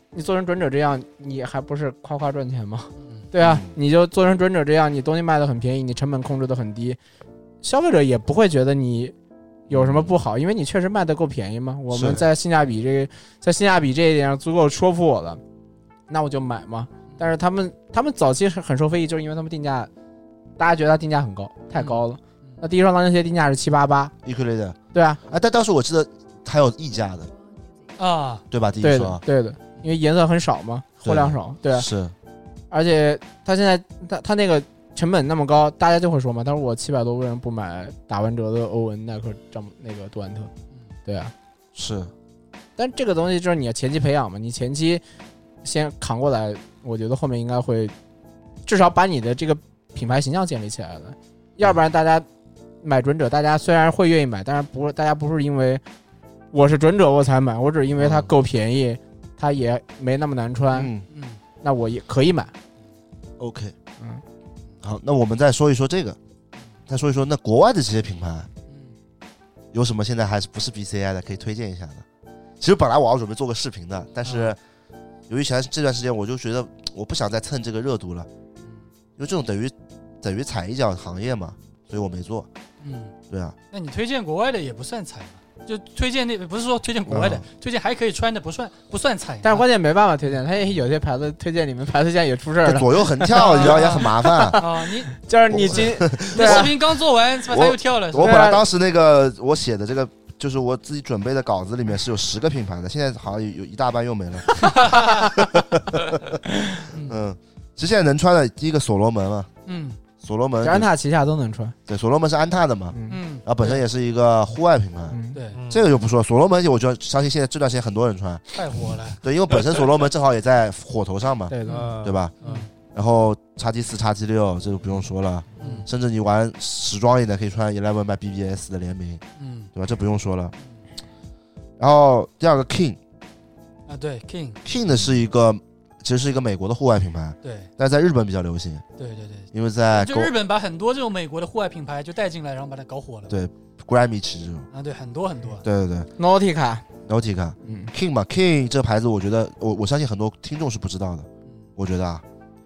Speaker 5: 你做成准者这样，你还不是夸夸赚钱吗？
Speaker 1: 嗯
Speaker 5: 对啊
Speaker 2: 嗯，
Speaker 5: 你就做成准者这样，你东西卖的很便宜，你成本控制的很低，消费者也不会觉得你有什么不好，因为你确实卖的够便宜嘛。我
Speaker 2: 是
Speaker 5: 们在性价比这个，在性价比这一点上足够说服我了，那我就买嘛。但是他们他们早期是很受非议，就是因为他们定价，大家觉得它定价很高，太高
Speaker 2: 嗯
Speaker 5: 了。
Speaker 1: 嗯
Speaker 5: 那第一双篮球鞋定价是七八八，
Speaker 2: e q u a l a t
Speaker 5: 对啊，
Speaker 2: 哎，但当时我记得还有溢价的，
Speaker 1: 啊，
Speaker 2: 对吧？第一
Speaker 5: 对的
Speaker 2: 双，
Speaker 5: 对的，因为颜色很少嘛，货量少，对啊。
Speaker 2: 是，
Speaker 5: 而且他现在他他那个成本那么高，大家就会说嘛，他说我七百多为什么不买打完折的欧文、耐克、詹姆那个杜兰特？
Speaker 2: 嗯
Speaker 5: 对啊，
Speaker 2: 是，
Speaker 5: 但这个东西就是你要前期培养嘛，你前期先扛过来，我觉得后面应该会至少把你的这个品牌形象建立起来
Speaker 2: 嗯
Speaker 5: 了，要不然大家买准者，大家虽然会愿意买，但是不是大家不是因为我是准者我才买，我只是因为它
Speaker 2: 嗯
Speaker 5: 够便宜，它也没那么难穿，
Speaker 2: 嗯
Speaker 1: 嗯
Speaker 5: 那我也可以买。
Speaker 2: ，OK，
Speaker 5: 嗯，
Speaker 2: 好，那我们再说一说这个，再说一说那国外的这些品牌
Speaker 1: 嗯
Speaker 2: 有什么现在还是不是 BCI 的可以推荐一下的？其实本来我要准备做个视频的，但是由于前这段时间我就觉得我不想再蹭这个热度了，
Speaker 1: 嗯
Speaker 2: 因为这种等于等于踩一脚行业嘛，所以我没做。
Speaker 1: 嗯，
Speaker 2: 对啊，
Speaker 1: 那你推荐国外的也不算踩嘛？就推荐那不是说推荐国外的
Speaker 2: 嗯，
Speaker 1: 推荐还可以穿的不算不算踩嘛，
Speaker 5: 但是关键没办法推荐，他也有些牌子推荐里面牌子现在也出事儿
Speaker 2: 这
Speaker 5: 了，
Speaker 2: 左右横跳，你知道也很麻烦。
Speaker 1: 啊，你
Speaker 5: 就是你今
Speaker 1: 你
Speaker 5: 对
Speaker 1: 视
Speaker 5: 啊，
Speaker 1: 频刚做完，是吧？他又跳了，是吧
Speaker 2: 我本来当时那个我写的这个，就是我自己准备的稿子里面是有十个品牌的，现在好像有有一大半又没 了。嗯，其实现在能穿的第一个所罗门嘛，
Speaker 1: 嗯
Speaker 2: 所罗门
Speaker 5: 捷安踏旗下都能穿，
Speaker 2: 对所罗门是安踏的嘛，
Speaker 5: 嗯
Speaker 1: 嗯，
Speaker 2: 然后本身也是一个户外品牌。
Speaker 5: 嗯，
Speaker 1: 对，
Speaker 4: 嗯
Speaker 2: 这个就不说，所罗门我就相信现在这段时间很多人穿，
Speaker 1: 太火了，
Speaker 2: 对，因为本身所罗门正好也在火头上嘛，
Speaker 5: 对啊的，
Speaker 4: 呃
Speaker 2: 对？吧？
Speaker 1: 嗯
Speaker 2: 然后叉 T 四、叉 T 六，这个不用说了，
Speaker 1: 嗯
Speaker 2: 甚至你玩时装一点可以穿 Eleven by BBS 的联名，
Speaker 1: 嗯
Speaker 2: 对吧？这不用说了。然后第二个 King，King
Speaker 1: 啊，对，King，
Speaker 2: 的是一个，其实是一个美国的户外品牌，
Speaker 1: 对
Speaker 2: 但是在日本比较流行，
Speaker 1: 对对对，
Speaker 2: 因为在
Speaker 1: 哦就日本把很多这种美国的户外品牌就带进来，然后把它搞火了。
Speaker 2: 对嗯 Grammy 旗这种，
Speaker 1: 啊，对，很多很多。
Speaker 2: 对对对
Speaker 5: Nautica，
Speaker 2: ，Nautica
Speaker 5: 嗯，
Speaker 2: King 嘛，King 这牌子，我觉得我我相信很多听众是不知道的，我觉得啊，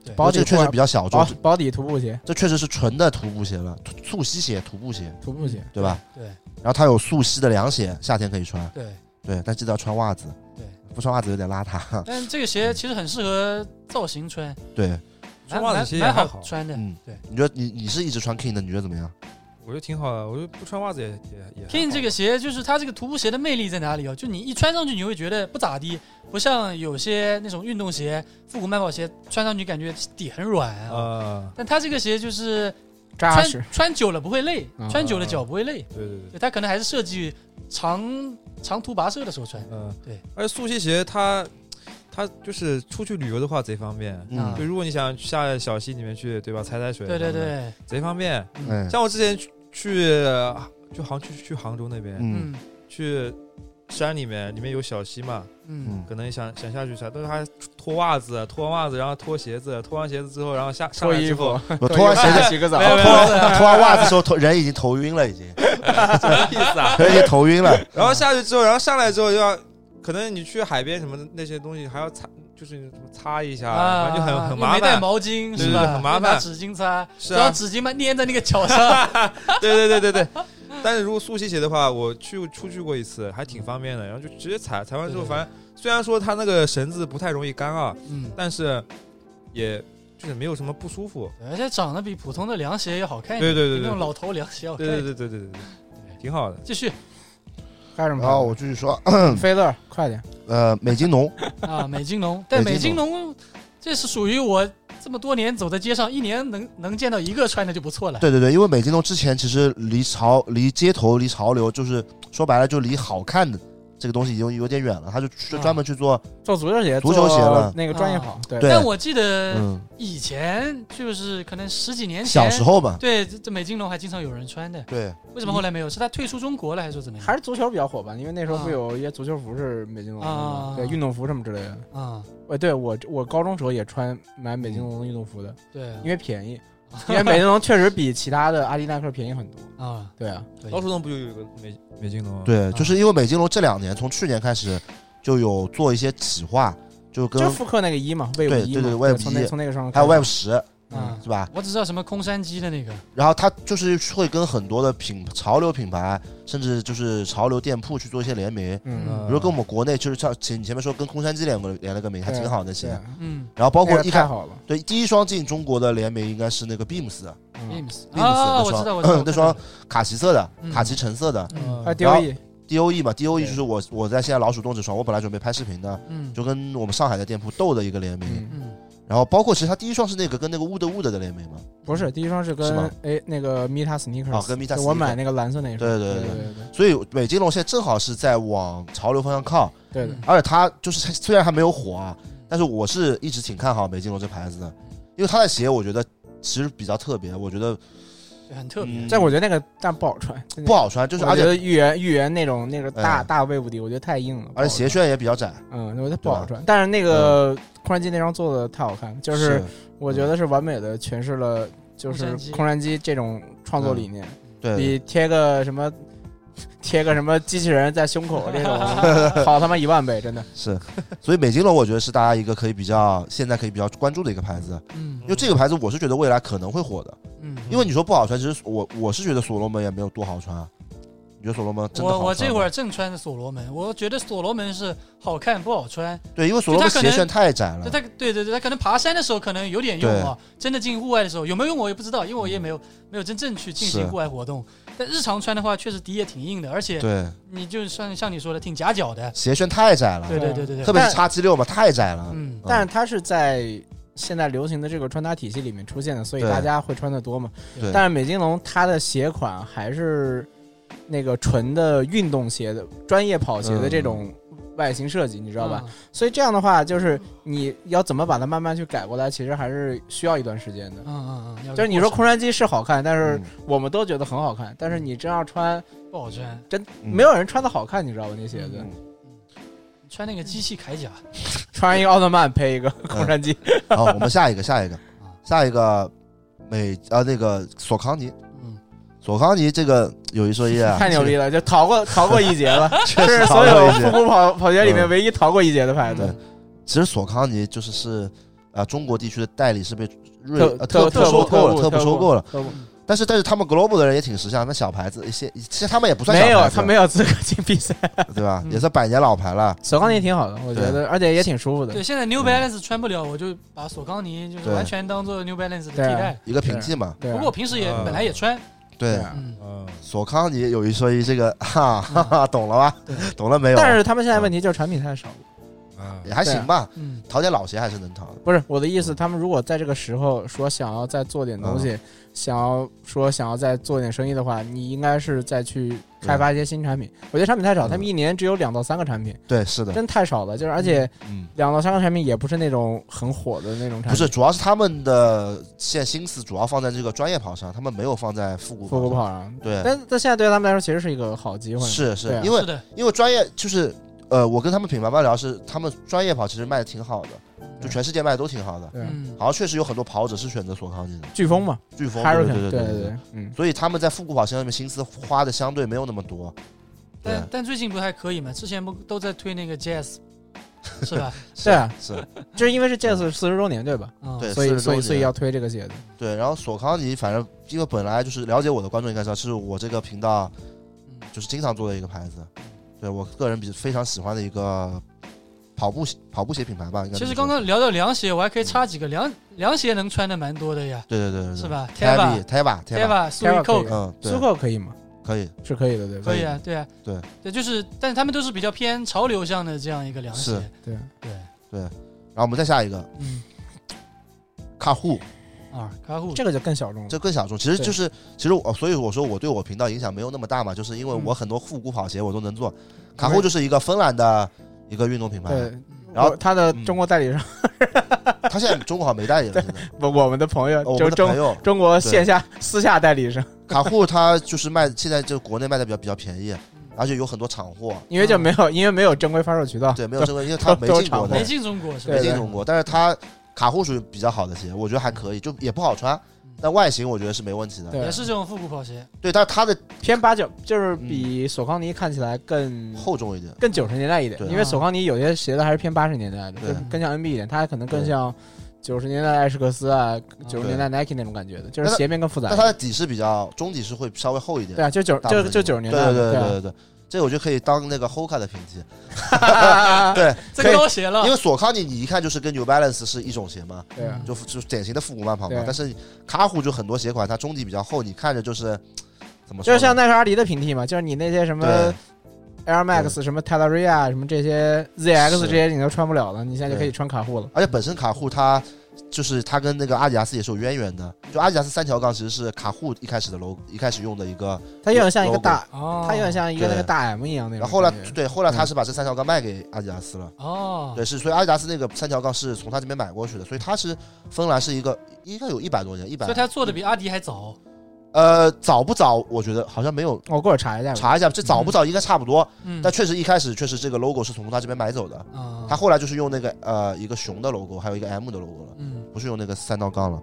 Speaker 1: 对
Speaker 5: 保
Speaker 2: 这
Speaker 5: 底
Speaker 2: 个确
Speaker 5: 裤
Speaker 2: 实
Speaker 5: 啊
Speaker 2: 比，较小众
Speaker 5: 保，保底徒步鞋，
Speaker 2: 这确实是纯的徒步鞋了，徒溯溪鞋、徒步鞋，
Speaker 5: 徒步鞋，
Speaker 2: 对吧？
Speaker 1: 对
Speaker 2: 然后它有溯溪的凉鞋，夏天可以穿，
Speaker 1: 对，
Speaker 2: 对，但记得要穿袜子，
Speaker 1: 对，
Speaker 2: 不穿袜子有点邋遢，
Speaker 1: 但这个鞋其实很适合造型穿，
Speaker 2: 对，
Speaker 1: 蛮
Speaker 4: 袜子
Speaker 1: 蛮
Speaker 4: 其实也
Speaker 1: 蛮
Speaker 4: 还
Speaker 1: 好
Speaker 4: 好
Speaker 1: 穿的。
Speaker 2: 嗯，
Speaker 1: 对，
Speaker 2: 你觉得你你是一直穿 King 的，你觉得怎么样？
Speaker 4: 我觉得挺好的，我觉得不穿袜子也也也还
Speaker 1: King
Speaker 4: 好
Speaker 1: 这个鞋就是它这个徒步鞋的魅力在哪里哦？就你一穿上去，你会觉得不咋地，不像有些那种运动鞋、复古慢跑鞋，穿上去感觉底很软啊。
Speaker 4: 啊，
Speaker 1: 但它这个鞋就是
Speaker 5: 扎实
Speaker 1: 穿。穿久了不会累，
Speaker 5: 嗯
Speaker 1: 穿久了脚不会累。
Speaker 4: 对对对。
Speaker 1: 对它可能还是设计长长途跋涉的时候穿。
Speaker 4: 嗯，
Speaker 1: 对。
Speaker 4: 而且速吸鞋它它就是出去旅游的话贼方便，
Speaker 2: 嗯
Speaker 1: 啊
Speaker 4: 就如果你想下小溪里面去，对吧？踩踩水，
Speaker 1: 对对，对，
Speaker 4: 贼方便。
Speaker 2: 哎，
Speaker 4: 像我之前去去去杭去去杭州那边，
Speaker 2: 嗯
Speaker 1: 嗯
Speaker 4: 去山里面，里面有小溪嘛，
Speaker 1: 嗯，
Speaker 4: 可能想想下去啥，但是还脱袜子，脱完袜子然后脱鞋子，脱完鞋子之后，然后下上
Speaker 5: 脱
Speaker 4: 来
Speaker 5: 衣
Speaker 4: 之后
Speaker 5: 服，，
Speaker 2: 我脱完鞋子，
Speaker 5: 洗个澡
Speaker 4: 哎没，有没
Speaker 2: 脱
Speaker 4: 有
Speaker 2: 完脱完袜子的时候，头人已经头晕了，已经
Speaker 4: 什么意思啊？
Speaker 2: 人已经头晕了。
Speaker 4: 然后下去之后，然后上来之后要，可能你去海边什么的那些东西还要擦，就是你擦一下，
Speaker 1: 啊，
Speaker 4: 反正就很很
Speaker 1: 又
Speaker 4: 麻
Speaker 1: 没带
Speaker 4: 烦。
Speaker 1: 毛巾
Speaker 4: 对
Speaker 1: 是
Speaker 4: 对
Speaker 1: 吧？
Speaker 4: 对很麻烦
Speaker 1: 拿纸巾擦，
Speaker 4: 是
Speaker 1: 然后
Speaker 4: 啊，
Speaker 1: 纸巾嘛粘在那个脚 上。
Speaker 4: 对对对对对。 但是如果速吸鞋的话，我去出去过一次，还挺方便的。然后就直接踩，踩完之后，
Speaker 1: 对对对
Speaker 4: 反正虽然说它那个绳子不太容易干啊，
Speaker 1: 嗯，
Speaker 4: 但是也就是没有什么不舒服。
Speaker 1: 而且长得比普通的凉鞋要好看一点，
Speaker 4: 对对对
Speaker 1: 比
Speaker 4: 对
Speaker 1: 那种老头凉鞋要好看
Speaker 4: 对
Speaker 1: 一点。
Speaker 4: 对对对对对对，挺好的。
Speaker 1: 继续
Speaker 5: 干
Speaker 1: 哦
Speaker 5: 什么？
Speaker 2: 然后哦我继续说，
Speaker 5: 菲嗯乐，快点！
Speaker 2: 呃，美津浓，
Speaker 1: 啊，美津浓，但
Speaker 2: 美
Speaker 1: 美津
Speaker 2: 津
Speaker 1: 浓这是属于我这么多年走在街上，一年能能见到一个穿的就不错了。
Speaker 2: 对对对，因为美津浓之前其实离潮、离街头、离潮流，就是说白了就离好看的这个东西已经有点远了，他就就
Speaker 1: 啊
Speaker 2: 专门去做，
Speaker 5: 做足球鞋，
Speaker 2: 足球鞋了
Speaker 5: 做那个专业跑，
Speaker 2: 嗯
Speaker 5: 对
Speaker 2: 对
Speaker 1: 但我记得
Speaker 2: 嗯，
Speaker 1: 以前就是可能十几年前，
Speaker 2: 小时候嘛，
Speaker 1: 对这这美津浓还经常有人穿的，
Speaker 2: 对，
Speaker 1: 为什么后来没有？是他退出中国了还是说怎么样？
Speaker 5: 还是足球比较火吧，因为那时候
Speaker 1: 啊
Speaker 5: 不有一些足球服是美津浓的
Speaker 1: 啊
Speaker 5: 吗，对，运动服什么之类的。
Speaker 1: 啊，
Speaker 5: 呃，对我我高中时候也穿买美津浓的运动服的，
Speaker 1: 对
Speaker 5: 因为便宜，
Speaker 1: 嗯
Speaker 5: 因为美津浓确实比其他的阿迪耐克便宜很多。
Speaker 1: 啊，
Speaker 5: 对啊，
Speaker 1: 对
Speaker 4: 老鼠洞不就有一个美美津浓吗？
Speaker 2: 对，就是因为美津浓这两年从去年开始就有做一些企划，就
Speaker 5: 就
Speaker 2: 跟
Speaker 5: 复刻那个一嘛，Wave
Speaker 2: 对
Speaker 5: 一
Speaker 2: 对
Speaker 5: 嘛，
Speaker 2: 对，Wave
Speaker 5: 对从那
Speaker 2: 一
Speaker 5: 从那个上
Speaker 2: 还有
Speaker 5: 开始
Speaker 2: Web 十
Speaker 1: 啊
Speaker 2: 是吧？
Speaker 1: 我只知道什么空山鸡的那个，
Speaker 2: 然后他就是会跟很多的品潮流品牌，甚至就是潮流店铺去做一些联名，
Speaker 5: 嗯，
Speaker 4: 嗯
Speaker 2: 比如跟我们国内就是像前你前面说跟空山鸡联过联了个名，还挺好的
Speaker 5: 对
Speaker 2: 鞋。
Speaker 5: 啊，
Speaker 1: 嗯
Speaker 2: 然后包
Speaker 5: 包
Speaker 2: 括一
Speaker 5: 太
Speaker 2: 开
Speaker 5: 好了，
Speaker 2: 对第一双进中国的联名应该是那个 Beams
Speaker 5: 嗯，
Speaker 1: ，Beams 啊，
Speaker 2: 那
Speaker 1: 我
Speaker 2: 双
Speaker 1: 知道我知道
Speaker 2: 那双卡其色的
Speaker 1: 嗯
Speaker 2: 卡其橙色的
Speaker 1: 嗯
Speaker 5: 还有
Speaker 2: 然后
Speaker 5: DOE，
Speaker 2: DOE 嘛
Speaker 5: 对
Speaker 2: ，DOE 就是我我在现在老鼠洞这双，我本来准备拍视频的，
Speaker 1: 嗯
Speaker 2: 就跟我们上海的店铺斗的一个联名。
Speaker 5: 嗯，
Speaker 1: 嗯
Speaker 2: 然后包括其实他第一双是那个跟那个 Wood Wood 的联名嘛，
Speaker 5: 不是，第一双是
Speaker 2: 是
Speaker 5: 跟
Speaker 2: 吗
Speaker 5: 哎那个 Meta Sneakers，
Speaker 2: 哦跟 Meta
Speaker 5: 就我
Speaker 2: Sneaker
Speaker 5: 买那个蓝色那一双，
Speaker 2: 对对
Speaker 5: 对
Speaker 2: 对
Speaker 5: 对对
Speaker 2: 所以美津浓现在正好是在往潮流方向靠。
Speaker 5: 对
Speaker 1: 嗯
Speaker 5: 的，
Speaker 2: 而且他就是他虽然还没有火啊，但是我是一直挺看好美津浓这牌子的，因为他的鞋我觉得其实比较特别，我觉得
Speaker 1: 对很特别
Speaker 2: 嗯，
Speaker 5: 但我觉得那个但不好穿，真的
Speaker 2: 不好穿，就是
Speaker 5: 我
Speaker 2: 而
Speaker 5: 觉
Speaker 2: 且
Speaker 5: 得豫园豫园那种那个大
Speaker 2: 哎
Speaker 5: 大 wave 底，我觉得太硬了，
Speaker 2: 而且
Speaker 5: 不好
Speaker 2: 鞋
Speaker 5: 穿，
Speaker 2: 楦也比较窄，
Speaker 5: 嗯，我觉得不好穿。但是那
Speaker 2: 嗯
Speaker 5: 个空山鸡那双做的太好看，就是我觉得是完美的诠释了就
Speaker 1: 空
Speaker 5: 是
Speaker 1: 山鸡
Speaker 5: 空山鸡这种创作理念，
Speaker 2: 对
Speaker 5: 比贴个什么。贴个什么机器人在胸口 这种好他妈一万倍，真的。
Speaker 2: 是，所以美津浓我觉得是大家一个可以比较现在可以比较关注的一个牌子，
Speaker 1: 嗯
Speaker 2: 因为这个牌子我是觉得未来可能会火的，
Speaker 1: 嗯。
Speaker 2: 因为你说不好穿，其实我我是觉得所罗门也没有多好穿啊，你觉得所罗门真的好
Speaker 1: 我
Speaker 2: 穿
Speaker 1: 我这会
Speaker 2: 吗
Speaker 1: 儿正穿着所罗门，我觉得所罗门是好看不好穿。
Speaker 2: 对，因为所罗门
Speaker 1: 就它
Speaker 2: 鞋
Speaker 1: 可能
Speaker 2: 楦太窄了
Speaker 1: 就，他对对对，他可能爬山的时候可能有点用啊，真的进户外的时候有没有用我也不知道，因为我也没有没有真正去进行
Speaker 2: 嗯是
Speaker 1: 户外活动。但日常穿的话，确实底也挺硬的，而且
Speaker 2: 对，
Speaker 1: 你就像像你说的挺夹脚的。
Speaker 2: 鞋楦太窄了，
Speaker 1: 对对对对对，
Speaker 2: 特别是
Speaker 5: 但
Speaker 2: 叉 G 六嘛，太窄了，
Speaker 1: 嗯
Speaker 5: 但是它是在现在流行的这个穿搭体系里面出现的，所以
Speaker 2: 对
Speaker 5: 大家会穿的多嘛。
Speaker 2: 对，
Speaker 5: 但是美津浓它的鞋款还是那个纯的运动鞋的专业跑鞋的这
Speaker 2: 嗯
Speaker 5: 种外形设计，你知
Speaker 1: 知
Speaker 5: 道吧？？所以这样的话，就是你要怎么把它慢慢去改过来，其实还是需要一段时间的
Speaker 1: 嗯。嗯嗯，要
Speaker 5: 就是你说
Speaker 1: 过
Speaker 5: 空山鸡是好看，但是
Speaker 2: 嗯
Speaker 5: 我们都觉得很好看，但是你真要穿，
Speaker 1: 程不好穿，
Speaker 5: 真
Speaker 2: 嗯
Speaker 5: 没有人穿的好看，你知道吧？那鞋子
Speaker 2: 嗯
Speaker 1: 穿那个机器铠甲，
Speaker 5: 穿一个奥特曼配一个空山鸡，
Speaker 2: 好，我们下一个，下一个，啊下一个美啊，那个索康尼，
Speaker 1: 嗯，
Speaker 2: 索康尼这个有一说一啊，
Speaker 5: 太牛逼了，就逃 过逃过一劫嗯了，
Speaker 2: 确
Speaker 5: 是
Speaker 2: 实
Speaker 5: 所
Speaker 2: 所
Speaker 5: 有
Speaker 2: 有一
Speaker 5: 复
Speaker 2: 些。
Speaker 5: 古跑跑鞋里面
Speaker 2: 嗯
Speaker 5: 唯一逃过一劫的牌子
Speaker 2: 对。
Speaker 1: 嗯
Speaker 2: 其实索康尼就是是啊，中国地区的代理是被瑞
Speaker 5: 特
Speaker 2: 呃特
Speaker 5: 特
Speaker 2: 收购了，
Speaker 5: 特
Speaker 2: 特收购了。
Speaker 5: 特步
Speaker 2: 但是但是他们 global 的人也挺识相，那小牌子一些，其实他们也不算小
Speaker 5: 没有啊
Speaker 2: 牌子
Speaker 5: 他没有资格进比 赛。
Speaker 2: 对吧？
Speaker 1: 嗯
Speaker 2: 也算百年老牌了。
Speaker 5: 索康尼挺好的，我觉
Speaker 2: 对
Speaker 5: 得，而且也挺舒服的
Speaker 1: 对，。现在 New Balance 穿不了，我就把索康尼就是
Speaker 2: 对
Speaker 1: 完全当做 New Balance 的替
Speaker 5: 对啊
Speaker 1: 代。
Speaker 2: 一个平替嘛，
Speaker 5: 对啊，
Speaker 1: 不过我平时也
Speaker 4: 嗯
Speaker 1: 本来也穿，
Speaker 2: 对，
Speaker 5: 啊
Speaker 1: 嗯，
Speaker 4: 嗯，
Speaker 2: 索康尼有一说一，这个哈哈哈，懂了吧
Speaker 1: 对？
Speaker 2: 懂了没有？
Speaker 5: 嗯但是他们现在问题就是产品太少了。
Speaker 4: 啊
Speaker 2: 也还行吧，
Speaker 1: 嗯，
Speaker 2: 淘点老鞋还是能淘的。
Speaker 5: 不是我的意思，他们如果在这个时候说想要再做点东西，想要说想要再做点生意的话，你应该是再去开发一些新产品。我觉得产品太少，
Speaker 2: 嗯
Speaker 5: 他们一年只有两到三个产品，
Speaker 2: 对，是的，
Speaker 5: 真太少了。就是而且
Speaker 2: 嗯，
Speaker 5: 两到三个产品也不是那种很火的那种产品，
Speaker 2: 不是，主要是他们的现心思主要放在这个专业跑上，他们没有放在复古
Speaker 5: 复古
Speaker 2: 上。
Speaker 5: 跑上。
Speaker 2: 对，
Speaker 5: 啊但但现在对他们来说其实是一个好机会。
Speaker 2: 是
Speaker 5: 对
Speaker 2: 是
Speaker 5: 啊，
Speaker 2: 因为
Speaker 1: 是的，
Speaker 2: 因为专业就是呃，我跟他们品牌方聊是，他们专业跑其实卖的挺好的，就全世界卖的都挺好的。
Speaker 5: 对，啊
Speaker 1: 嗯，
Speaker 2: 好像确实有很多跑者是选择索康尼的，
Speaker 5: 飓风嘛
Speaker 2: 飓风，对对
Speaker 5: ，Hurricane，
Speaker 2: 对
Speaker 5: 对
Speaker 2: 对。，
Speaker 5: 嗯，
Speaker 2: 所以他们在复古跑鞋上面心思花的相对没有那么多。对
Speaker 1: 但但最近不是还可以嘛？之前不都在推那个 Jazz，是吧？
Speaker 5: 对啊，
Speaker 2: 是，
Speaker 5: 就是因为是 Jazz 四十周年对吧？
Speaker 1: 嗯，
Speaker 2: 对，
Speaker 5: 所以
Speaker 2: 40
Speaker 5: 所以
Speaker 2: 周
Speaker 5: 所以
Speaker 2: 年
Speaker 5: 要推这个鞋子。
Speaker 2: 对，然后索康尼，反正因为本来就是了解我的观众应该知道，是我这个频道
Speaker 1: 嗯
Speaker 2: 就是经常做的一个牌子，对我个人比非常喜欢的一个跑步鞋跑步鞋品牌吧。应该
Speaker 1: 其实
Speaker 2: 这么
Speaker 1: 刚
Speaker 2: 说
Speaker 1: 刚聊到凉鞋，我还可以插几个凉凉鞋能穿的蛮多的呀，
Speaker 2: 对对对对
Speaker 1: 是？吧
Speaker 2: t e v i t e v a t e v a
Speaker 1: ？Teva、s u i c o
Speaker 2: 嗯，
Speaker 5: 苏
Speaker 2: 对，
Speaker 5: 克可以吗？
Speaker 2: 可以，
Speaker 5: 是可以的，对吧？
Speaker 1: 可以啊，对啊，
Speaker 2: 对
Speaker 1: 对，就是，但是他们都是比较偏潮流向的这样一个凉鞋
Speaker 2: 是，
Speaker 5: 对，
Speaker 1: 对，
Speaker 2: 然后我们再下一个
Speaker 1: 嗯，
Speaker 2: 卡户，
Speaker 1: 啊，卡户，
Speaker 5: 这个就更小众了。
Speaker 2: 这更小众。其实
Speaker 5: 对
Speaker 2: 就是，其实我，所以我说我对我频道影响没有那么大嘛，就是因
Speaker 1: 嗯
Speaker 2: 为我很多复古跑鞋我都能做，卡户就是一个芬兰的一个运动品牌，
Speaker 5: 对，
Speaker 2: 然后
Speaker 5: 我他的
Speaker 2: 嗯
Speaker 5: 中国代理商，
Speaker 2: 他现在中国好像没代言了，现在
Speaker 5: 不，我们的朋友
Speaker 2: 哦我
Speaker 5: 就
Speaker 2: 们
Speaker 5: 是
Speaker 2: 的朋
Speaker 5: 中
Speaker 2: 友。
Speaker 5: 中国线下私下代理商，
Speaker 2: 卡户它就是卖，现在就国内卖的比较比较便宜，而且有很多厂货，
Speaker 5: 因为就没有因为没有正规发售渠道，
Speaker 2: 对，没有这个，因为它没进国
Speaker 5: 对
Speaker 1: 没
Speaker 2: 内，
Speaker 1: 进中国是吧
Speaker 5: 对
Speaker 2: 没
Speaker 5: 对？
Speaker 2: 进中国，但是它卡户属于比较好的鞋，我觉得还可以，就也不好穿，但外形我觉得是没问题的。
Speaker 5: 嗯对
Speaker 1: 也是这种复古跑鞋，
Speaker 2: 对，但是它的
Speaker 5: 偏八九就是
Speaker 2: 嗯
Speaker 5: 比索康尼看起来更
Speaker 2: 厚重一点，
Speaker 5: 更九十年代一点
Speaker 2: 对，
Speaker 5: 因为索康尼有些鞋子还是偏八十年代的，
Speaker 2: 对
Speaker 5: 更更像 NB 一点，它可能更像九十年代艾士克斯啊，九十年代 Nike 那种感觉的，就是鞋面更复杂
Speaker 2: 但。它的底是比较中底是会稍微厚一点
Speaker 5: 对。啊，就九
Speaker 2: 大部分
Speaker 5: 就就九十年代
Speaker 2: 对
Speaker 5: 的，
Speaker 2: 对
Speaker 5: 啊
Speaker 2: 对对对，这个我觉得可以当那个 Hoka 的平替。
Speaker 5: 对
Speaker 2: 对，
Speaker 1: 这个高鞋了
Speaker 5: 啊
Speaker 2: 因，为索康尼你一看就是跟 New Balance 是一种鞋嘛，
Speaker 5: 对啊，
Speaker 2: 嗯就就是典型的复古慢跑嘛
Speaker 5: 对。
Speaker 2: 但是卡虎就很多鞋款，它中底比较厚，你看着就是怎么说
Speaker 5: 就
Speaker 2: 呢？
Speaker 5: 是像耐克、阿迪的平替嘛，就是你那些什么
Speaker 2: 对
Speaker 5: Air Max、什么 Talaria、什么这些 ZX
Speaker 2: 是
Speaker 5: 这些你都穿不了了，你现在就可以
Speaker 2: 对
Speaker 5: 穿卡户了。
Speaker 2: 而且本身卡户它就是它跟那个阿迪达斯也是有渊源的，就阿迪达斯三条杠其实是卡户一开始的 logo 一开始用的一个，
Speaker 5: 它有点像一个大，
Speaker 1: 哦，
Speaker 5: 它有点像一个那
Speaker 2: 对
Speaker 5: 个大 M 一样那
Speaker 2: 然
Speaker 5: 种感
Speaker 2: 后后
Speaker 5: 觉。
Speaker 2: 来对后来他是把这三条杠卖给阿迪达斯了，
Speaker 1: 哦，
Speaker 2: 对是，所以阿迪达斯那个三条杠是从他这边买过去的，所以他是芬兰是一个应该有一百多年，一百
Speaker 1: 所以他做的比阿迪还早，
Speaker 2: 呃早不早我觉得好像没有
Speaker 5: 我过会儿查一下吧。
Speaker 2: 查一下，这早不早应该差不多，
Speaker 1: 嗯，
Speaker 2: 但确实一开始确实这个 logo 是从他这边买走的，
Speaker 1: 啊，
Speaker 2: 他后来就是用那个呃一个熊的 logo，还有一个 M 的 logo 了。
Speaker 1: 嗯，
Speaker 2: 不是用那个三道杠了。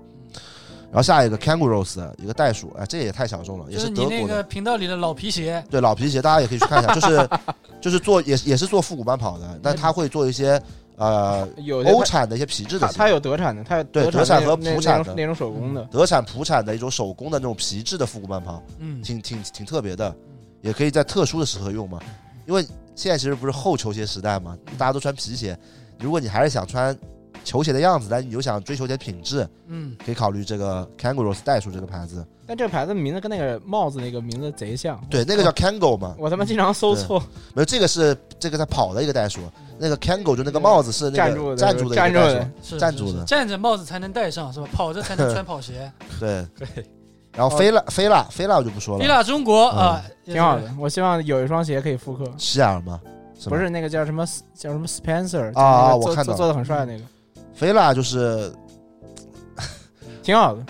Speaker 2: 然后下一个 kangaroos 一个袋鼠，哎，这也太小众了，也
Speaker 1: 就是
Speaker 2: 德
Speaker 1: 你
Speaker 2: 国
Speaker 1: 那
Speaker 2: 的。
Speaker 1: 个频道里的老皮鞋，
Speaker 2: 对老皮鞋，大家也可以去看一下，就是就是做也也是做复古慢跑的，
Speaker 1: 嗯
Speaker 2: 但他会做一些呃
Speaker 5: 有的
Speaker 2: 欧产的一些皮质的
Speaker 5: 它它
Speaker 2: 鞋，
Speaker 5: 它有德产的，它有
Speaker 2: 对
Speaker 5: 德
Speaker 2: 德产和
Speaker 5: 那
Speaker 2: 普产的嗯
Speaker 5: 那种那种手工的。
Speaker 2: 德产、普产的一种手工的那种皮质的复古慢跑，
Speaker 1: 嗯，
Speaker 2: 挺挺挺特别的，也可以在特殊的时候用嘛。因为现在其实不是后球鞋时代嘛，大家都穿皮鞋，如果你还是想穿球鞋的样子，但你又想追求点品质，
Speaker 1: 嗯，
Speaker 2: 可以考虑这个 kangaroos 袋鼠这个牌子。
Speaker 5: 但这个牌子名字跟那个帽子那个名字贼像，
Speaker 2: 对，那个叫 kango 嘛，
Speaker 5: 哦我他妈经常搜错，
Speaker 2: 没有，这个是这个在跑的一个袋鼠，那个 Kango 就那个帽子是那
Speaker 5: 嗯站
Speaker 2: 个
Speaker 5: 住
Speaker 2: 站
Speaker 5: 住
Speaker 2: 住的
Speaker 5: 站
Speaker 2: 一
Speaker 5: 住
Speaker 2: 个袋
Speaker 5: 的
Speaker 2: 鼠，，
Speaker 1: 是
Speaker 2: 站
Speaker 1: 是
Speaker 2: 住
Speaker 1: 是
Speaker 2: 的
Speaker 1: 站着帽子才能戴上是吧？跑着才能穿跑 鞋。
Speaker 2: 对。
Speaker 4: 对，
Speaker 2: 然后菲拉菲拉菲拉我就不说
Speaker 1: 比
Speaker 2: 了，
Speaker 1: 拉中国啊，也
Speaker 5: 嗯挺好的。我希望有一双鞋可以复刻，
Speaker 2: 希尔嘛，是吧
Speaker 5: 不是那个叫什么叫什么 Spencer
Speaker 2: 啊啊
Speaker 5: 叫那个
Speaker 2: 我
Speaker 5: 做
Speaker 2: 看到
Speaker 5: 做做的很帅的那个，
Speaker 2: 菲拉就是
Speaker 5: 挺好的，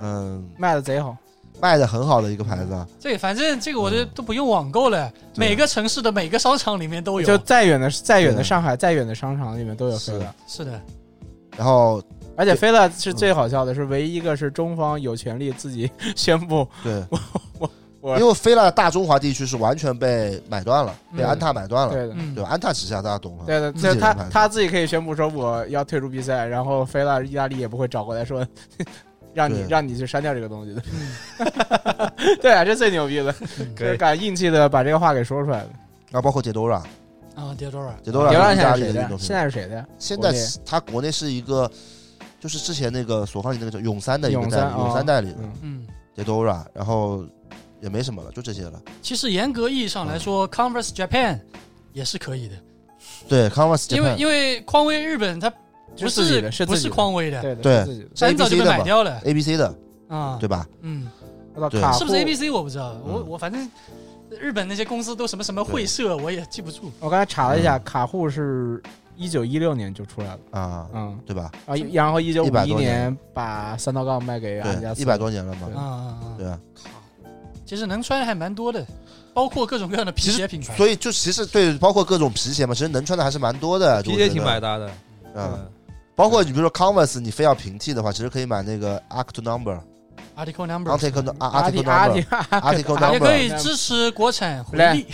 Speaker 2: 嗯
Speaker 5: 卖的贼好。
Speaker 2: 卖的很好的一个牌子啊，
Speaker 1: 这个反正这个我都都不用网购了，
Speaker 2: 对
Speaker 1: 每个城市的每个商场里面都
Speaker 5: 就
Speaker 1: 有。
Speaker 5: 再远的再远的
Speaker 2: 对
Speaker 5: 上海，再远的商场里面都有
Speaker 2: 是
Speaker 5: 飞乐，
Speaker 1: 是的，
Speaker 2: 然 后
Speaker 5: 而且飞乐是
Speaker 2: 嗯
Speaker 5: 最好笑的，是唯一一个是中方有权利自己 宣布，
Speaker 2: 对
Speaker 5: 我我
Speaker 2: 因为菲拉大中华地区是完全被买断了，被
Speaker 1: 嗯
Speaker 2: 安踏买断了，
Speaker 5: 对的。
Speaker 1: 嗯
Speaker 2: 对，吧？安踏旗下大家懂了，
Speaker 5: 对的，
Speaker 1: 自己
Speaker 5: 所以
Speaker 2: 嗯人
Speaker 5: 他
Speaker 2: 牌子
Speaker 5: 他自己可以宣布说我要退出比赛，然后菲拉意大利也不会找过来说， 让你
Speaker 2: 对嗯
Speaker 5: 让你去删掉这个东西的。 对啊，这最牛逼的，就
Speaker 1: 嗯
Speaker 4: 可
Speaker 5: 是
Speaker 4: 以，
Speaker 5: 敢硬气的把这个话给说出来了。
Speaker 2: 然后包括 Diodora
Speaker 1: 啊，Diadora，
Speaker 2: Diodora
Speaker 5: 迪
Speaker 2: 是
Speaker 5: 奥拉
Speaker 2: 意
Speaker 5: 现
Speaker 2: 大
Speaker 5: 在
Speaker 2: 利
Speaker 5: 是谁
Speaker 2: 的运动
Speaker 5: 的呀？
Speaker 2: 品牌，
Speaker 5: 现在是谁的呀？
Speaker 2: 现在
Speaker 5: 国内
Speaker 2: 它国内是一个就是之前那个索康尼那个叫永三的一个
Speaker 5: 永
Speaker 2: 代
Speaker 5: 三
Speaker 2: 理，
Speaker 5: 哦
Speaker 2: 永三代理的。
Speaker 5: 嗯，
Speaker 1: 嗯，
Speaker 2: Diodora，然后也没什么了，就这些了。
Speaker 1: 其实严格意义上来说，Converse Japan 也是可以的，
Speaker 2: 对，Converse
Speaker 1: 因为
Speaker 2: Japan
Speaker 1: 因为匡威日本它不
Speaker 5: 是自己的，是
Speaker 1: 不
Speaker 5: 自
Speaker 1: 是
Speaker 5: 己的，
Speaker 1: 匡威的，
Speaker 5: 对的
Speaker 2: 对
Speaker 5: 是自己的。
Speaker 1: 很早就
Speaker 2: ABC
Speaker 1: 被
Speaker 2: 的嘛
Speaker 1: 买掉了
Speaker 2: ABC 的，
Speaker 1: 啊。
Speaker 2: 对吧？
Speaker 1: 嗯，
Speaker 5: 我操
Speaker 2: 对
Speaker 5: 卡
Speaker 1: 是不是
Speaker 5: 户
Speaker 1: ABC 我不知道，我
Speaker 2: 嗯
Speaker 1: 我反正日本那些公司都什么什么会社，我也记不住。
Speaker 5: 我刚才查了
Speaker 2: 嗯
Speaker 5: 一下，卡户是一九一六年就出来了，
Speaker 2: 啊，
Speaker 5: 嗯，
Speaker 2: 对吧？
Speaker 5: 啊，然后一九五
Speaker 2: 100
Speaker 5: 一
Speaker 2: 多年
Speaker 5: 年把三道杠卖给安家
Speaker 2: 对，
Speaker 5: 斯，
Speaker 2: 一百多年了嘛
Speaker 5: 对嗯
Speaker 1: 啊，啊啊！
Speaker 2: 对啊。
Speaker 1: 其实能穿的还蛮多的，包括各种各样的皮
Speaker 2: 其
Speaker 1: 鞋品牌。
Speaker 2: 所以就其实对，包括各种皮鞋嘛，其实能穿的还是蛮多的。
Speaker 4: 皮
Speaker 2: 我
Speaker 4: 鞋
Speaker 2: 觉
Speaker 4: 挺
Speaker 2: 得
Speaker 4: 百搭的，
Speaker 2: 啊，
Speaker 4: 嗯，
Speaker 2: 包括你比如说 Converse，你非要平替的话，其实可以买那个 Arctic Number、
Speaker 1: Article Number
Speaker 2: Arctic
Speaker 5: 阿
Speaker 2: Arctic
Speaker 5: 迪阿
Speaker 2: Number
Speaker 5: 迪阿
Speaker 2: Article
Speaker 1: 也
Speaker 2: Number
Speaker 1: 可以支持国产回
Speaker 5: 来
Speaker 1: 力，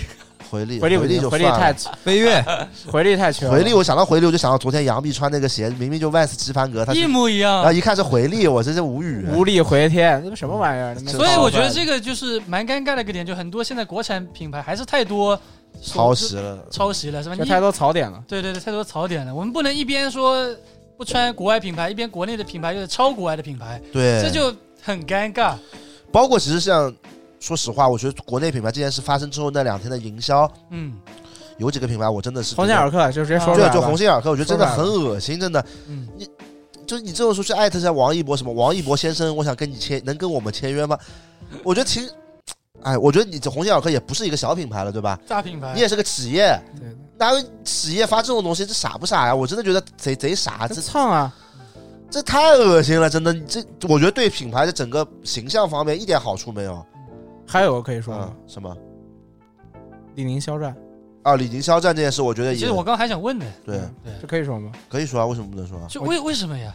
Speaker 2: 回力
Speaker 5: 回力不
Speaker 2: 力
Speaker 5: 行
Speaker 2: 就
Speaker 5: 回力
Speaker 2: 算了
Speaker 5: 太
Speaker 4: 嗯飞跃，
Speaker 5: 回 力太缺了，
Speaker 2: 回力，我想到回力，我就想到昨天杨幂穿那个鞋，明明就 Vans 棋盘格，她是
Speaker 1: 一模一
Speaker 2: 然后
Speaker 1: 样。
Speaker 2: 一看是回力，我真是无语。
Speaker 5: 无力回天，这不什么玩意儿？
Speaker 2: 是
Speaker 1: 所以我觉得
Speaker 5: 这
Speaker 1: 这个就是蛮尴尬的一个点，就很多现在国产品牌还是太多
Speaker 2: 超时了，
Speaker 1: 抄袭了，是吧？
Speaker 5: 就
Speaker 1: 你
Speaker 5: 太多槽点了。
Speaker 1: 对对对，太多槽点了。我们不能一边说不穿国外品牌，一边国内的品牌又是抄国外的品牌，
Speaker 2: 对，
Speaker 1: 这就很尴尬。
Speaker 2: 包括其实像，说实话，我觉得国内品牌这件事发生之后那两天的营销，
Speaker 1: 嗯
Speaker 2: 有几个品牌我真的是
Speaker 5: 鸿星尔克就直接说出
Speaker 2: 对，啊
Speaker 5: 来
Speaker 2: 就
Speaker 5: 了
Speaker 2: 鸿，星尔克，我觉得真的
Speaker 5: 说出
Speaker 2: 很
Speaker 5: 来
Speaker 2: 恶心，真的。
Speaker 1: 嗯，
Speaker 2: 就是你这种说去艾特一下王一博什么，王一博先生，我想跟你签，能跟我们签约吗？我觉得挺，哎，我觉得你这鸿星尔克也不是一个小品牌了，对吧？
Speaker 1: 大品牌
Speaker 2: 你也是个企业，
Speaker 5: 对对
Speaker 2: 哪有企业发这种东西？这傻不傻呀？我真的觉得贼贼傻，
Speaker 5: 这
Speaker 2: 这
Speaker 5: 蹭啊，
Speaker 2: 这太恶心了，真的。你这我觉得对品牌的整个形象方面一点好处没有。
Speaker 5: 还有个可以说
Speaker 2: 啊
Speaker 5: 吗？，
Speaker 2: 什么
Speaker 5: 李宁肖战，
Speaker 2: 啊？李宁肖战这件事，我觉得也
Speaker 1: 其实我刚还想问呢，
Speaker 2: 对，
Speaker 1: 对
Speaker 5: 这可以说吗？
Speaker 2: 可以说啊，为什么不能说啊？
Speaker 1: 就为为什么呀？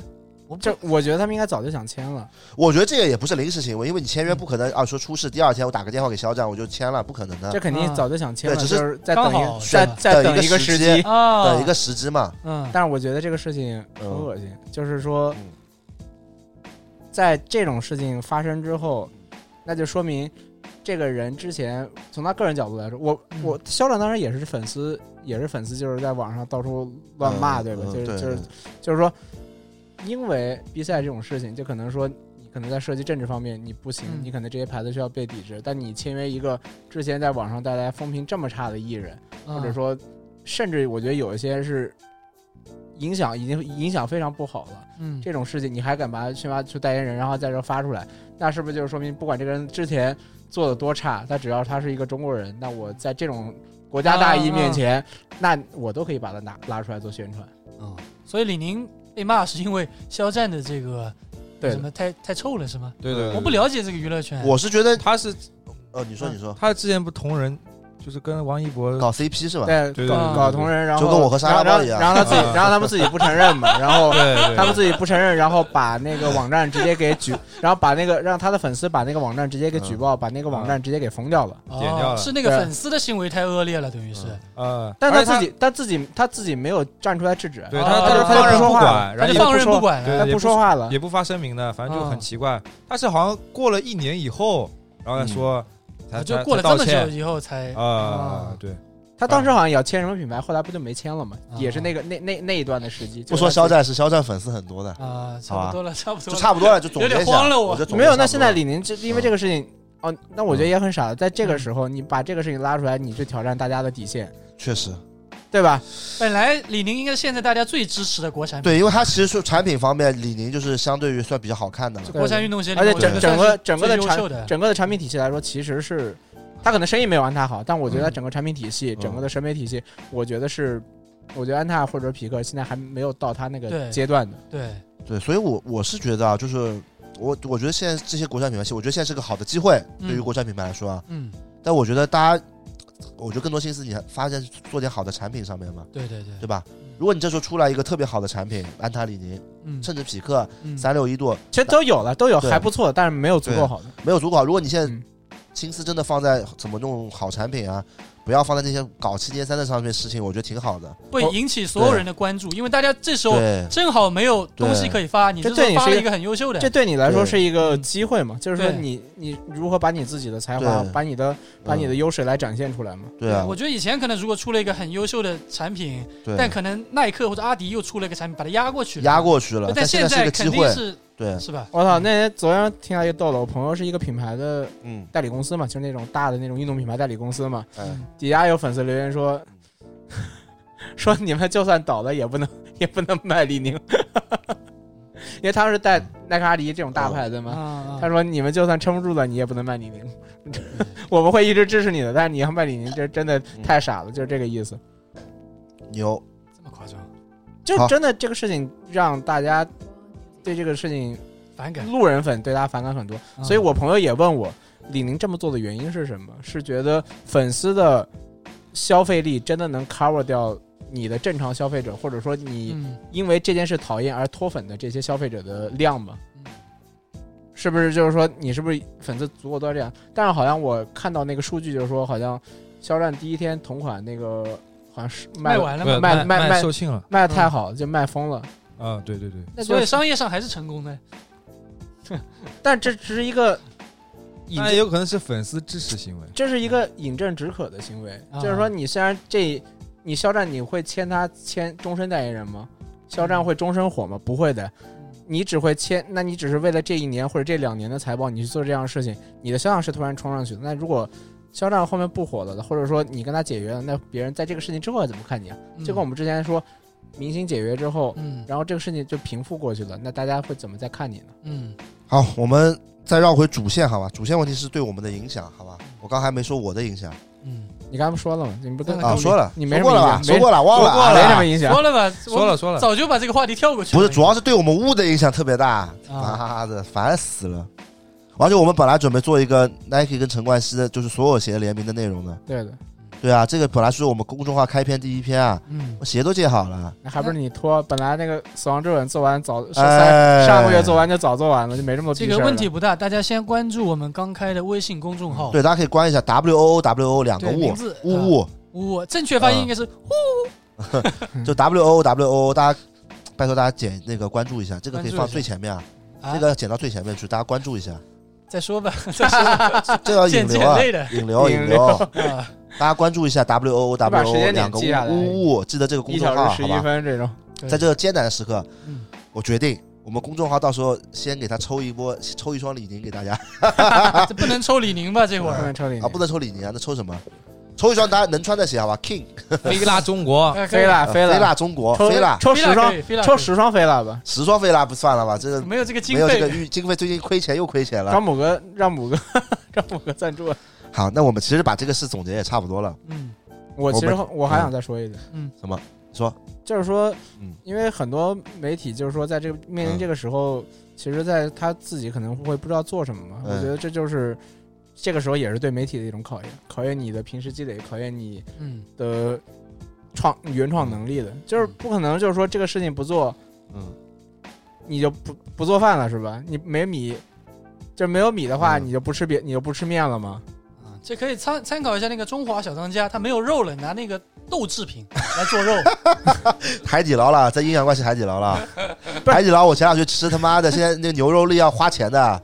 Speaker 1: 我不
Speaker 5: 这我觉得他们应该早就想签了，
Speaker 2: 我觉得这个也不是临时行为，因为你签约不可能啊，说出事第二天我打个电话给肖战我就签了，不可能
Speaker 5: 这
Speaker 2: 的，
Speaker 5: 肯定早就想签了，
Speaker 2: 对
Speaker 5: 就
Speaker 2: 只是
Speaker 5: 是再等
Speaker 1: 刚好
Speaker 5: 一再
Speaker 1: 选
Speaker 5: 再
Speaker 2: 等一
Speaker 5: 等
Speaker 2: 个
Speaker 5: 一个
Speaker 2: 时
Speaker 5: 时
Speaker 2: 间
Speaker 5: 机。
Speaker 1: 啊，
Speaker 2: 哎等一个时机嘛。
Speaker 1: 嗯
Speaker 5: 但是我觉得这个事情很
Speaker 2: 嗯
Speaker 5: 恶心，就是说
Speaker 2: 嗯，
Speaker 5: 在这种事情发生之后，那就说明这个人之前从他个人角度来说，我
Speaker 1: 嗯
Speaker 5: 我肖战当时也是粉丝，也是粉丝，就是在网上到处乱骂，
Speaker 2: 嗯
Speaker 5: 对吧？
Speaker 2: 嗯
Speaker 5: 就是
Speaker 2: 对
Speaker 5: 就是
Speaker 2: 对
Speaker 5: 就是说，因为比赛这种事情，就可能说你可能在涉及政治方面你不行，
Speaker 1: 嗯
Speaker 5: 你可能这些牌子需要被抵制，但你签约一个之前在网上带来风评这么差的艺人，
Speaker 1: 或
Speaker 5: 或者说，甚至我觉得有一些是影响已经影响非常不好了。
Speaker 1: 嗯
Speaker 5: 这种事情你还敢把它去妈去代言人，然后在这发出来，那是不是就是说明不管这个人之前做的多差，他只要他是一个中国人，那我在这种国家大义面前，那我都可以把他拿拉出来做宣传。
Speaker 1: 嗯，所以李宁被骂是因为肖战的这个
Speaker 5: 对
Speaker 1: 什么太太臭了是吗？
Speaker 4: 对对，
Speaker 1: 我不了解这个娱乐圈，
Speaker 2: 我是觉得，
Speaker 4: 他是
Speaker 2: 呃，你
Speaker 5: 嗯
Speaker 2: 说你说，
Speaker 4: 他之前不同人，就是跟王一博
Speaker 2: 搞 CP 是吧？
Speaker 5: 对，
Speaker 4: 对对
Speaker 5: 搞
Speaker 1: 对
Speaker 5: 搞同人，然后
Speaker 2: 就跟我和沙拉包一样嗯
Speaker 5: 然后然后他自己
Speaker 4: 啊，
Speaker 5: 然后他们自己不承认嘛，然后
Speaker 4: 对对，
Speaker 5: 他们自己不承认，然后把那个网站直接给举，然后把那个让他的粉丝把那个网站直接给举报，把那个网站直接给封掉了。
Speaker 1: 哦
Speaker 4: 剪掉了
Speaker 1: 是那个
Speaker 5: 对
Speaker 1: 粉丝的行为太恶劣了，等于是
Speaker 2: 嗯
Speaker 4: 呃，
Speaker 5: 但他
Speaker 4: 而且
Speaker 5: 自己，他自己，他自己没有站出来制止，
Speaker 4: 对
Speaker 1: 啊
Speaker 4: 他
Speaker 1: 他
Speaker 4: 是
Speaker 1: 就
Speaker 4: 放
Speaker 1: 他
Speaker 4: 任
Speaker 1: 就
Speaker 5: 不
Speaker 4: 不
Speaker 5: 说话
Speaker 1: 他
Speaker 4: 管，然后
Speaker 1: 就
Speaker 4: 也
Speaker 1: 放
Speaker 4: 不
Speaker 1: 任
Speaker 5: 说
Speaker 1: 不管了。
Speaker 4: 对
Speaker 5: 他
Speaker 4: 也
Speaker 5: 不
Speaker 4: 不
Speaker 5: 说话了。
Speaker 4: 也不发声明的，反正就
Speaker 1: 嗯
Speaker 4: 很奇怪。他是好像过了一年以后，然后再说，才
Speaker 1: 啊就
Speaker 4: 才
Speaker 1: 过了
Speaker 4: 才
Speaker 1: 这
Speaker 4: 道
Speaker 1: 么久
Speaker 4: 歉
Speaker 1: 以后才
Speaker 4: 啊，对，
Speaker 5: 他当时好像也要签什么品牌，后来不就没签了嘛？
Speaker 1: 啊
Speaker 5: 也是那个那那那一段的时机。
Speaker 2: 哦不说
Speaker 5: 就是他
Speaker 2: 肖战是肖战粉丝很多的，
Speaker 1: 啊，差不多了，差不多
Speaker 2: 就
Speaker 1: 了。
Speaker 2: 差不多了，就总结
Speaker 1: 有
Speaker 2: 一
Speaker 1: 点慌
Speaker 2: 下。
Speaker 1: 了我
Speaker 2: 我觉得总结
Speaker 5: 没有。
Speaker 2: 差
Speaker 5: 那
Speaker 2: 不
Speaker 5: 现
Speaker 2: 多
Speaker 5: 在
Speaker 2: 了
Speaker 5: 李宁这因为这个事情，哦，那我觉得也很傻了。在这个时候，你把这个事情拉出来，你去挑战大家的底线，
Speaker 2: 确实
Speaker 5: 对吧？
Speaker 1: 本来李宁应该是现在大家最支持的国产品
Speaker 2: 对，因为他其实是产品方面，李宁就是相对于算比较好看的了。
Speaker 5: 对
Speaker 1: 国产运动鞋里
Speaker 5: 而
Speaker 1: 面，
Speaker 5: 且
Speaker 1: 我觉得算
Speaker 5: 整整个
Speaker 1: 是
Speaker 5: 整个的
Speaker 1: 最优秀的
Speaker 5: 产整个的产品体系来说，其实是他可能生意没有安踏好，但我觉得整个产品体系、
Speaker 2: 嗯
Speaker 5: 整个的审美体系，我觉得是，我觉得安踏或者匹克现在还没有到他那个
Speaker 1: 对
Speaker 5: 阶段的。
Speaker 1: 对，
Speaker 2: 对，所以我我是觉得啊，就是我我觉得现在这些国产品牌，我觉得现在是个好的机会，
Speaker 1: 嗯
Speaker 2: 对于国产品牌来说啊。
Speaker 1: 嗯，
Speaker 2: 但我觉得大家，我觉得更多心思你还发现做点好的产品上面嘛，
Speaker 1: 对对对，
Speaker 2: 对吧？如果你这时候出来一个特别好的产品，安踏、李宁，
Speaker 1: 嗯，
Speaker 2: 甚至匹克、
Speaker 1: 嗯
Speaker 2: 三六一度
Speaker 5: 其实都有了，都有
Speaker 2: 对
Speaker 5: 还不错，但是没有足
Speaker 2: 对
Speaker 5: 够好的。
Speaker 2: 没有足够好。啊如果你现在
Speaker 5: 嗯
Speaker 2: 心思真的放在怎么弄好产品啊，不要放在那些搞七颠三的上面事情，我觉得挺好的。
Speaker 1: 会
Speaker 5: 哦
Speaker 1: 引起所有人的关注，因为大家这时候
Speaker 2: 对，
Speaker 1: 正好没有东西可以发，你
Speaker 5: 这
Speaker 1: 这时候
Speaker 5: 对你
Speaker 1: 发
Speaker 5: 是一
Speaker 1: 了
Speaker 5: 个
Speaker 1: 一个很优秀的，
Speaker 5: 这对你来说
Speaker 2: 对
Speaker 5: 是一个机会嘛？就是说
Speaker 1: 嗯对
Speaker 5: 你你如何把你自己的才华
Speaker 2: 对，
Speaker 5: 把你的把你的
Speaker 2: 嗯
Speaker 5: 优势来展现出来嘛？
Speaker 2: 对啊
Speaker 1: 我，觉得以前可能如果出了一个很优秀的产品，
Speaker 2: 对，
Speaker 1: 但可能耐克或者阿迪又出了一个产品把它压过去了，
Speaker 2: 压过去了
Speaker 1: 对。但
Speaker 2: 现
Speaker 1: 现
Speaker 2: 在是一
Speaker 1: 在
Speaker 2: 个机
Speaker 1: 肯定
Speaker 2: 会，
Speaker 1: 是
Speaker 2: 对，
Speaker 1: 是吧？
Speaker 5: 我操，那天昨天听到一个逗了，我朋友是一个品牌的
Speaker 2: 嗯，
Speaker 5: 代理公司嘛，就是那种大的那种运动品牌代理公司嘛，
Speaker 2: 哎，
Speaker 5: 底下有粉丝留言说。说你们就算倒了也不能也不能卖李宁， 因为他们是带耐克、阿迪这种大牌子嘛。
Speaker 1: 啊，
Speaker 5: 他说：“你们就算撑不住了，你也不能卖李宁， 我们会一直支持你的。但是你要卖李宁，这真的太傻了，就是这个意思。
Speaker 2: 牛，
Speaker 1: 这么夸张，
Speaker 5: 就
Speaker 2: 好
Speaker 5: 真的这个事情让大家对这个事情，
Speaker 1: 反感。
Speaker 5: 路人粉对他反感很多。
Speaker 1: 啊
Speaker 5: 所以我朋友也问我，李宁这么做的原因是什么？是觉得粉丝的消费力真的能 cover 掉你的正常消费者，或者说你
Speaker 1: 嗯
Speaker 5: 因为这件事讨厌而脱粉的这些消费者的量吗？
Speaker 1: 嗯
Speaker 5: 是不是就是说你是不是粉丝足够多这样？但是好像我看到那个数据，就是说好像肖战第一天同款那个好像是卖
Speaker 1: 卖完了
Speaker 4: 不
Speaker 1: 嘛
Speaker 5: 了，卖卖卖
Speaker 4: 卖售罄了
Speaker 5: 卖的太好，就卖疯了。
Speaker 4: 啊！对对对，
Speaker 5: 那
Speaker 1: 所
Speaker 5: 就
Speaker 1: 以
Speaker 5: 是，
Speaker 1: 商业上还是成功的。
Speaker 5: 但这只是一个引
Speaker 4: 那也有可能是粉丝支持行为。
Speaker 5: 这是一个饮鸩止渴的行为，
Speaker 1: 啊
Speaker 5: 就是说你虽然这你肖战你会签他签终身代言人吗？肖战会终身火吗？不会的，你只会签，那你只是为了这一年或者这两年的财报，你去做这样的事情，你的销量是突然冲上去的。那如果肖战后面不火了的，或者说你跟他解约了，那别人在这个事情之后怎么看你啊？
Speaker 1: 嗯
Speaker 5: 就跟我们之前说，明星解约之后，
Speaker 1: 嗯
Speaker 5: 然后这个事情就平复过去了，那大家会怎么再看你呢？
Speaker 1: 嗯
Speaker 2: 好，我们再绕回主线，好吧？主线问题是对我们的影响，好吧？我刚还没说我的影响
Speaker 1: 嗯，
Speaker 5: 你刚才不说了吗？你不跟
Speaker 1: 那
Speaker 2: 啊，
Speaker 1: 跟
Speaker 2: 说了，
Speaker 5: 你没
Speaker 2: 说过
Speaker 5: 什么
Speaker 2: 了
Speaker 5: 影
Speaker 2: 吧？
Speaker 5: 响，
Speaker 2: 说过了，忘了，
Speaker 5: 没
Speaker 2: 啊
Speaker 5: 什么影响。
Speaker 1: 说了吧，我
Speaker 4: 说了说了，
Speaker 1: 早就把这个话题跳过去了。
Speaker 2: 不是，主要是对我们屋的影响特别大，
Speaker 1: 啊
Speaker 2: 妈的，烦死了！而且我们本来准备做一个 Nike 跟陈冠希的，就是所有鞋联名的内容的。
Speaker 5: 对的，
Speaker 2: 对啊，这个本来是我们公众号开篇第一篇啊，
Speaker 1: 嗯
Speaker 2: 我鞋都借好了。
Speaker 5: 那还不是你拖？本来那个《死亡之吻》做完早，是三
Speaker 2: 哎，
Speaker 5: 上个月做完就早做完了，就没这么多
Speaker 1: 这
Speaker 5: 逼事
Speaker 1: 个
Speaker 5: 儿了
Speaker 1: 问题不大，大家先关注我们刚开的微信公众号，
Speaker 2: 对，大家可以关一下 W O O W O 两个
Speaker 1: 对
Speaker 2: 物
Speaker 1: 名字
Speaker 2: 物
Speaker 1: 啊
Speaker 2: 物，
Speaker 1: 呜呜，正确
Speaker 2: 啊
Speaker 1: 发音应该是嗯
Speaker 2: 就 W O O W O，大家拜托大家点那个关注一下，这个可
Speaker 1: 关
Speaker 2: 以
Speaker 1: 注一
Speaker 2: 放
Speaker 1: 下
Speaker 2: 最前面啊，
Speaker 1: 啊
Speaker 2: 这个剪到最前面去，大家关注一下，
Speaker 1: 再说 吧， 再说吧，
Speaker 2: 这要引
Speaker 1: 剪辑
Speaker 2: 流
Speaker 1: 很
Speaker 2: 啊，
Speaker 1: 累的
Speaker 2: 引流
Speaker 5: 引
Speaker 2: 引流，
Speaker 1: 啊，
Speaker 2: 大家关注一下 W O O
Speaker 5: 你把
Speaker 2: W
Speaker 5: 时
Speaker 2: O
Speaker 5: 间点
Speaker 2: 两个
Speaker 5: 记下来
Speaker 2: 物物，记得这个公
Speaker 5: 一
Speaker 2: 众号
Speaker 5: 小时
Speaker 2: 好
Speaker 5: 十
Speaker 2: 吧
Speaker 5: 一？分这种，
Speaker 1: 对
Speaker 2: 在这个艰难的时刻，
Speaker 1: 嗯
Speaker 2: 我决定，我们公众号到时候先给他抽一波，抽一双李宁给大家
Speaker 1: 啊这不能抽李宁吧？这会
Speaker 5: 不
Speaker 1: 儿
Speaker 5: 能抽你
Speaker 2: 啊，不能抽李宁啊，那抽什么？抽一双大家能穿的鞋，好吧？King
Speaker 4: 菲拉 中国，
Speaker 1: 哎可以
Speaker 5: 飞了
Speaker 2: 呃
Speaker 5: 啊飞
Speaker 2: 菲
Speaker 5: 了，
Speaker 2: 腊中国
Speaker 5: 抽
Speaker 2: 菲腊
Speaker 5: 抽
Speaker 1: 飞
Speaker 5: 十
Speaker 1: 了
Speaker 5: 双
Speaker 1: 可以飞了可
Speaker 5: 抽
Speaker 1: 以
Speaker 5: 十双飞了吧？
Speaker 2: 十双菲腊不算了吧？这个
Speaker 1: 没有这个经
Speaker 2: 没有这个
Speaker 1: 费，
Speaker 2: 预经费，最近亏钱又亏钱了
Speaker 5: 让。母哥让母哥让母哥赞助。啊
Speaker 2: 好，那我们其实把这个事总结也差不多了。
Speaker 1: 嗯
Speaker 5: 我其实
Speaker 2: 我
Speaker 5: 我还想再说一点，
Speaker 2: 说，
Speaker 5: 就是说
Speaker 2: 嗯，
Speaker 5: 因为很多媒体就是说，在这个面临这个时候，其实在他自己可能会不知道做什么嘛。
Speaker 2: 嗯
Speaker 5: 我觉得这就是这个时候也是对媒体的一种考验，考验你的平时积累，考验你
Speaker 1: 嗯
Speaker 5: 的创原创能力的，就是不可能就是说这个事情不做，
Speaker 2: 嗯，
Speaker 5: 你就不不做饭了是吧？你没米，就没有米的话，
Speaker 2: 嗯
Speaker 5: 你就不吃别你就不吃面了吗？
Speaker 1: 啊，这可以参参考一下那个中华小当家，它没有肉了，拿那个豆制品来做肉，
Speaker 2: 海底捞了，在阴阳怪气海底捞了。
Speaker 5: 是
Speaker 2: 海底捞，我前两天去吃，他妈的，现在那个牛肉粒要花钱的，
Speaker 5: 啊，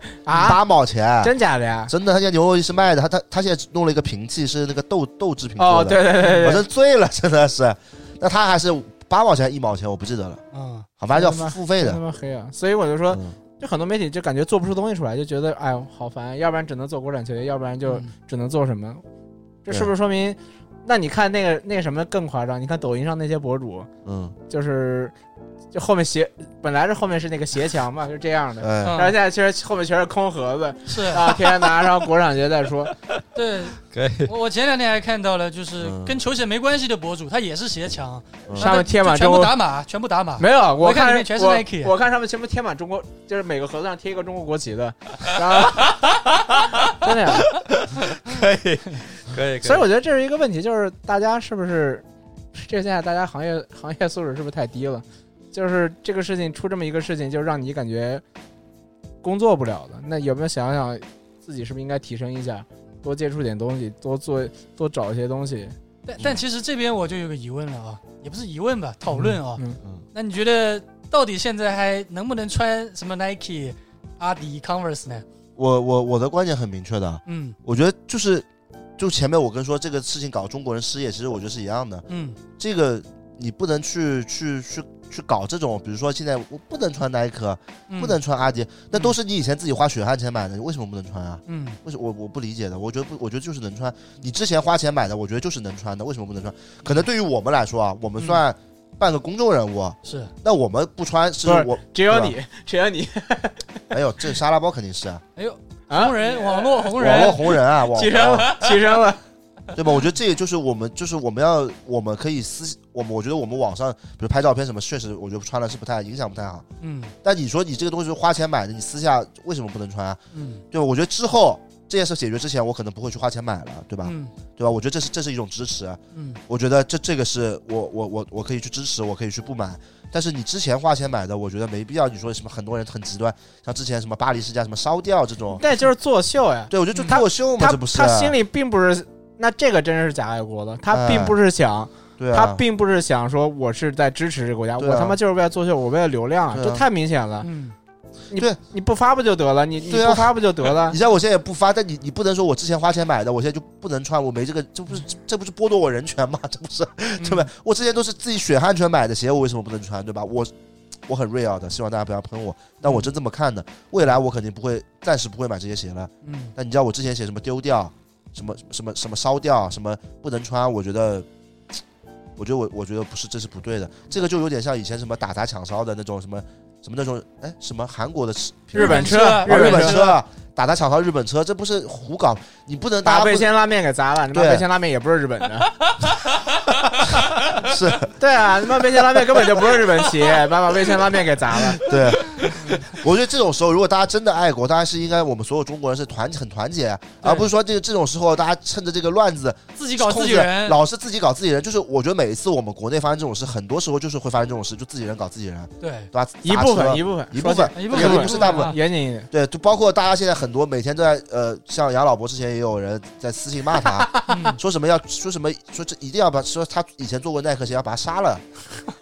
Speaker 2: 八毛钱。
Speaker 5: 真假的呀？
Speaker 2: 真的，他现在牛肉粒是卖的，他他他现在弄了一个瓶器，是那个豆豆制品做
Speaker 5: 哦，
Speaker 2: 的，
Speaker 5: 对对对
Speaker 2: 我
Speaker 5: 对
Speaker 2: 真醉了，真的是。那他还是八毛钱一毛钱，我不记得了，
Speaker 1: 嗯，
Speaker 2: 好，反正
Speaker 5: 真
Speaker 2: 要
Speaker 5: 的吗
Speaker 2: 付费
Speaker 5: 对，
Speaker 2: 的
Speaker 5: 他。妈黑啊！所以我就说，
Speaker 2: 嗯
Speaker 5: 就很多媒体就感觉做不出东西出来，就觉得哎呦好烦，要不然只能做国产球队，要不然就
Speaker 1: 嗯
Speaker 5: 只能做什么？这
Speaker 2: 对
Speaker 5: 是不是说明？那你看那个那个什么更夸张？你看抖音上那些博主，
Speaker 2: 嗯，
Speaker 5: 就是就后面斜本来是后面是那个斜墙嘛，就这样的，
Speaker 2: 哎，
Speaker 1: 嗯
Speaker 5: 然后现在其实后面全是空盒子，
Speaker 1: 是
Speaker 5: 啊，天天拿上国产鞋再说，
Speaker 1: 对。
Speaker 4: 可以
Speaker 1: 我我前两天还看到了，就是
Speaker 2: 嗯
Speaker 1: 跟球鞋没关系的博主，他也是鞋墙，
Speaker 2: 嗯
Speaker 5: 上面贴满
Speaker 1: 就全部
Speaker 5: 中国
Speaker 1: 打码，全部打码。
Speaker 5: 没有，我
Speaker 1: 看里
Speaker 5: 看
Speaker 1: 面全是
Speaker 5: 我
Speaker 1: Nike
Speaker 5: 我看上面全部贴满中国，就是每个盒子上贴一个中国国旗的，然后真的呀，
Speaker 4: 可以可以，
Speaker 5: 所以我觉得这是一个问题，就是大家是不是这现在大家行业行业素质是不是太低了？就是这个事情出这么一个事情，就让你感觉工作不了了，那有没有想想自己是不是应该提升一下，多接触点东西，多做多找一些东西？
Speaker 1: 但但其实这边我就有个疑问了啊，也不是疑问吧，讨论啊。
Speaker 5: 嗯
Speaker 2: 嗯
Speaker 1: 那你觉得到底现在还能不能穿什么 Nike、阿迪、Converse 呢？
Speaker 2: 我我我的观点很明确的，
Speaker 1: 嗯
Speaker 2: 我觉得就是，就前面我跟说这个事情搞中国人失业，其实我觉得是一样的。
Speaker 1: 嗯
Speaker 2: 这个你不能去去去去搞这种，比如说现在我不能穿耐克，
Speaker 1: 嗯
Speaker 2: 不能穿阿迪，那都是你以前自己花血汗钱买的，你为什么不能穿啊？
Speaker 1: 嗯
Speaker 2: 为什我我不理解的，我觉得不，我觉得就是能穿。你之前花钱买的，我觉得就是能穿的，为什么不能穿？可能对于我们来说啊，我们算半个公众人物，
Speaker 1: 是
Speaker 2: 那我们不穿是
Speaker 5: 不是
Speaker 2: 我
Speaker 5: 只有你，只有你
Speaker 2: 没有，这沙拉包肯定是啊，
Speaker 1: 哎呦
Speaker 5: 啊
Speaker 1: 红！人网络红
Speaker 2: 网络
Speaker 1: 人
Speaker 2: 红人啊，网
Speaker 5: 起身
Speaker 2: 红
Speaker 5: 了，起身了，
Speaker 2: 对吧？我觉得这也就是我们，就是我们要，我们可以私，我们我觉得我们网上比如拍照片什么，确实我觉得穿了是不太影响不太好。
Speaker 1: 嗯
Speaker 2: 但你说你这个东西是花钱买的，你私下为什么不能穿啊？
Speaker 1: 嗯
Speaker 2: 对吧？我觉得之后这件事解决之前，我可能不会去花钱买了，对吧？
Speaker 1: 嗯
Speaker 2: 对吧？我觉得这是这是一种支持，
Speaker 1: 嗯
Speaker 2: 我觉得这这个是我我我我可以去支持，我可以去不买。但是你之前花钱买的，我觉得没必要。你说什么很多人很极端，像之前什么巴黎世家什么烧掉这种，
Speaker 5: 那就是作 秀呀。
Speaker 2: 对我觉得就
Speaker 1: 他
Speaker 2: 脱秀嘛，
Speaker 5: 他
Speaker 2: 这不是啊
Speaker 5: 他心里并不是，那这个真是假爱国的，他并不是想，
Speaker 2: 哎对啊，
Speaker 5: 他并不是想说我是在支持这个国家，
Speaker 2: 对啊
Speaker 5: 我他妈就是为了作秀，我为了流量，
Speaker 2: 对啊
Speaker 5: 这太明显了。
Speaker 1: 嗯
Speaker 5: 你不发不就得了？你你
Speaker 2: 对啊
Speaker 5: 不发不就得了
Speaker 2: 你？像我现在也不发，但你你不能说我之前花钱买的，我现在就不能穿，我没这个，这不是这不是剥夺我人权吗？这不是 对吧？
Speaker 5: 嗯
Speaker 2: 我之前都是自己血汗钱买的鞋，我为什么不能穿？对吧？我我很 real 的，希望大家不要喷我，但
Speaker 5: 嗯
Speaker 2: 我真这么看的。未来我肯定不会，暂时不会买这些鞋了。
Speaker 1: 嗯
Speaker 2: 但你知道我之前写什么丢掉，什么什么什么烧掉，什么不能穿，我觉得。我觉得我我觉得不是，这是不对的。这个就有点像以前什么打砸抢烧的那种什么什么那种，哎，什么韩国的
Speaker 5: 日本车
Speaker 1: 日
Speaker 2: 啊，
Speaker 5: 日
Speaker 2: 日
Speaker 5: 本
Speaker 2: 本
Speaker 5: 车
Speaker 2: 车打砸抢烧日本车，这不是胡搞？你不能
Speaker 5: 把
Speaker 2: 搭
Speaker 5: 味千拉面给砸了，你妈
Speaker 2: 对
Speaker 5: 味千拉面也不是日本的，
Speaker 2: 是，
Speaker 5: 对啊，你妈味千拉面根本就不是日本企业，把把味千拉面给 砸了，
Speaker 2: 对。我觉得这种时候，如果大家真的爱国，大家是应该我们所有中国人是团很团结，而不是说这个这种时候大家趁着这个乱子
Speaker 1: 自己搞自
Speaker 2: 控
Speaker 1: 己
Speaker 2: 制
Speaker 1: 人
Speaker 2: 老是自己搞自己人。就是我觉得每一次我们国内发生这种事，很多时候就是会发生这种事，就自己人搞自己人，
Speaker 1: 对
Speaker 2: 对吧？
Speaker 5: 一
Speaker 2: 砸
Speaker 5: 部
Speaker 2: 车
Speaker 5: 分一部分
Speaker 2: 一部分
Speaker 1: 一部分
Speaker 2: 肯定
Speaker 5: 一部
Speaker 2: 不
Speaker 5: 分
Speaker 2: 是大部分
Speaker 1: 啊。
Speaker 5: 严谨一点，
Speaker 2: 对，就包括大家现在很多每天都在呃，像杨老伯之前也有人在私信骂他，
Speaker 1: 嗯
Speaker 2: 说什么要说什么说这一定要把说他以前做过耐克鞋要把他杀了，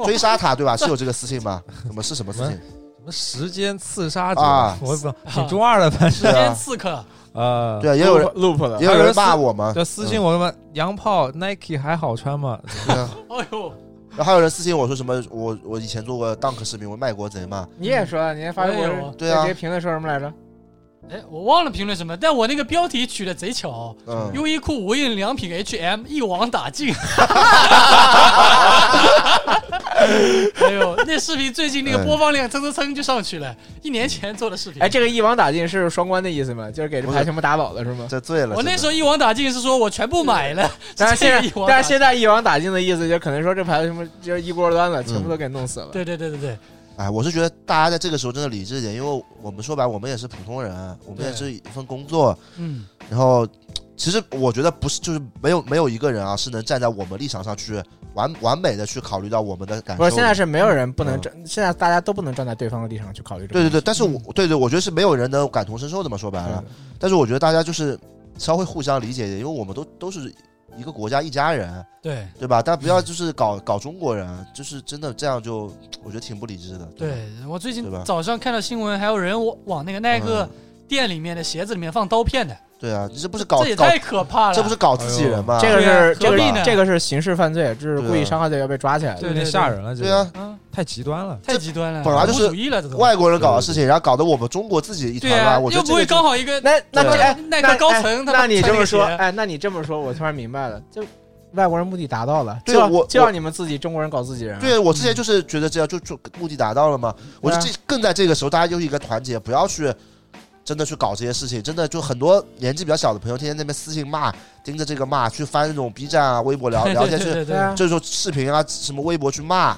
Speaker 2: 追杀他对吧？是有这个私信吗？什么是什么私信？
Speaker 4: 什么时间刺杀者，
Speaker 2: 啊
Speaker 4: 我也不知道，挺中二的，反
Speaker 1: 时
Speaker 4: 正
Speaker 2: 对
Speaker 1: 间
Speaker 2: 啊
Speaker 1: 刺客
Speaker 4: 啊，
Speaker 2: 对啊，也有人
Speaker 5: loop 了
Speaker 2: 也，有人骂我们，
Speaker 4: 就私信我们洋炮 Nike 还好穿吗？
Speaker 2: 对啊
Speaker 1: 哎呦
Speaker 2: 然后还有人私信我说什么我我以前做过 dunk 视频，我卖国贼嘛，
Speaker 5: 你也说了，你还发微
Speaker 1: 我也有
Speaker 5: 博，
Speaker 2: 对啊
Speaker 5: 那谁评论说什么来着？
Speaker 1: 哎我忘了评论什么，但我那个标题取的贼巧，
Speaker 2: 嗯，
Speaker 1: 优衣库无印良品 HM 一网打尽。哎呦，那视频最近那个播放量蹭蹭蹭就上去了，一年前做的视频。
Speaker 5: 哎，这个一网打尽是双关的意思吗？就是给这排球们打倒了是吗？
Speaker 2: 这醉了。
Speaker 1: 我那时候
Speaker 2: 候
Speaker 1: 一网打尽是说我全部买了，
Speaker 5: 但是现
Speaker 1: 这个一
Speaker 5: 在，
Speaker 1: 网打
Speaker 5: 但是现在一网打尽的意思就可能说这排球们就是一锅
Speaker 2: 嗯
Speaker 5: 端了，全部都给弄死了。
Speaker 1: 对对对对对，
Speaker 2: 哎，我是觉得大家在这个时候真的理智一点，因为我们说白，我们也是普通人，我们
Speaker 1: 对
Speaker 2: 也是一份工作，
Speaker 1: 嗯
Speaker 2: 然后，其实我觉得不是，就是没有没有一个人啊是能站在我们立场上去完完美的去考虑到我们的感受
Speaker 5: 不
Speaker 2: 的。
Speaker 5: 是，现在是没有人不能
Speaker 2: 嗯
Speaker 5: 站，现在大家都不能站在对方的立场去考虑这
Speaker 2: 对对
Speaker 5: 个问题。
Speaker 2: 对，但是我对对，我觉得是没有人能感同身受的嘛，说白了。但是我觉得大家就是稍微互相理解一点，因为我们都都是一个国家一家人，
Speaker 1: 对
Speaker 2: 对吧？但
Speaker 1: 嗯
Speaker 2: 不要就是搞搞中国人，啊就是真的这样就我觉得挺不理智的。吧，
Speaker 1: 对，我最近
Speaker 2: 对吧
Speaker 1: 早上看到新闻，还有人往往那个耐克
Speaker 2: 嗯
Speaker 1: 店里面的鞋子里面放刀片的，
Speaker 2: 对啊，你这不是搞
Speaker 1: 这也
Speaker 2: 搞
Speaker 1: 太可怕了，
Speaker 2: 这不是搞自己人吗？
Speaker 5: 这个
Speaker 1: 对啊
Speaker 5: 是这
Speaker 1: 何必
Speaker 5: 个
Speaker 1: 呢
Speaker 5: 这个是刑事犯罪，这是故
Speaker 2: 对
Speaker 5: 意
Speaker 2: 啊
Speaker 5: 伤害罪要被抓起来的。
Speaker 1: 对
Speaker 4: 有点吓人了，这
Speaker 2: 对
Speaker 4: 个
Speaker 2: 啊，
Speaker 1: 嗯，
Speaker 4: 太极端了。
Speaker 1: 太极端了，
Speaker 2: 本来就是
Speaker 1: 恐怖主义了，这都
Speaker 2: 外国人搞的事情，然后搞得我们中国自己一团
Speaker 1: 对啊
Speaker 2: 乱，我，觉
Speaker 1: 又
Speaker 2: 得
Speaker 1: 不
Speaker 2: 这
Speaker 1: 会
Speaker 2: 个就
Speaker 1: 刚好一个
Speaker 5: 那那
Speaker 2: 对啊
Speaker 5: 哎，
Speaker 1: 耐
Speaker 5: 那
Speaker 1: 克高层
Speaker 5: 哎
Speaker 1: 他们
Speaker 5: 那你这么
Speaker 1: 穿
Speaker 5: 说，
Speaker 1: 那个鞋
Speaker 5: 哎，那你这么说，我突然明白了，就外国人目的达到了，
Speaker 2: 对
Speaker 5: 就要
Speaker 2: 我
Speaker 5: 就要你们自己中国人搞自己人啊。
Speaker 2: 对我之前就是觉得这样就就目的达到了嘛，我觉得这更在这个时候大家就应该团结，不要去真的去搞这些事情。真的就很多年纪比较小的朋友，天天那边私信骂，盯着这个骂，去翻那种 B 站啊、微博聊聊
Speaker 1: 对
Speaker 2: 天
Speaker 1: 对
Speaker 2: 去，哎
Speaker 1: 对对
Speaker 5: 啊，
Speaker 2: 这种视频啊、什么微博去骂。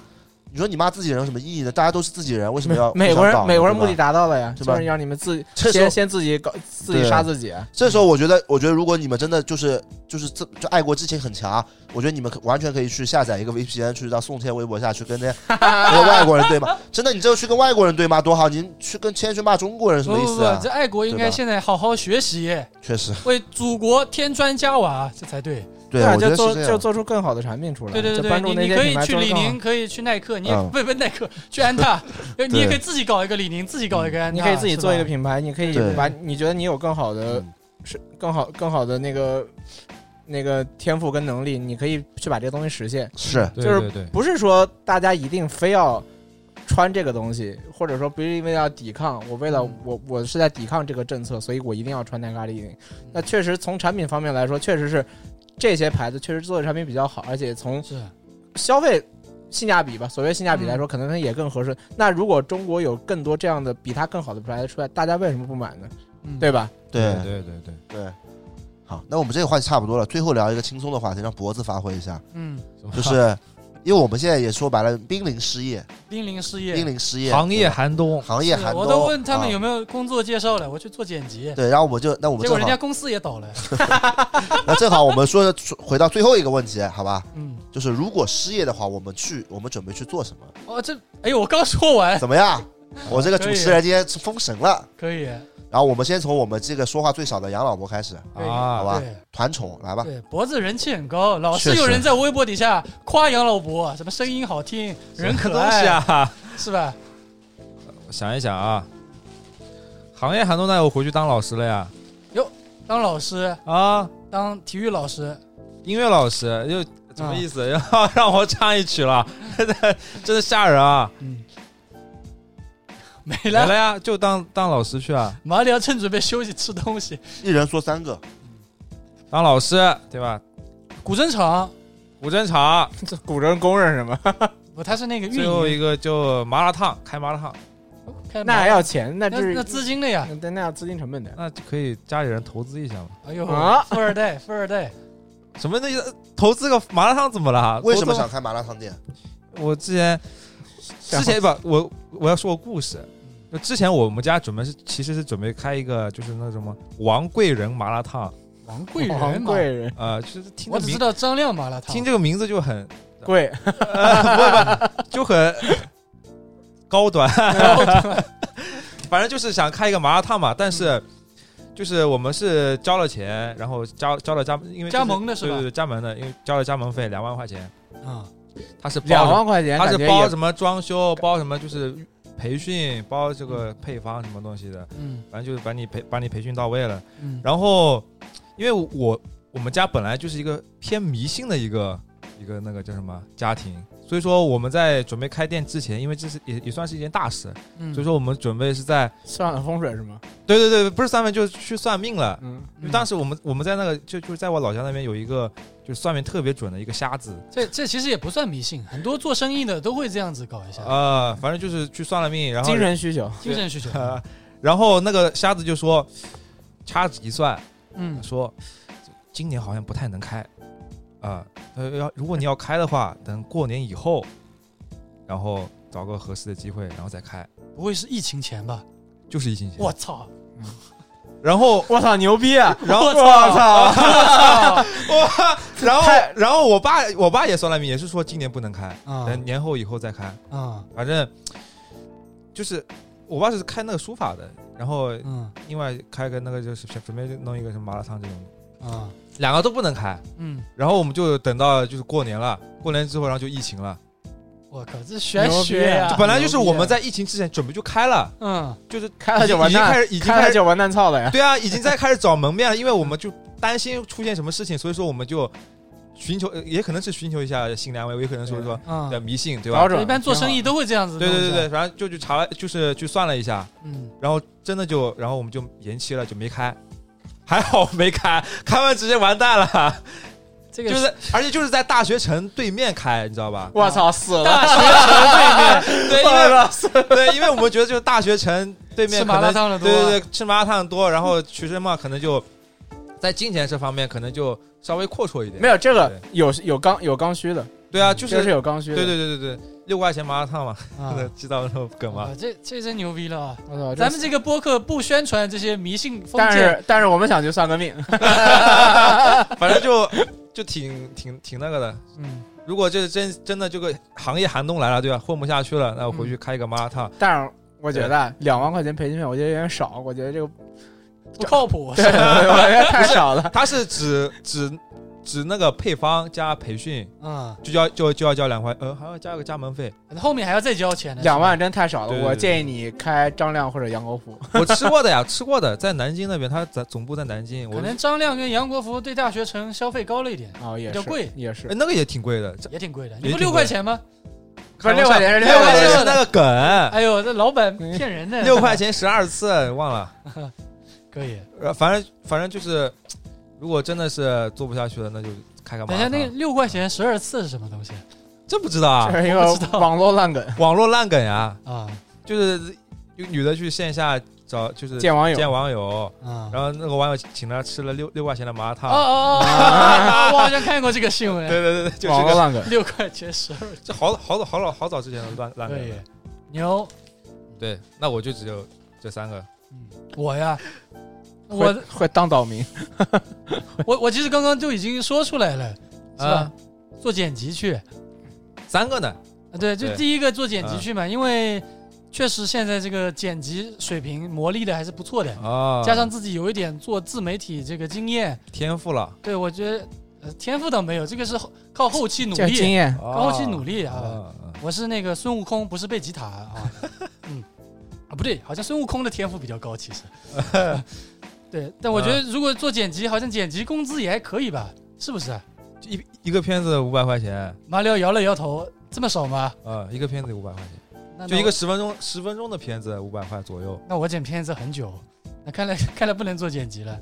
Speaker 2: 你说你骂自己人有什么意义呢？大家都是自己人，为什么要
Speaker 5: 美美
Speaker 2: 互相
Speaker 5: 国
Speaker 2: 搞
Speaker 5: 人
Speaker 2: 呢
Speaker 5: 美国人
Speaker 2: 对吧
Speaker 5: 目的达到了呀，
Speaker 2: 是吧
Speaker 5: 就是让你们自
Speaker 2: 这时候
Speaker 5: 先先自己搞自己
Speaker 2: 对
Speaker 5: 杀自己。啊
Speaker 2: 这时候我觉得，我觉得如果你们真的就是就是这就爱国之情很强，我觉得你们可完全可以去下载一个 VPN 去到宋茜微博下去跟 那那个外国人对骂。真的，你就去跟外国人对骂多好，你去跟先去骂中国人什
Speaker 1: 不
Speaker 2: 么意
Speaker 1: 不
Speaker 2: 思
Speaker 1: 不
Speaker 2: 啊，？
Speaker 1: 这爱国应该
Speaker 2: 对吧
Speaker 1: 现在好好学习，
Speaker 2: 确实，
Speaker 1: 为祖国添砖加瓦，这才对。
Speaker 2: 对，
Speaker 5: 啊，
Speaker 2: 我觉
Speaker 5: 就
Speaker 2: 得
Speaker 5: 做
Speaker 2: 是
Speaker 5: 就
Speaker 2: 这样。
Speaker 5: 做出更好的产品出来，
Speaker 1: 对对对
Speaker 5: 就
Speaker 1: 对，
Speaker 5: 关注
Speaker 1: 你
Speaker 5: 那
Speaker 1: 你
Speaker 5: 些
Speaker 1: 可以
Speaker 5: 品牌
Speaker 1: 去
Speaker 5: 做得
Speaker 1: 李
Speaker 5: 更好
Speaker 1: 宁，可以去耐克，你也
Speaker 2: 嗯
Speaker 1: 不不耐克，去安 踏，呃你也可以自己搞一个李宁，自己搞一个安踏，
Speaker 5: 你可以自己做一个
Speaker 1: 是吧。
Speaker 5: 品牌，你可以
Speaker 2: 对
Speaker 5: 把你觉得你有更好的
Speaker 2: 嗯
Speaker 5: 是更好更好的那个那个天赋跟能力，你可以去把这个东西实现。
Speaker 2: 是，
Speaker 4: 对
Speaker 5: 就是
Speaker 4: 对对，
Speaker 5: 不是说大家一定非要穿这个东西，或者说不是因为要抵抗，我为了
Speaker 1: 嗯
Speaker 5: 我我是在抵抗这个政策，所以我一定要穿耐克的衣领。那确实从产品方面来说，确实是这些牌子确实做的产品比较好，而且从
Speaker 1: 是
Speaker 5: 消费性价比吧，所谓性价比来说，可能它也更合适。那如果中国有更多这样的比它更好的牌子出来，大家为什么不买呢？
Speaker 1: 嗯
Speaker 5: 对吧？
Speaker 2: 对
Speaker 4: 对对对，
Speaker 2: 对。好，那我们这个话题差不多了，最后聊一个轻松的话题，让脖子发挥一下，
Speaker 1: 嗯，
Speaker 2: 就是因为我们现在也说白了，濒临失业，
Speaker 1: 濒临失业，
Speaker 2: 濒临失业，
Speaker 4: 行业
Speaker 2: 对吧
Speaker 4: 寒冬，
Speaker 2: 行业
Speaker 1: 是
Speaker 2: 寒冬，
Speaker 1: 我都问他们
Speaker 2: 啊
Speaker 1: 有没有工作介绍了，我去做剪辑，
Speaker 2: 对，然后我就那我们
Speaker 1: 结果
Speaker 2: 正
Speaker 1: 人家
Speaker 2: 好，
Speaker 1: 公司也倒了。
Speaker 2: 那正好我们说回到最后一个问题，好吧？
Speaker 1: 嗯，
Speaker 2: 就是如果失业的话，我们去我们准备去做什么？
Speaker 1: 哦，这哎呦，我刚说完，
Speaker 2: 怎么样？我这个主持人今天是封神了。
Speaker 1: 可以，
Speaker 2: 然后我们先从我们这个说话最少的杨老伯开始，
Speaker 1: 对
Speaker 4: 啊
Speaker 2: 好吧
Speaker 1: 对
Speaker 2: 团宠来吧。
Speaker 1: 对，脖子人气很高，老
Speaker 2: 确
Speaker 1: 是
Speaker 2: 实
Speaker 1: 有人在微博底下夸杨老伯，什么声音好听，人
Speaker 4: 什么
Speaker 1: 可
Speaker 4: 东西
Speaker 1: 爱，
Speaker 4: 啊！
Speaker 1: 是吧？
Speaker 4: 我 想一想啊，行业寒冬，那我回去当老师了呀！
Speaker 1: 当老师，
Speaker 4: 啊，
Speaker 1: 当体育老师，
Speaker 4: 音乐老师又什么意思？然后 让我唱一曲了， 真的吓人啊！
Speaker 1: 嗯，没
Speaker 4: 没
Speaker 1: 了。
Speaker 4: 了呀，就当当老师去啊，
Speaker 1: 马里奥趁准备休息吃东西。
Speaker 2: 一人说三个，
Speaker 4: 当老师对吧？
Speaker 1: 古筝厂
Speaker 4: 古筝厂，
Speaker 5: 这古人公认什么？
Speaker 1: 不，他是那个运
Speaker 4: 最后一
Speaker 1: 营，哦
Speaker 4: 个就麻辣烫，开麻辣烫，
Speaker 1: 开
Speaker 5: 那
Speaker 1: 麻
Speaker 5: 还要钱，那
Speaker 1: 那
Speaker 5: 至于
Speaker 1: 那资金的呀。
Speaker 5: 那那要资金成本的。
Speaker 4: 那就可以家里人投资一下嘛。
Speaker 1: 哎呦
Speaker 5: 啊，
Speaker 1: 富二代，富二代，
Speaker 4: 什么那个投资个麻辣烫怎么了？
Speaker 1: 啊
Speaker 2: 为什么
Speaker 4: 投资
Speaker 2: 想开麻辣烫店？
Speaker 4: 我之前之前不，我我要说个故事。就之前我们家准备是，其实是准备开一个，就是那什么王贵人麻辣烫，
Speaker 1: 王贵人嘛，
Speaker 5: 王哦贵人
Speaker 4: 呃，就是听
Speaker 1: 我
Speaker 4: 这
Speaker 1: 只知
Speaker 4: 名
Speaker 1: 道张亮麻辣烫。
Speaker 4: 听这个名字就很
Speaker 5: 贵，
Speaker 4: 就很高端， 反正就是想开一个麻辣烫嘛。但
Speaker 1: 嗯
Speaker 4: 是就是我们是交了钱，然后交交了加因为就是
Speaker 1: 加盟的是吧
Speaker 4: 对对对，加盟的，因为交了加盟费两万块钱，
Speaker 1: 啊，
Speaker 4: 他是包
Speaker 5: 两
Speaker 4: 着
Speaker 5: 万块钱，
Speaker 4: 他
Speaker 5: 感
Speaker 4: 是
Speaker 5: 觉
Speaker 4: 包
Speaker 5: 也
Speaker 4: 什么装修，包什么就是培训，包这个配方什么东西的，
Speaker 1: 嗯
Speaker 4: 反正就是把你培把你培训到位了。
Speaker 1: 嗯，
Speaker 4: 然后，因为我我们家本来就是一个偏迷信的一个一个那个叫什么家庭，所以说我们在准备开店之前，因为这是也也算是一件大事，
Speaker 1: 嗯
Speaker 4: 所以说我们准备是在
Speaker 5: 算了风水是吗？
Speaker 4: 对对对，不是三分就是去算命了。
Speaker 5: 嗯，
Speaker 4: 因为当时我们我们在那个就就是在我老家那边有一个就是算命特别准的一个瞎子，
Speaker 1: 这这其实也不算迷信，很多做生意的都会这样子搞一下，
Speaker 4: 呃，反正就是去算了命，然后
Speaker 5: 精神需求，
Speaker 1: 精神需求。
Speaker 4: 呃，然后那个瞎子就说，掐指一算，
Speaker 1: 嗯，
Speaker 4: 说今年好像不太能开，啊、呃，要如果你要开的话，等过年以后，然后找个合适的机会，然后再开，
Speaker 1: 不会是疫情前吧？
Speaker 4: 就是疫情前。
Speaker 1: 我操！
Speaker 4: 然 后，
Speaker 5: 我操牛逼 啊！
Speaker 4: 然后，
Speaker 5: 我操，
Speaker 4: 哇，然后
Speaker 5: 太，
Speaker 4: 然后我爸，我爸也算了命，也是说今年不能开，
Speaker 1: 啊
Speaker 4: 等年后以后再开，
Speaker 1: 啊
Speaker 4: 反正就是。我爸是开那个书法的，然后
Speaker 1: 嗯
Speaker 4: 另外开个那个就是准备弄一个什么麻辣烫这种，
Speaker 1: 啊
Speaker 4: 两个都不能开，
Speaker 1: 嗯，
Speaker 4: 然后我们就等到就是过年了，过年之后，然后就疫情了。
Speaker 1: 我靠，这玄
Speaker 5: 牛逼
Speaker 1: 学啊呀！
Speaker 5: 这
Speaker 4: 本来啊就是
Speaker 1: 哎
Speaker 4: 我们在疫情之前准备就开了，
Speaker 1: 嗯
Speaker 4: 就是
Speaker 5: 开了就
Speaker 4: 已
Speaker 5: 完
Speaker 4: 经
Speaker 5: 蛋
Speaker 4: 开，始，已经
Speaker 5: 开
Speaker 4: 开
Speaker 5: 了
Speaker 4: 始，
Speaker 5: 就完蛋操了 呀！
Speaker 4: 对啊，已经在开始找门面了，因为我们就担心出现什么事情，所以说我们就寻求，呃也可能是寻求一下心理安慰，也可能说说
Speaker 1: 嗯
Speaker 4: 的，迷信，对
Speaker 5: 找
Speaker 4: 吧？
Speaker 5: 准
Speaker 1: 一般做生意都会这样子。
Speaker 4: 对对对对，，反正就去查了，就是去算了一下，
Speaker 1: 嗯，
Speaker 4: 然后真的就，然后我们就延期了，就没开。还好没开，开完直接完蛋了，
Speaker 1: 这个
Speaker 4: 就是而且就是在大学城对面开，你知道 吧？
Speaker 5: 我操死了，
Speaker 4: 对，因为 对，因为我们觉得就是大学城对面
Speaker 1: 吃
Speaker 4: 可
Speaker 1: 麻辣
Speaker 4: 能
Speaker 1: 烫的多啊
Speaker 4: 对对对，吃麻辣烫多，然后学生嘛，可能就在金钱这方面可能就稍微阔绰一点
Speaker 5: 没。有这个有有刚有刚需的，
Speaker 4: 对啊，就是
Speaker 5: 这是有刚需
Speaker 4: 对
Speaker 5: 的。
Speaker 4: 对对对对，六块钱麻辣烫嘛，
Speaker 1: 啊
Speaker 4: 知道那种梗吗
Speaker 1: 啊？这这真牛逼了啊！
Speaker 5: 我操，这
Speaker 1: 咱们这个播客不宣传这些迷信封
Speaker 5: 但
Speaker 1: 建，
Speaker 5: 是但是我们想去算个命，啊
Speaker 4: 反正就就挺挺挺那个的。
Speaker 1: 嗯，
Speaker 4: 如果这真真的这个行业寒冬来了，对吧？混不下去了，那我
Speaker 5: 嗯
Speaker 4: 回去开一个麻辣烫。
Speaker 5: 但是我觉得两万块钱培训费，我觉得有点少，我觉得这 个
Speaker 1: 不靠谱。
Speaker 5: 对，我觉得太少了。
Speaker 4: 它是指指指那个配方加培训，
Speaker 1: 嗯，
Speaker 4: 就要就就要交两块，呃，还要加个加盟费。
Speaker 1: 后面还要再交钱呢。
Speaker 5: 两万真太少了，
Speaker 4: 对对对
Speaker 5: 我建议你开张亮或者杨国福。
Speaker 4: 我吃过的呀，吃过的，在南京那边，他在总部在南京，我
Speaker 1: 可能张亮跟杨国福对大学城消费高了一点，
Speaker 5: 哦，也
Speaker 1: 比较
Speaker 5: 是
Speaker 1: 贵
Speaker 5: 也
Speaker 4: 哎
Speaker 5: 是。
Speaker 4: 那个也挺贵的，这
Speaker 1: 也挺贵的。
Speaker 4: 也
Speaker 1: 你不
Speaker 4: 挺
Speaker 1: 六
Speaker 4: 贵
Speaker 1: 块钱吗？
Speaker 5: 不是六块钱是
Speaker 4: 六
Speaker 5: 六
Speaker 4: 块
Speaker 5: 块
Speaker 4: 钱
Speaker 5: 钱
Speaker 4: 是那个梗，
Speaker 1: 哎呦，这老板骗人的，
Speaker 4: 六块钱十二次，忘了。
Speaker 1: 可以。
Speaker 4: 呃反正反正就是，如果真的是做不下去了，那就开个麻
Speaker 1: 等
Speaker 4: 辣
Speaker 1: 一
Speaker 4: 烫。
Speaker 1: 下，那个六块钱十二次是什么东西
Speaker 4: 这不知道啊，
Speaker 5: 这是一
Speaker 1: 我不知
Speaker 5: 个
Speaker 1: 道
Speaker 5: 网络烂梗，
Speaker 4: 网络烂梗啊，
Speaker 1: 啊？
Speaker 4: 就是有女的去线下找，就是
Speaker 5: 见网友
Speaker 4: 见网友，
Speaker 1: 啊，
Speaker 4: 然后那个网友请她吃了六六块钱的麻辣
Speaker 1: 哦
Speaker 4: 烫。
Speaker 1: 哦哦哦，我好像看过这个新
Speaker 4: 对
Speaker 1: 闻，
Speaker 4: 对对对，就
Speaker 5: 网
Speaker 4: 这
Speaker 5: 络
Speaker 4: 个，
Speaker 5: 烂梗，
Speaker 1: 六块钱十二
Speaker 4: 这好好早好早好早之前的烂烂
Speaker 1: 可
Speaker 4: 梗
Speaker 1: 以
Speaker 4: 了。，
Speaker 1: 牛。
Speaker 4: 对，那我就只有这三个。
Speaker 1: 嗯，我呀，
Speaker 5: 会
Speaker 1: 我
Speaker 5: 会当岛民，
Speaker 1: 我我其实刚刚就已经说出来了，是吧
Speaker 4: 啊？
Speaker 1: 做剪辑去，
Speaker 4: 三个呢？
Speaker 1: 啊，对，就
Speaker 4: 对啊
Speaker 1: 第一个做剪辑去嘛，因为确实现在这个剪辑水平磨砺的还是不错的，
Speaker 4: 啊，
Speaker 1: 加上自己有一点做自媒体这个经验，
Speaker 4: 天赋了，
Speaker 1: 对我觉得、呃、天赋倒没有，这个是后靠后期努
Speaker 5: 这经
Speaker 1: 力，
Speaker 5: 验
Speaker 1: 靠后期努
Speaker 4: 力
Speaker 1: 力啊。我是那个孙悟空，不是贝吉塔啊，嗯啊不对，好像孙悟空的天赋比较高，其 实。对，但我觉得如果做剪辑，好像剪辑工资也还可以吧，是不是？
Speaker 4: 一一个片子五百块钱，
Speaker 1: 马里奥摇了摇头，这么少吗？
Speaker 4: 啊，一个片子五百块钱，
Speaker 1: 那
Speaker 4: 就一个，十分钟十分钟的片子五百块左右，
Speaker 1: 那我剪片子很久，那看来 看来不能做剪辑了。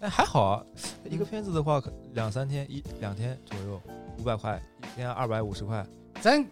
Speaker 4: 哎，还好啊，一个片子的话，可两三天一两天左右，五百块，一天二百五十块，
Speaker 1: 咱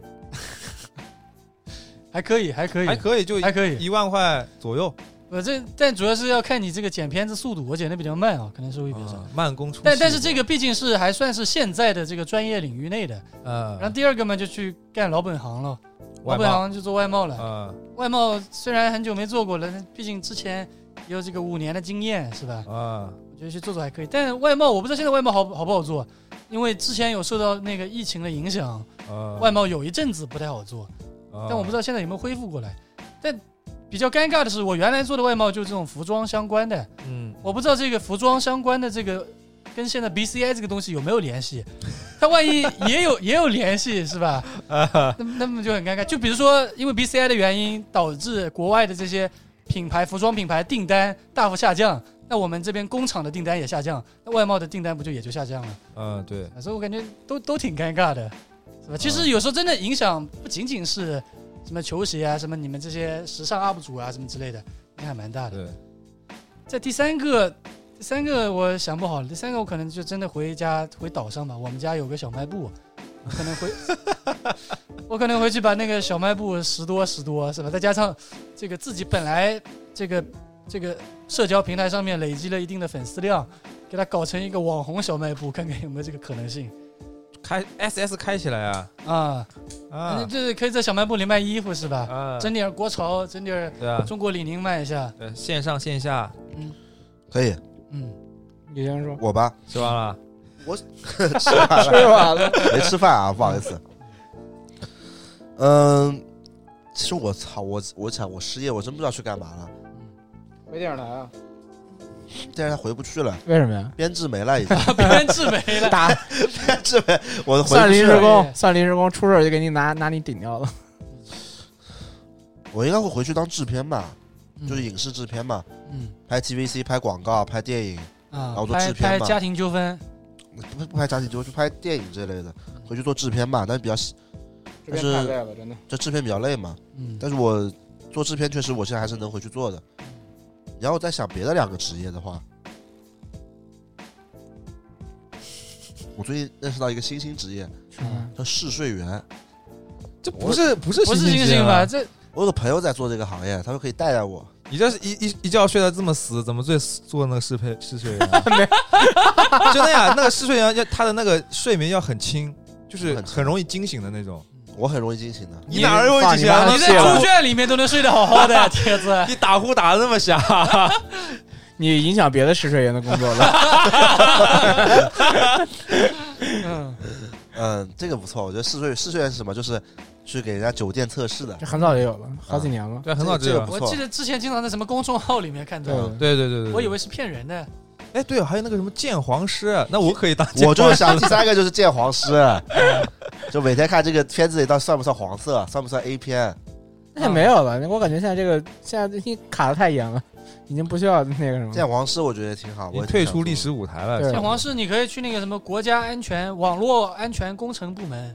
Speaker 1: 还可以，还可以，
Speaker 4: 还可以，就
Speaker 1: 还可以。
Speaker 4: 一万块左右，
Speaker 1: 我这但主要是要看你这个剪片子速度，我剪的比较慢啊，可能收益比较少。
Speaker 4: 啊慢工出细活。
Speaker 1: 但但是这个毕竟是还算是现在的这个专业领域内的。
Speaker 4: 呃，
Speaker 1: 然后第二个嘛，就去干老本行了，
Speaker 4: 外
Speaker 1: 老本行就做外贸了。
Speaker 4: 啊
Speaker 1: 外贸虽然很久没做过了，但毕竟之前也有这个五年的经验，是吧？
Speaker 4: 啊
Speaker 1: 我觉得去做做还可以。但外贸我不知道现在外贸好好不好做，因为之前有受到那个疫情的影响，
Speaker 4: 啊，
Speaker 1: 外贸有一阵子不太好做，
Speaker 4: 啊，
Speaker 1: 但我不知道现在有没有恢复过来。但比较尴尬的是，我原来做的外贸就这种服装相关的，
Speaker 4: 嗯，
Speaker 1: 我不知道这个服装相关的这个跟现在 BCI 这个东西有没有联系？ 它万一也有 也有联系是吧？那么那么就很尴尬。就比如说，因为 BCI 的原因，导致国外的这些品牌服装品牌订单大幅下降，那我们这边工厂的订单也下降，那外贸的订单不就也就下降了？
Speaker 4: 嗯，对，
Speaker 1: 所以我感觉都都挺尴尬的，是吧？其实有时候真的影响不仅仅是什么球鞋啊，什么你们这些时尚 UP 主啊什么之类的，影响蛮大的。
Speaker 4: 对，
Speaker 1: 在第三个，第三个我想不好了，第三个我可能就真的回家回岛上吧。我们家有个小卖部，啊我可能回， 我可能回去把那个小卖部拾多拾多，是吧？再加上这个自己本来这个这个社交平台上面累积了一定的粉丝量，给它搞成一个网红小卖部，看看有没有这个可能性
Speaker 4: 开 SS 开起来啊
Speaker 1: 啊。那
Speaker 4: 啊
Speaker 1: 就是可以在小卖部里卖衣服是吧？
Speaker 4: 啊，
Speaker 1: 整点国潮，整点
Speaker 4: 对啊，
Speaker 1: 中国李宁卖一下，
Speaker 4: 对，线上线下
Speaker 2: 可以，
Speaker 1: 嗯，
Speaker 5: 你先说，
Speaker 2: 我吧，
Speaker 4: 吃完了，
Speaker 2: 吃完了
Speaker 5: 吃完 了，
Speaker 2: 没吃饭啊，不好意思。嗯，其实我操，我我想我失业，我真不知道去干嘛了。
Speaker 5: 回电视台啊？
Speaker 2: 电视台回不去了，
Speaker 5: 为什么呀？
Speaker 2: 编制没了已经，
Speaker 1: 编制没了。
Speaker 5: 打
Speaker 2: 编制没， 我回
Speaker 5: 算
Speaker 2: 不
Speaker 5: 临
Speaker 2: 去
Speaker 5: 时
Speaker 2: 了。
Speaker 5: 工，算临时工，出事儿就给你拿拿你顶掉了。
Speaker 2: 我应该会回去当制片吧，
Speaker 1: 嗯
Speaker 2: 就是影视制片嘛，
Speaker 1: 嗯
Speaker 2: 拍 TVC、拍广告、拍电影，
Speaker 1: 啊
Speaker 2: 后，做
Speaker 1: 拍
Speaker 2: 制片
Speaker 1: 拍
Speaker 2: 嘛
Speaker 1: 家庭纠纷，
Speaker 2: 不不拍家庭剧，就拍电影这类的，回去做制片吧。但是比较喜
Speaker 5: 这
Speaker 2: 但
Speaker 5: 边
Speaker 2: 是
Speaker 5: 太累了，真的。
Speaker 2: 这制片比较累嘛，
Speaker 1: 嗯，
Speaker 2: 但是我做制片确实我现在还是能回去做的。然后再想别的两个职业的话，我最近认识到一个新兴职业，
Speaker 5: 是嗯吗
Speaker 2: 叫试睡员。
Speaker 4: 这不是不是
Speaker 1: 不是
Speaker 4: 星
Speaker 1: 星星吧？？
Speaker 5: 啊
Speaker 1: 这
Speaker 2: 我有个朋友在做这个行业，他说可以带带我。
Speaker 4: 你这是一一一觉睡得这么死，怎么最做那个嗜睡嗜睡员 啊？真的呀，那个嗜睡员要他的那个睡眠要很轻，就是
Speaker 2: 很轻
Speaker 4: 很容易惊醒的那种。
Speaker 2: 我很容易惊醒的，
Speaker 4: 你哪儿容易惊醒啊？
Speaker 5: 你
Speaker 1: 你
Speaker 5: 放
Speaker 1: 在
Speaker 5: 谢了
Speaker 1: 猪圈里面都能睡得好好 的，啊铁子。
Speaker 4: 你打呼打的那么响，
Speaker 5: 你影响别的试睡员的工作了。
Speaker 1: 嗯，
Speaker 2: 嗯，这个不错。我觉得试睡试睡员是什么？就是去给人家酒店测试的
Speaker 5: 这。很早就有了，好几年了。
Speaker 4: 对，很好
Speaker 2: 这
Speaker 4: 这
Speaker 2: 个
Speaker 4: 个
Speaker 2: 不。
Speaker 1: 我
Speaker 2: 错
Speaker 1: 记得之前经常在什么公众号里面看到，
Speaker 2: 嗯
Speaker 5: 对
Speaker 4: 对对对对，
Speaker 1: 我以为是骗人的。
Speaker 4: 哎对，还有那个什么鉴黄师，啊那我可以当鉴
Speaker 2: 我就
Speaker 4: 黄
Speaker 2: 是
Speaker 4: 师
Speaker 2: 想第三个就是鉴黄师， 就每天看这个片子里到底算不算黄色，算不算 A 片。
Speaker 5: 那也没有了，我感觉现在这个现在已经卡的太严了，已经不需要那个什么。
Speaker 2: 鉴黄师我觉得也挺好，我
Speaker 4: 嗯你
Speaker 2: 也挺
Speaker 4: 退
Speaker 2: 想
Speaker 4: 出
Speaker 2: 做
Speaker 4: 历
Speaker 2: 的
Speaker 4: 史舞台了。
Speaker 5: 对
Speaker 1: 鉴黄师，你可以去那个什么国家安全网络安全工程部门，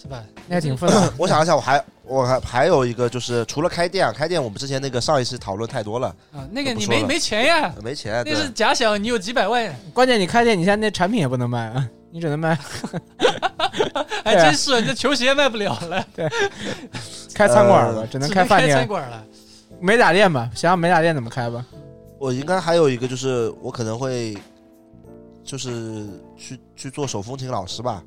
Speaker 1: 是吧？
Speaker 5: 那挺愤的。
Speaker 2: 我想一下，我还我还还有一个就是，除了开店啊，开店我们之前那个上一次讨论太多了，
Speaker 1: 啊，那个
Speaker 2: 不
Speaker 1: 你
Speaker 2: 说
Speaker 1: 没
Speaker 2: 了
Speaker 1: 没钱呀，
Speaker 2: 没钱。
Speaker 1: 那
Speaker 2: 对
Speaker 1: 是假想你有几百万，
Speaker 5: 关键你开店，你现在那产品也不能卖啊，你只能
Speaker 2: 呃
Speaker 5: 卖
Speaker 1: 还
Speaker 5: 对啊
Speaker 1: 真是你这球鞋卖不了了，
Speaker 5: 开餐馆吧，只
Speaker 1: 只
Speaker 5: 能开饭
Speaker 1: 开餐
Speaker 5: 店。
Speaker 1: 馆了。
Speaker 5: 美甲店吧，想想美甲店怎么开吧。
Speaker 2: 我应该还有一个就是，我可能会就是去去做手风琴老师吧，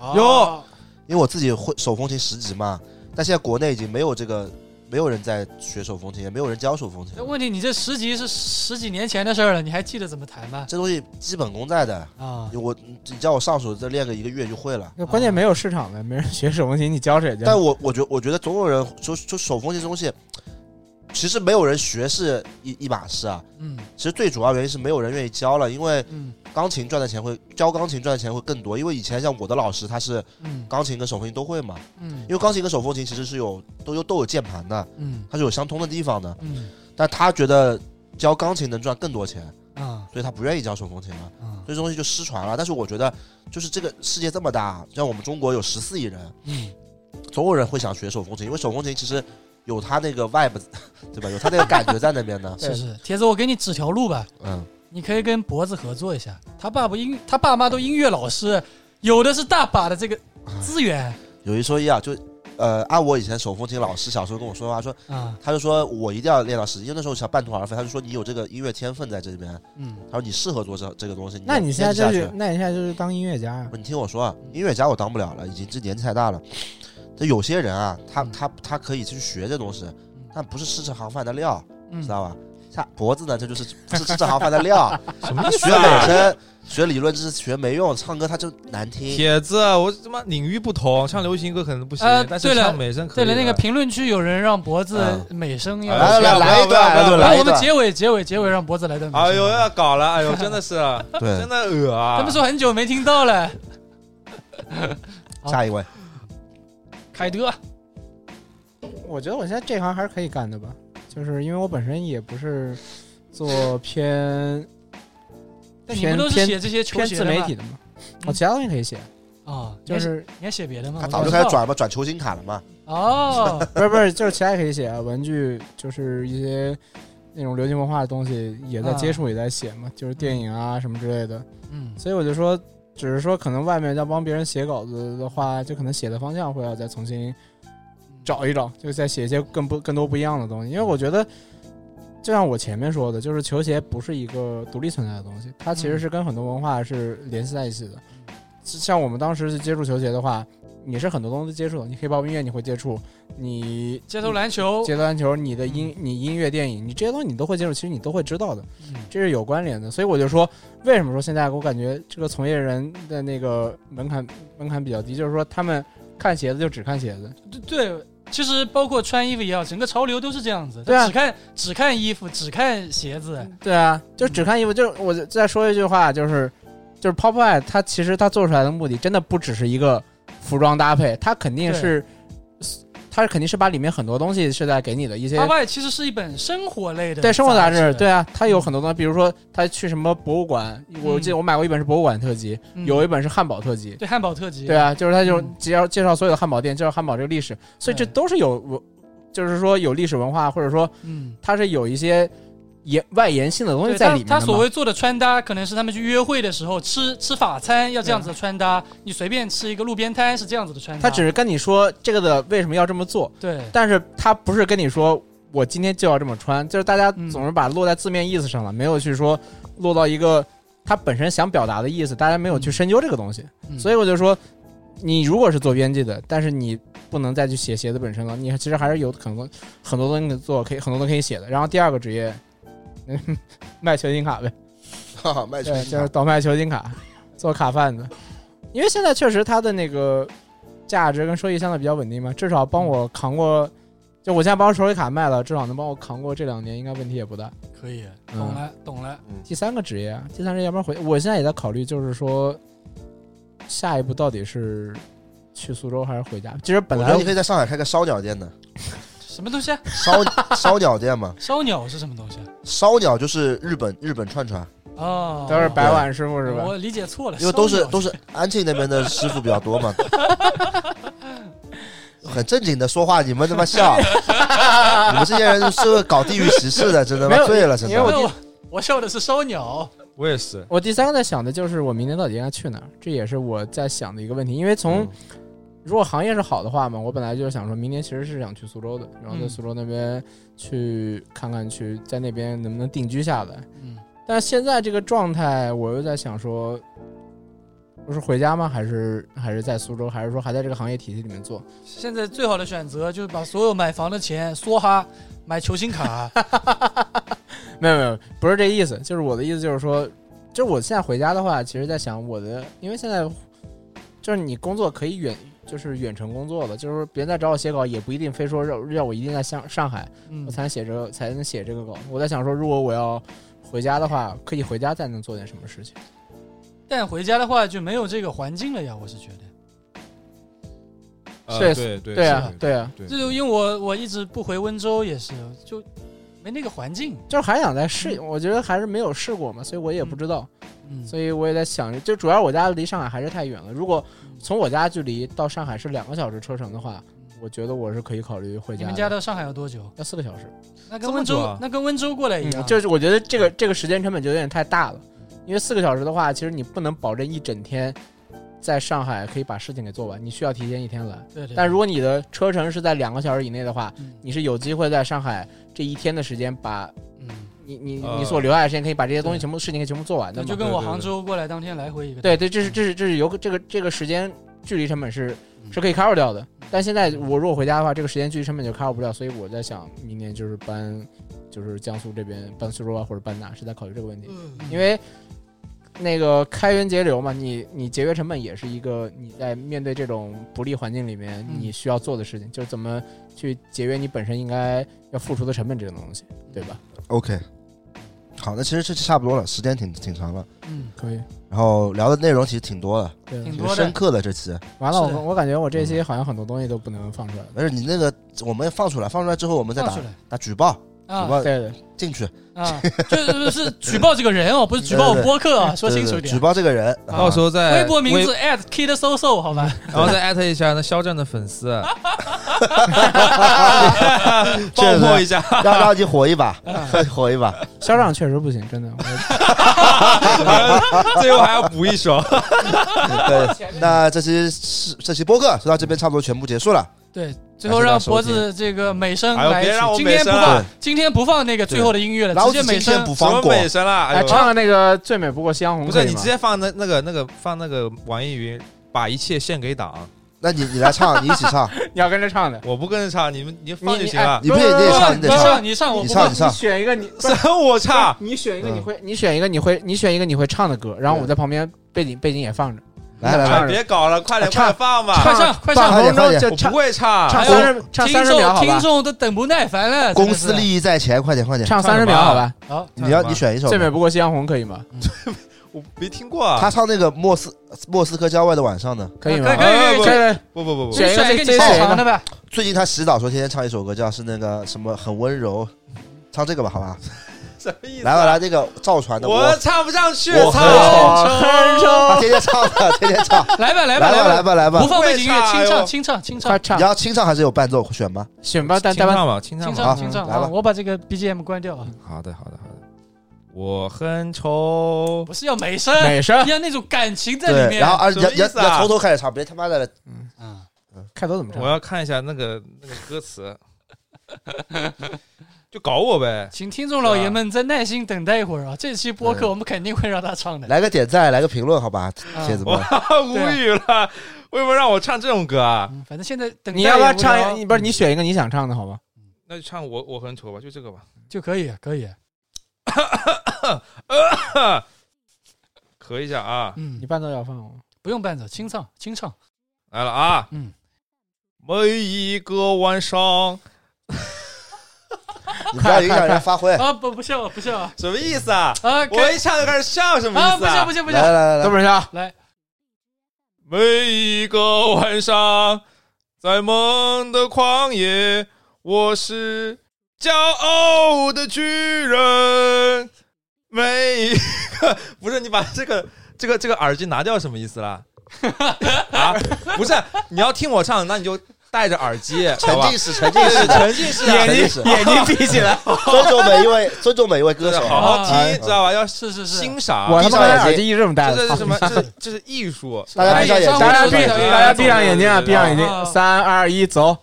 Speaker 1: 哦哟，
Speaker 2: 因为我自己会手风琴十级嘛，但现在国内已经没有这个，没有人在学手风琴，也没有人教手风琴
Speaker 1: 那，问题你这十级是十几年前的事儿了，你还记得怎么弹吗？
Speaker 2: 这东西基本功在的。
Speaker 1: 啊，
Speaker 2: 我你叫我上手再练个一个月就会了。
Speaker 5: 关键没有市场的，没人学手风琴，你教谁去？
Speaker 2: 啊但我我觉我觉得总有人就就手风琴这东西，其实没有人学是一一码事啊。
Speaker 1: 嗯
Speaker 2: 其实最主要原因是没有人愿意教了，因为
Speaker 1: 嗯
Speaker 2: 钢琴赚的钱会教钢琴赚的钱会更多。因为以前像我的老师他是
Speaker 1: 嗯
Speaker 2: 钢琴跟手风琴都会嘛，
Speaker 1: 嗯
Speaker 2: 因为钢琴跟手风琴其实是有都有都有键盘的，
Speaker 1: 嗯
Speaker 2: 它是有相通的地方的。
Speaker 1: 嗯
Speaker 2: 但他觉得教钢琴能赚更多钱，
Speaker 1: 啊
Speaker 2: 所以他不愿意教手风琴了，
Speaker 1: 啊
Speaker 2: 所以这东西就失传了。但是我觉得就是这个世界这么大，像我们中国有十四亿人，
Speaker 1: 嗯，。
Speaker 2: 总有人会想学手风琴，因为手风琴其实有它那个 vibe，对 吧？有它那个感觉在那边的
Speaker 1: 是是，铁子，我给你指条路吧，
Speaker 2: 嗯，
Speaker 1: 你可以跟脖子合作一下，他爸不音，他爸妈都音乐老师，有的是大把的这个资源
Speaker 2: 有一说一啊，就呃，按我以前手风琴老师小时候跟我说的话，说
Speaker 1: 啊，
Speaker 2: 他就说我一定要练到十级，因为那时候想半途而废，他就说你有这个音乐天分在这边，
Speaker 1: 嗯
Speaker 2: 他说你适合做这这个东西。
Speaker 5: 那
Speaker 2: 你
Speaker 5: 你
Speaker 2: 要
Speaker 5: 现在
Speaker 2: 坚持下
Speaker 5: 就
Speaker 2: 去
Speaker 5: 是，那你现在就是当音乐家呀
Speaker 2: 不，是你听我说啊，音乐家我当不了了，已经这年纪太大了。这有些人啊，他他他可以去学这东西，但不是吃这行饭的料，知
Speaker 1: 嗯
Speaker 2: 道吧？下脖子呢，这就是不是吃这行饭的料。
Speaker 4: 什么意
Speaker 2: 学美声、学理论知识学没用，唱歌它就难听。
Speaker 4: 帖子，啊我他妈领域不同，唱流行歌可能不行
Speaker 1: 呃，
Speaker 4: 但
Speaker 1: 对
Speaker 4: 是
Speaker 1: 了
Speaker 4: 唱美声可以
Speaker 1: 对
Speaker 4: 的。
Speaker 1: 了，那个评论区有人让脖子美声要，
Speaker 2: 来
Speaker 4: 哎
Speaker 2: 来来一段，来一段，
Speaker 1: 然后
Speaker 2: 来
Speaker 1: 我
Speaker 2: 一
Speaker 1: 们
Speaker 2: 段。
Speaker 1: 结尾结尾结尾让脖子来段美声。
Speaker 4: 哎呦要搞了，哎呦真的是，
Speaker 2: 对
Speaker 4: 真，的恶啊！
Speaker 1: 他们说很久没听到了，
Speaker 2: 下一位，
Speaker 1: 凯德，
Speaker 5: 我觉得我现在这行还是可以干的吧，就是因为我本身也不是做偏
Speaker 1: 但你们
Speaker 5: 偏
Speaker 1: 都是
Speaker 5: 偏
Speaker 1: 写这些球
Speaker 5: 偏
Speaker 1: 鞋
Speaker 5: 自
Speaker 1: 的
Speaker 5: 媒
Speaker 1: 吗
Speaker 5: 体的嘛，哦
Speaker 1: 嗯
Speaker 5: 我其他东西可以写，
Speaker 1: 啊，你
Speaker 5: 就
Speaker 1: 还写
Speaker 5: 是
Speaker 1: 你还写别的吗？
Speaker 2: 他
Speaker 1: 我
Speaker 2: 早
Speaker 1: 都
Speaker 2: 就
Speaker 1: 不
Speaker 2: 开
Speaker 1: 知
Speaker 2: 始
Speaker 1: 道
Speaker 2: 转吧，转球星卡了 嘛。
Speaker 1: 哦，
Speaker 5: 不是不是，就是其他也可以写啊，文具就是一些那种流行文化的东西也在接触，也在写嘛，就是电影啊什么之类的。
Speaker 1: 嗯
Speaker 5: 所以我就说，只是说可能外面要帮别人写稿子的话，就可能写的方向会要再重新找一找，就再写一些更不更多不一样的东西。因为我觉得，就像我前面说的，就是球鞋不是一个独立存在的东西，它其
Speaker 1: 嗯
Speaker 5: 实是跟很多文化是联系在一起的。像我们当时去接触球鞋的话，你是很多东西接触的，你黑豹音乐你会接触，你
Speaker 1: 街头篮球，嗯
Speaker 5: 街头篮球，你的音、你音乐、电影，你这些东西你都会接触，其实你都会知道的，
Speaker 1: 嗯
Speaker 5: 这是有关联的。所以我就说，为什么说现在我感觉这个从业人的那个门槛门槛比较低，就是说他们看鞋子就只看鞋子，
Speaker 1: 对对，其实包括穿衣服一样，整个潮流都是这样子，
Speaker 5: 对啊
Speaker 1: 只看只看衣服，只看鞋子，
Speaker 5: 对啊，就只看衣服。就是我再说一句话，就是就是 Pop Eye，它其实它做出来的目的真的不只是一个服装搭配，它肯定是。它肯定是把里面很多东西是在给你的一些
Speaker 1: 它外其实是一本生活类的
Speaker 5: 对生活杂志，
Speaker 1: 志，
Speaker 5: 对啊，它有很多东西，比如说他去什么博物馆，我记得我买过一本是博物馆特辑，
Speaker 1: 嗯
Speaker 5: 有一本是汉堡特辑，
Speaker 1: 对汉堡特辑，
Speaker 5: 对啊，就是他就
Speaker 1: 嗯
Speaker 5: 介绍介绍所有的汉堡店，介绍汉堡这个历史，所以这
Speaker 1: 对
Speaker 5: 都是有文，就是说有历史文化，或者说
Speaker 1: 嗯，
Speaker 5: 它是有一些延外延性的东西
Speaker 1: 对
Speaker 5: 在
Speaker 1: 他
Speaker 5: 里面
Speaker 1: 他
Speaker 5: 的
Speaker 1: 所
Speaker 5: 嘛。
Speaker 1: 谓做的穿搭，可能是他们去约会的时候吃吃法餐要这样子的穿搭，你随便吃一个路边摊是这样子的穿搭，
Speaker 5: 他啊只是跟你说这个的为什么要这么做，
Speaker 1: 对
Speaker 5: 但是他不是跟你说我今天就要这么穿，就是大家
Speaker 1: 嗯
Speaker 5: 总是把落在字面意思上了，没有去说落到一个他本身想表达的意思，大家没有去
Speaker 1: 嗯
Speaker 5: 深究这个东西。所以
Speaker 1: 以
Speaker 5: 我就说，你如果是做编辑的，但是你不能再去写鞋子本身了，你其实还是有很多很多东西做，可以很多东西可以写的。然后第二个职业， 嗯，卖球星卡呗，
Speaker 2: 哈哈，哦卖球
Speaker 5: 对，
Speaker 2: 星
Speaker 5: 就是
Speaker 2: 卡。
Speaker 5: 倒卖球星 卡，做卡贩子。因为现在确实它的那个价值跟收益相对比较稳定嘛，至少帮我扛过，就我现在把我手里卡卖了，至少能帮我扛过这两年，应该问题也不大。
Speaker 1: 可以
Speaker 5: 嗯
Speaker 1: 懂了懂了，
Speaker 5: 第三个职业啊，第三个职业要不然回，我现在也在考虑，就是说下一步到底是去苏州还是回家？其实本
Speaker 2: 我
Speaker 5: 来
Speaker 2: 觉得你可以在上海开个烧鸟店的，
Speaker 1: 什么东西啊？
Speaker 2: 烧烧鸟店嘛，
Speaker 1: 烧鸟是什么东西啊？
Speaker 2: 烧鸟就是日本日本串串，
Speaker 1: 哦，
Speaker 5: 都是白碗师傅是吧？
Speaker 1: 我理解错了，
Speaker 2: 因为都是
Speaker 1: 烧鸟
Speaker 2: 都是安庆那边的师傅比较多嘛。很正经的说话，你们他妈 笑，你们这些人是会搞地域歧视的，真的
Speaker 5: 没
Speaker 2: 吗？
Speaker 5: 有
Speaker 2: 醉了，真
Speaker 5: 因为
Speaker 2: 的。
Speaker 1: 我 我笑的是烧鸟，
Speaker 4: 我也是，
Speaker 5: 我第三个在想的就是我明年到底应该去哪儿，这也是我在想的一个问题。因为
Speaker 1: 嗯
Speaker 5: 从如果行业是好的话嘛，我本来就是想说明年其实是想去苏州的，然后在
Speaker 1: 嗯
Speaker 5: 苏州那边去看看，去在那边能不能定居下来。
Speaker 1: 嗯，
Speaker 5: 但是现在这个状态，我又在想说，我是回家吗？还是还是在苏州？还是说还在这个行业体系里面做？
Speaker 1: 现在最好的选择就是把所有买房的钱梭哈买球星 卡，
Speaker 5: 没有没有，不是这意思，就是我的意思就是说，就是我现在回家的话，其实在想我的，因为现在就是你工作可以远，就是远程工作的，就是说别人在找我写稿，也不一定非说让让我一定在上上海，
Speaker 1: 嗯
Speaker 5: 我，才能写这个才能写这个稿。我在想说，如果我要回家的话，可以回家再能做点什么事情。
Speaker 1: 但回家的话就没有这个环境了呀，我是觉得，
Speaker 4: 呃
Speaker 5: 对
Speaker 4: 对对
Speaker 5: 对啊
Speaker 4: 是，
Speaker 5: 对啊，
Speaker 4: 对
Speaker 1: 这就因为我我一直不回温州也是，就没那个环境，
Speaker 5: 就是还想再试，我觉得还是没有试过嘛，所以我也不知道，
Speaker 1: 嗯，
Speaker 5: 所以我也在想，就主要我家离上海还是太远了。如果从我家距离到上海是两个小时车程的话，我觉得我是可以考虑回
Speaker 1: 你
Speaker 5: 家的。
Speaker 1: 们家到上海要多久？
Speaker 5: 要四个小时，
Speaker 1: 那跟温州、
Speaker 4: 这么久啊
Speaker 1: 那跟温州过来一样，
Speaker 5: 嗯就是我觉得这个这个时间成本就有点太大了，因为四个小时的话，其实你不能保证一整天在上海可以把事情给做完，你需要提前一天来。
Speaker 1: 对对，
Speaker 5: 但如果你的车程是在两个小时以内的话，
Speaker 1: 嗯
Speaker 5: 你是有机会在上海这一天的时间把
Speaker 1: 嗯，
Speaker 5: 你你
Speaker 4: 呃
Speaker 5: 你所留下来的时间可以把这些东西
Speaker 1: 对
Speaker 5: 全部事情给全部做完的
Speaker 1: 那
Speaker 5: 嘛
Speaker 1: 就。跟我
Speaker 4: 对对
Speaker 1: 杭州过来当天来回一个，
Speaker 5: 对对，这是这是这是有这个这个时间距离成本是
Speaker 1: 嗯
Speaker 5: 是可以 cover 掉的。但现在我如果回家的话，这个时间距离成本就 cover 不掉，所以我在想明年就是搬，就是江苏这边搬苏州啊或者搬哪，是在考虑这个问题。
Speaker 1: 嗯，
Speaker 5: 因为那个开源节流嘛，你你节约成本也是一个你在面对这种不利环境里面
Speaker 1: 嗯
Speaker 5: 你需要做的事情，就是怎么去节约你本身应该要付出的成本这种东西，对吧？
Speaker 2: OK，好，那其实这期差不多了，时间挺挺长了，
Speaker 1: 嗯，
Speaker 5: 可以，
Speaker 2: 然后聊的内容其实挺多的，
Speaker 5: 对，
Speaker 1: 挺
Speaker 2: 挺
Speaker 1: 多的
Speaker 2: 深刻的这期。
Speaker 5: 完了，
Speaker 1: 是的嗯
Speaker 5: 我我感觉我这期好像很多东西都不能放出来了。
Speaker 2: 没事，你那个我们放出来，放出来之后我们再
Speaker 1: 放
Speaker 2: 打
Speaker 1: 出来
Speaker 2: 打举报，举
Speaker 1: 啊
Speaker 2: 报
Speaker 5: 对对，
Speaker 2: 进去，
Speaker 1: 啊，就是是举报这个人哦，不是举报我播客啊，说
Speaker 2: 对
Speaker 1: 清
Speaker 2: 对
Speaker 1: 楚一
Speaker 2: 对
Speaker 1: 点
Speaker 2: 举。报这个人。
Speaker 1: 啊
Speaker 4: 到时候再
Speaker 1: 微博名字 at kid so so 好吧？
Speaker 4: 然后再艾特一下那肖战的粉丝， 爆破一下，
Speaker 2: 让让你火一把，
Speaker 1: 啊
Speaker 2: 火一把。
Speaker 5: 销量确实不行，真的。我
Speaker 4: 最后还要补一首。
Speaker 2: 对，那这期是这期播客就到这边差不多全部结束了。
Speaker 1: 对，最后让脖子这个美声
Speaker 4: 哎呦
Speaker 1: 来一
Speaker 4: 别
Speaker 1: 曲
Speaker 4: 让我
Speaker 1: 今
Speaker 4: 美
Speaker 1: 天不
Speaker 4: 声
Speaker 1: 放
Speaker 2: 了，
Speaker 1: 今天不放那个最后的音乐了，
Speaker 2: 老
Speaker 1: 呃直
Speaker 2: 子
Speaker 1: 接美
Speaker 2: 今天
Speaker 1: 声
Speaker 2: 不
Speaker 4: 什
Speaker 2: 放
Speaker 4: 么
Speaker 2: 过，
Speaker 4: 美声啦？哎
Speaker 5: 来
Speaker 4: 呦
Speaker 5: 唱个那个最美不过夕阳红，
Speaker 4: 不是
Speaker 5: 可以
Speaker 4: 你
Speaker 5: 吗
Speaker 4: 直接放那那个那个放那个网易云，把一切献给党。
Speaker 2: 那你你来唱，你一起唱，
Speaker 5: 你要跟着唱的。
Speaker 4: 我不跟着唱，你们你放
Speaker 5: 你
Speaker 4: 就
Speaker 5: 你
Speaker 4: 行了
Speaker 5: 哎。
Speaker 2: 你不也你也唱，你
Speaker 1: 你
Speaker 2: 得
Speaker 1: 上你上我
Speaker 2: 你
Speaker 1: 不
Speaker 2: 唱
Speaker 1: 放
Speaker 2: 你，唱
Speaker 5: 你选一个你不是
Speaker 4: 什么我唱？
Speaker 5: 你选一个
Speaker 2: 嗯
Speaker 5: 你会，你选一个你会，你选一个你会唱的歌，然后我在旁边背景背景也放着。
Speaker 2: 来来来，
Speaker 4: 哎
Speaker 5: 唱
Speaker 4: 别搞了，快点
Speaker 5: 唱
Speaker 4: 快点放吧！
Speaker 1: 快上快
Speaker 5: 放
Speaker 1: 上，
Speaker 2: 快
Speaker 5: 红
Speaker 2: 点快
Speaker 5: 中
Speaker 2: 点
Speaker 5: 就
Speaker 4: 我
Speaker 5: 唱
Speaker 4: 不会唱，
Speaker 5: 唱
Speaker 1: 还有
Speaker 5: 三十唱
Speaker 1: 听
Speaker 5: 三十秒
Speaker 1: 众
Speaker 5: 好吧
Speaker 1: 听，众都等不耐烦了。
Speaker 2: 公司
Speaker 1: 益
Speaker 2: 利益在前，快点快点。
Speaker 5: 唱三十秒好吧。
Speaker 1: 好，
Speaker 2: 你要你选一首
Speaker 5: 最
Speaker 2: 吧，
Speaker 5: 美不过夕阳红可以吗？
Speaker 4: 我没听过啊。
Speaker 2: 他唱那个莫斯莫斯科郊外的晚上呢。
Speaker 5: 可以吗？哎
Speaker 1: 可以可以可以
Speaker 5: 可以，
Speaker 4: 不不不不，
Speaker 5: 选一个
Speaker 1: 选一个
Speaker 5: 最
Speaker 1: 你
Speaker 5: 最
Speaker 1: 擅
Speaker 5: 喜欢
Speaker 1: 长的吧。
Speaker 2: 最近他洗澡时候天天唱一首歌，叫是那个什么很温柔，唱这个吧，好吧？
Speaker 4: 什么意思？啊
Speaker 2: 来吧，来那个赵传的，
Speaker 4: 我
Speaker 2: 我
Speaker 4: 唱不上去，
Speaker 2: 我
Speaker 4: 操！
Speaker 5: 很
Speaker 2: 他
Speaker 5: 丑，
Speaker 2: 天天唱的，天天唱，
Speaker 1: 来吧来
Speaker 2: 来
Speaker 1: 吧
Speaker 2: 吧来
Speaker 1: 吧，
Speaker 2: 吧来吧
Speaker 1: 不，放背景音乐，清
Speaker 4: 不会唱哎呦
Speaker 1: 唱清唱清
Speaker 5: 快
Speaker 1: 唱
Speaker 5: 唱
Speaker 2: 你，要清唱还是有伴奏选吧？
Speaker 5: 选吧，但
Speaker 4: 清
Speaker 5: 但
Speaker 4: 唱吧，清唱
Speaker 1: 清
Speaker 4: 吧。
Speaker 2: 好
Speaker 1: 唱清唱
Speaker 2: 来吧
Speaker 1: 啊！我把这个 BGM 关掉啊，
Speaker 4: 好的，好的，好的。我很丑，
Speaker 1: 不是要美声，
Speaker 5: 美声
Speaker 1: 要那种感情在里
Speaker 2: 对，
Speaker 1: 面。
Speaker 2: 然后而且
Speaker 4: 什
Speaker 2: 要
Speaker 4: 么意
Speaker 2: 要
Speaker 4: 思啊
Speaker 2: 要从头开始唱，别他妈的
Speaker 1: 啊，
Speaker 5: 开头怎么唱
Speaker 4: 我？要看一下那个那个歌词， 就搞我呗。
Speaker 1: 请听众老爷们再耐心等待一会儿啊！这期播客我们肯定会让他唱的。
Speaker 2: 来个点赞，来个评论，好吧，
Speaker 1: 啊
Speaker 2: 铁子们
Speaker 4: 我。 无语了，为什么让我唱这种歌啊？
Speaker 1: 嗯反正现在等待
Speaker 5: 你要不
Speaker 1: 也
Speaker 5: 要
Speaker 1: 无
Speaker 5: 唱一
Speaker 1: 聊
Speaker 5: 个？你不是你选一个你想唱的好吗？
Speaker 4: 那就唱我我很丑吧，就这个吧，
Speaker 1: 就可以可以，
Speaker 4: 咳一下啊，
Speaker 1: 嗯
Speaker 5: 你，伴奏要放吗？
Speaker 1: 不用伴奏，清唱清唱。
Speaker 4: 来了啊，
Speaker 1: 嗯，
Speaker 4: 每一个晚上
Speaker 2: 你不要影响人家发挥。
Speaker 1: 啊不不笑不笑啊
Speaker 4: 什么意思啊？
Speaker 1: 啊！可
Speaker 4: 我一唱就开始笑，什么
Speaker 1: 啊
Speaker 4: 意
Speaker 1: 不
Speaker 4: 思
Speaker 1: 笑不笑不
Speaker 2: 来
Speaker 1: 笑，
Speaker 2: 来来
Speaker 5: 等
Speaker 2: 来，
Speaker 5: 会儿 下，
Speaker 1: 来
Speaker 4: 每一个晚上，在梦的旷野，我是骄傲的巨人。每一个不是你把这个 这 个这个耳机拿掉什么意思啦？啊，不是你要听我唱，那你就戴着耳机，
Speaker 2: 沉
Speaker 4: 好吧
Speaker 2: 浸式，沉浸式，
Speaker 4: 沉浸式的，
Speaker 2: 沉浸式，
Speaker 5: 眼睛闭 起来，
Speaker 2: 尊重每一位，尊重每一位歌
Speaker 4: 就是
Speaker 2: 手。
Speaker 4: 好好
Speaker 2: 哎
Speaker 4: 听，知道吧？要
Speaker 1: 是是是，
Speaker 4: 欣赏。
Speaker 5: 我他
Speaker 2: 闭
Speaker 5: 妈
Speaker 2: 上
Speaker 5: 戴
Speaker 2: 眼睛
Speaker 5: 耳机一直这么戴
Speaker 4: 这
Speaker 5: 的
Speaker 4: 是，这是什 么？这是这是艺术。
Speaker 2: 大家闭上眼睛，
Speaker 1: 大
Speaker 5: 大
Speaker 1: 家
Speaker 5: 家
Speaker 1: 闭
Speaker 5: 闭，
Speaker 1: 上
Speaker 5: 大家闭上眼睛啊，
Speaker 4: 对对对
Speaker 5: 闭上眼睛，
Speaker 1: 啊
Speaker 5: 三二一，走。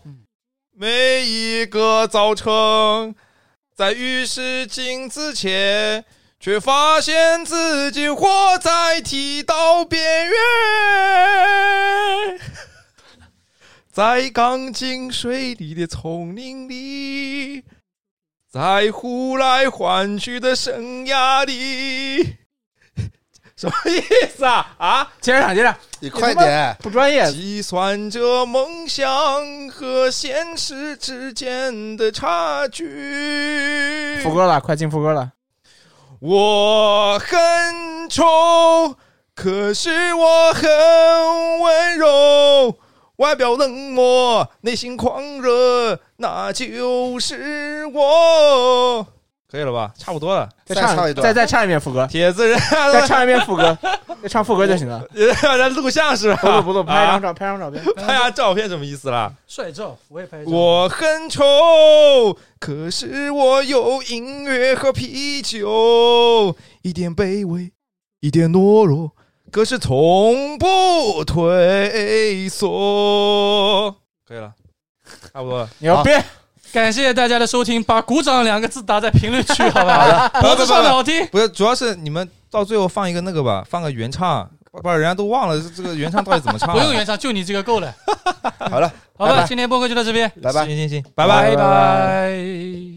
Speaker 4: 每一个早晨，在浴室镜子前，却发现自己活在剃刀边缘，在钢筋水泥的丛林里，在呼来唤去的生涯里，什么意思啊？啊？
Speaker 5: 接着唱，接着唱，
Speaker 2: 你快点，
Speaker 5: 不专业。
Speaker 4: 计算着梦想和现实之间的差距。
Speaker 5: 副歌了，快进副歌了。
Speaker 4: 我很丑，可是我很温柔，外表冷漠，内心狂热，那就是我。可以了吧？差不多了。
Speaker 5: 再
Speaker 2: 再唱一段
Speaker 5: 再再唱一遍副歌，
Speaker 4: 铁子人，啊
Speaker 5: 再唱一遍副歌，再唱副歌就行了。
Speaker 4: 让人录像是吧？
Speaker 5: 不录不录，拍张
Speaker 4: 照，
Speaker 5: 照，拍张照片。
Speaker 4: 拍张照片什么意思啦？
Speaker 1: 帅照，我也拍照。
Speaker 4: 我很丑，可是我有音乐和啤酒，一点卑微，一点懦弱，可是从不退缩。可以了，差不多了。
Speaker 5: 牛逼！
Speaker 1: 感谢大家的收听，把“鼓掌”两个字打在评论区， 好吧？脖子唱的好听，
Speaker 4: 不是，主要是你们到最后放一个那个吧，放个原唱，不然人家都忘了这个原唱到底怎么唱
Speaker 1: 不用原唱，就你这个够了。
Speaker 2: 好了，
Speaker 1: 好
Speaker 2: 拜
Speaker 1: 吧，
Speaker 2: 拜
Speaker 1: 今天播客就到这边，
Speaker 2: 拜拜。
Speaker 4: 行行行，拜
Speaker 5: 拜
Speaker 1: 拜
Speaker 4: 拜。
Speaker 1: 拜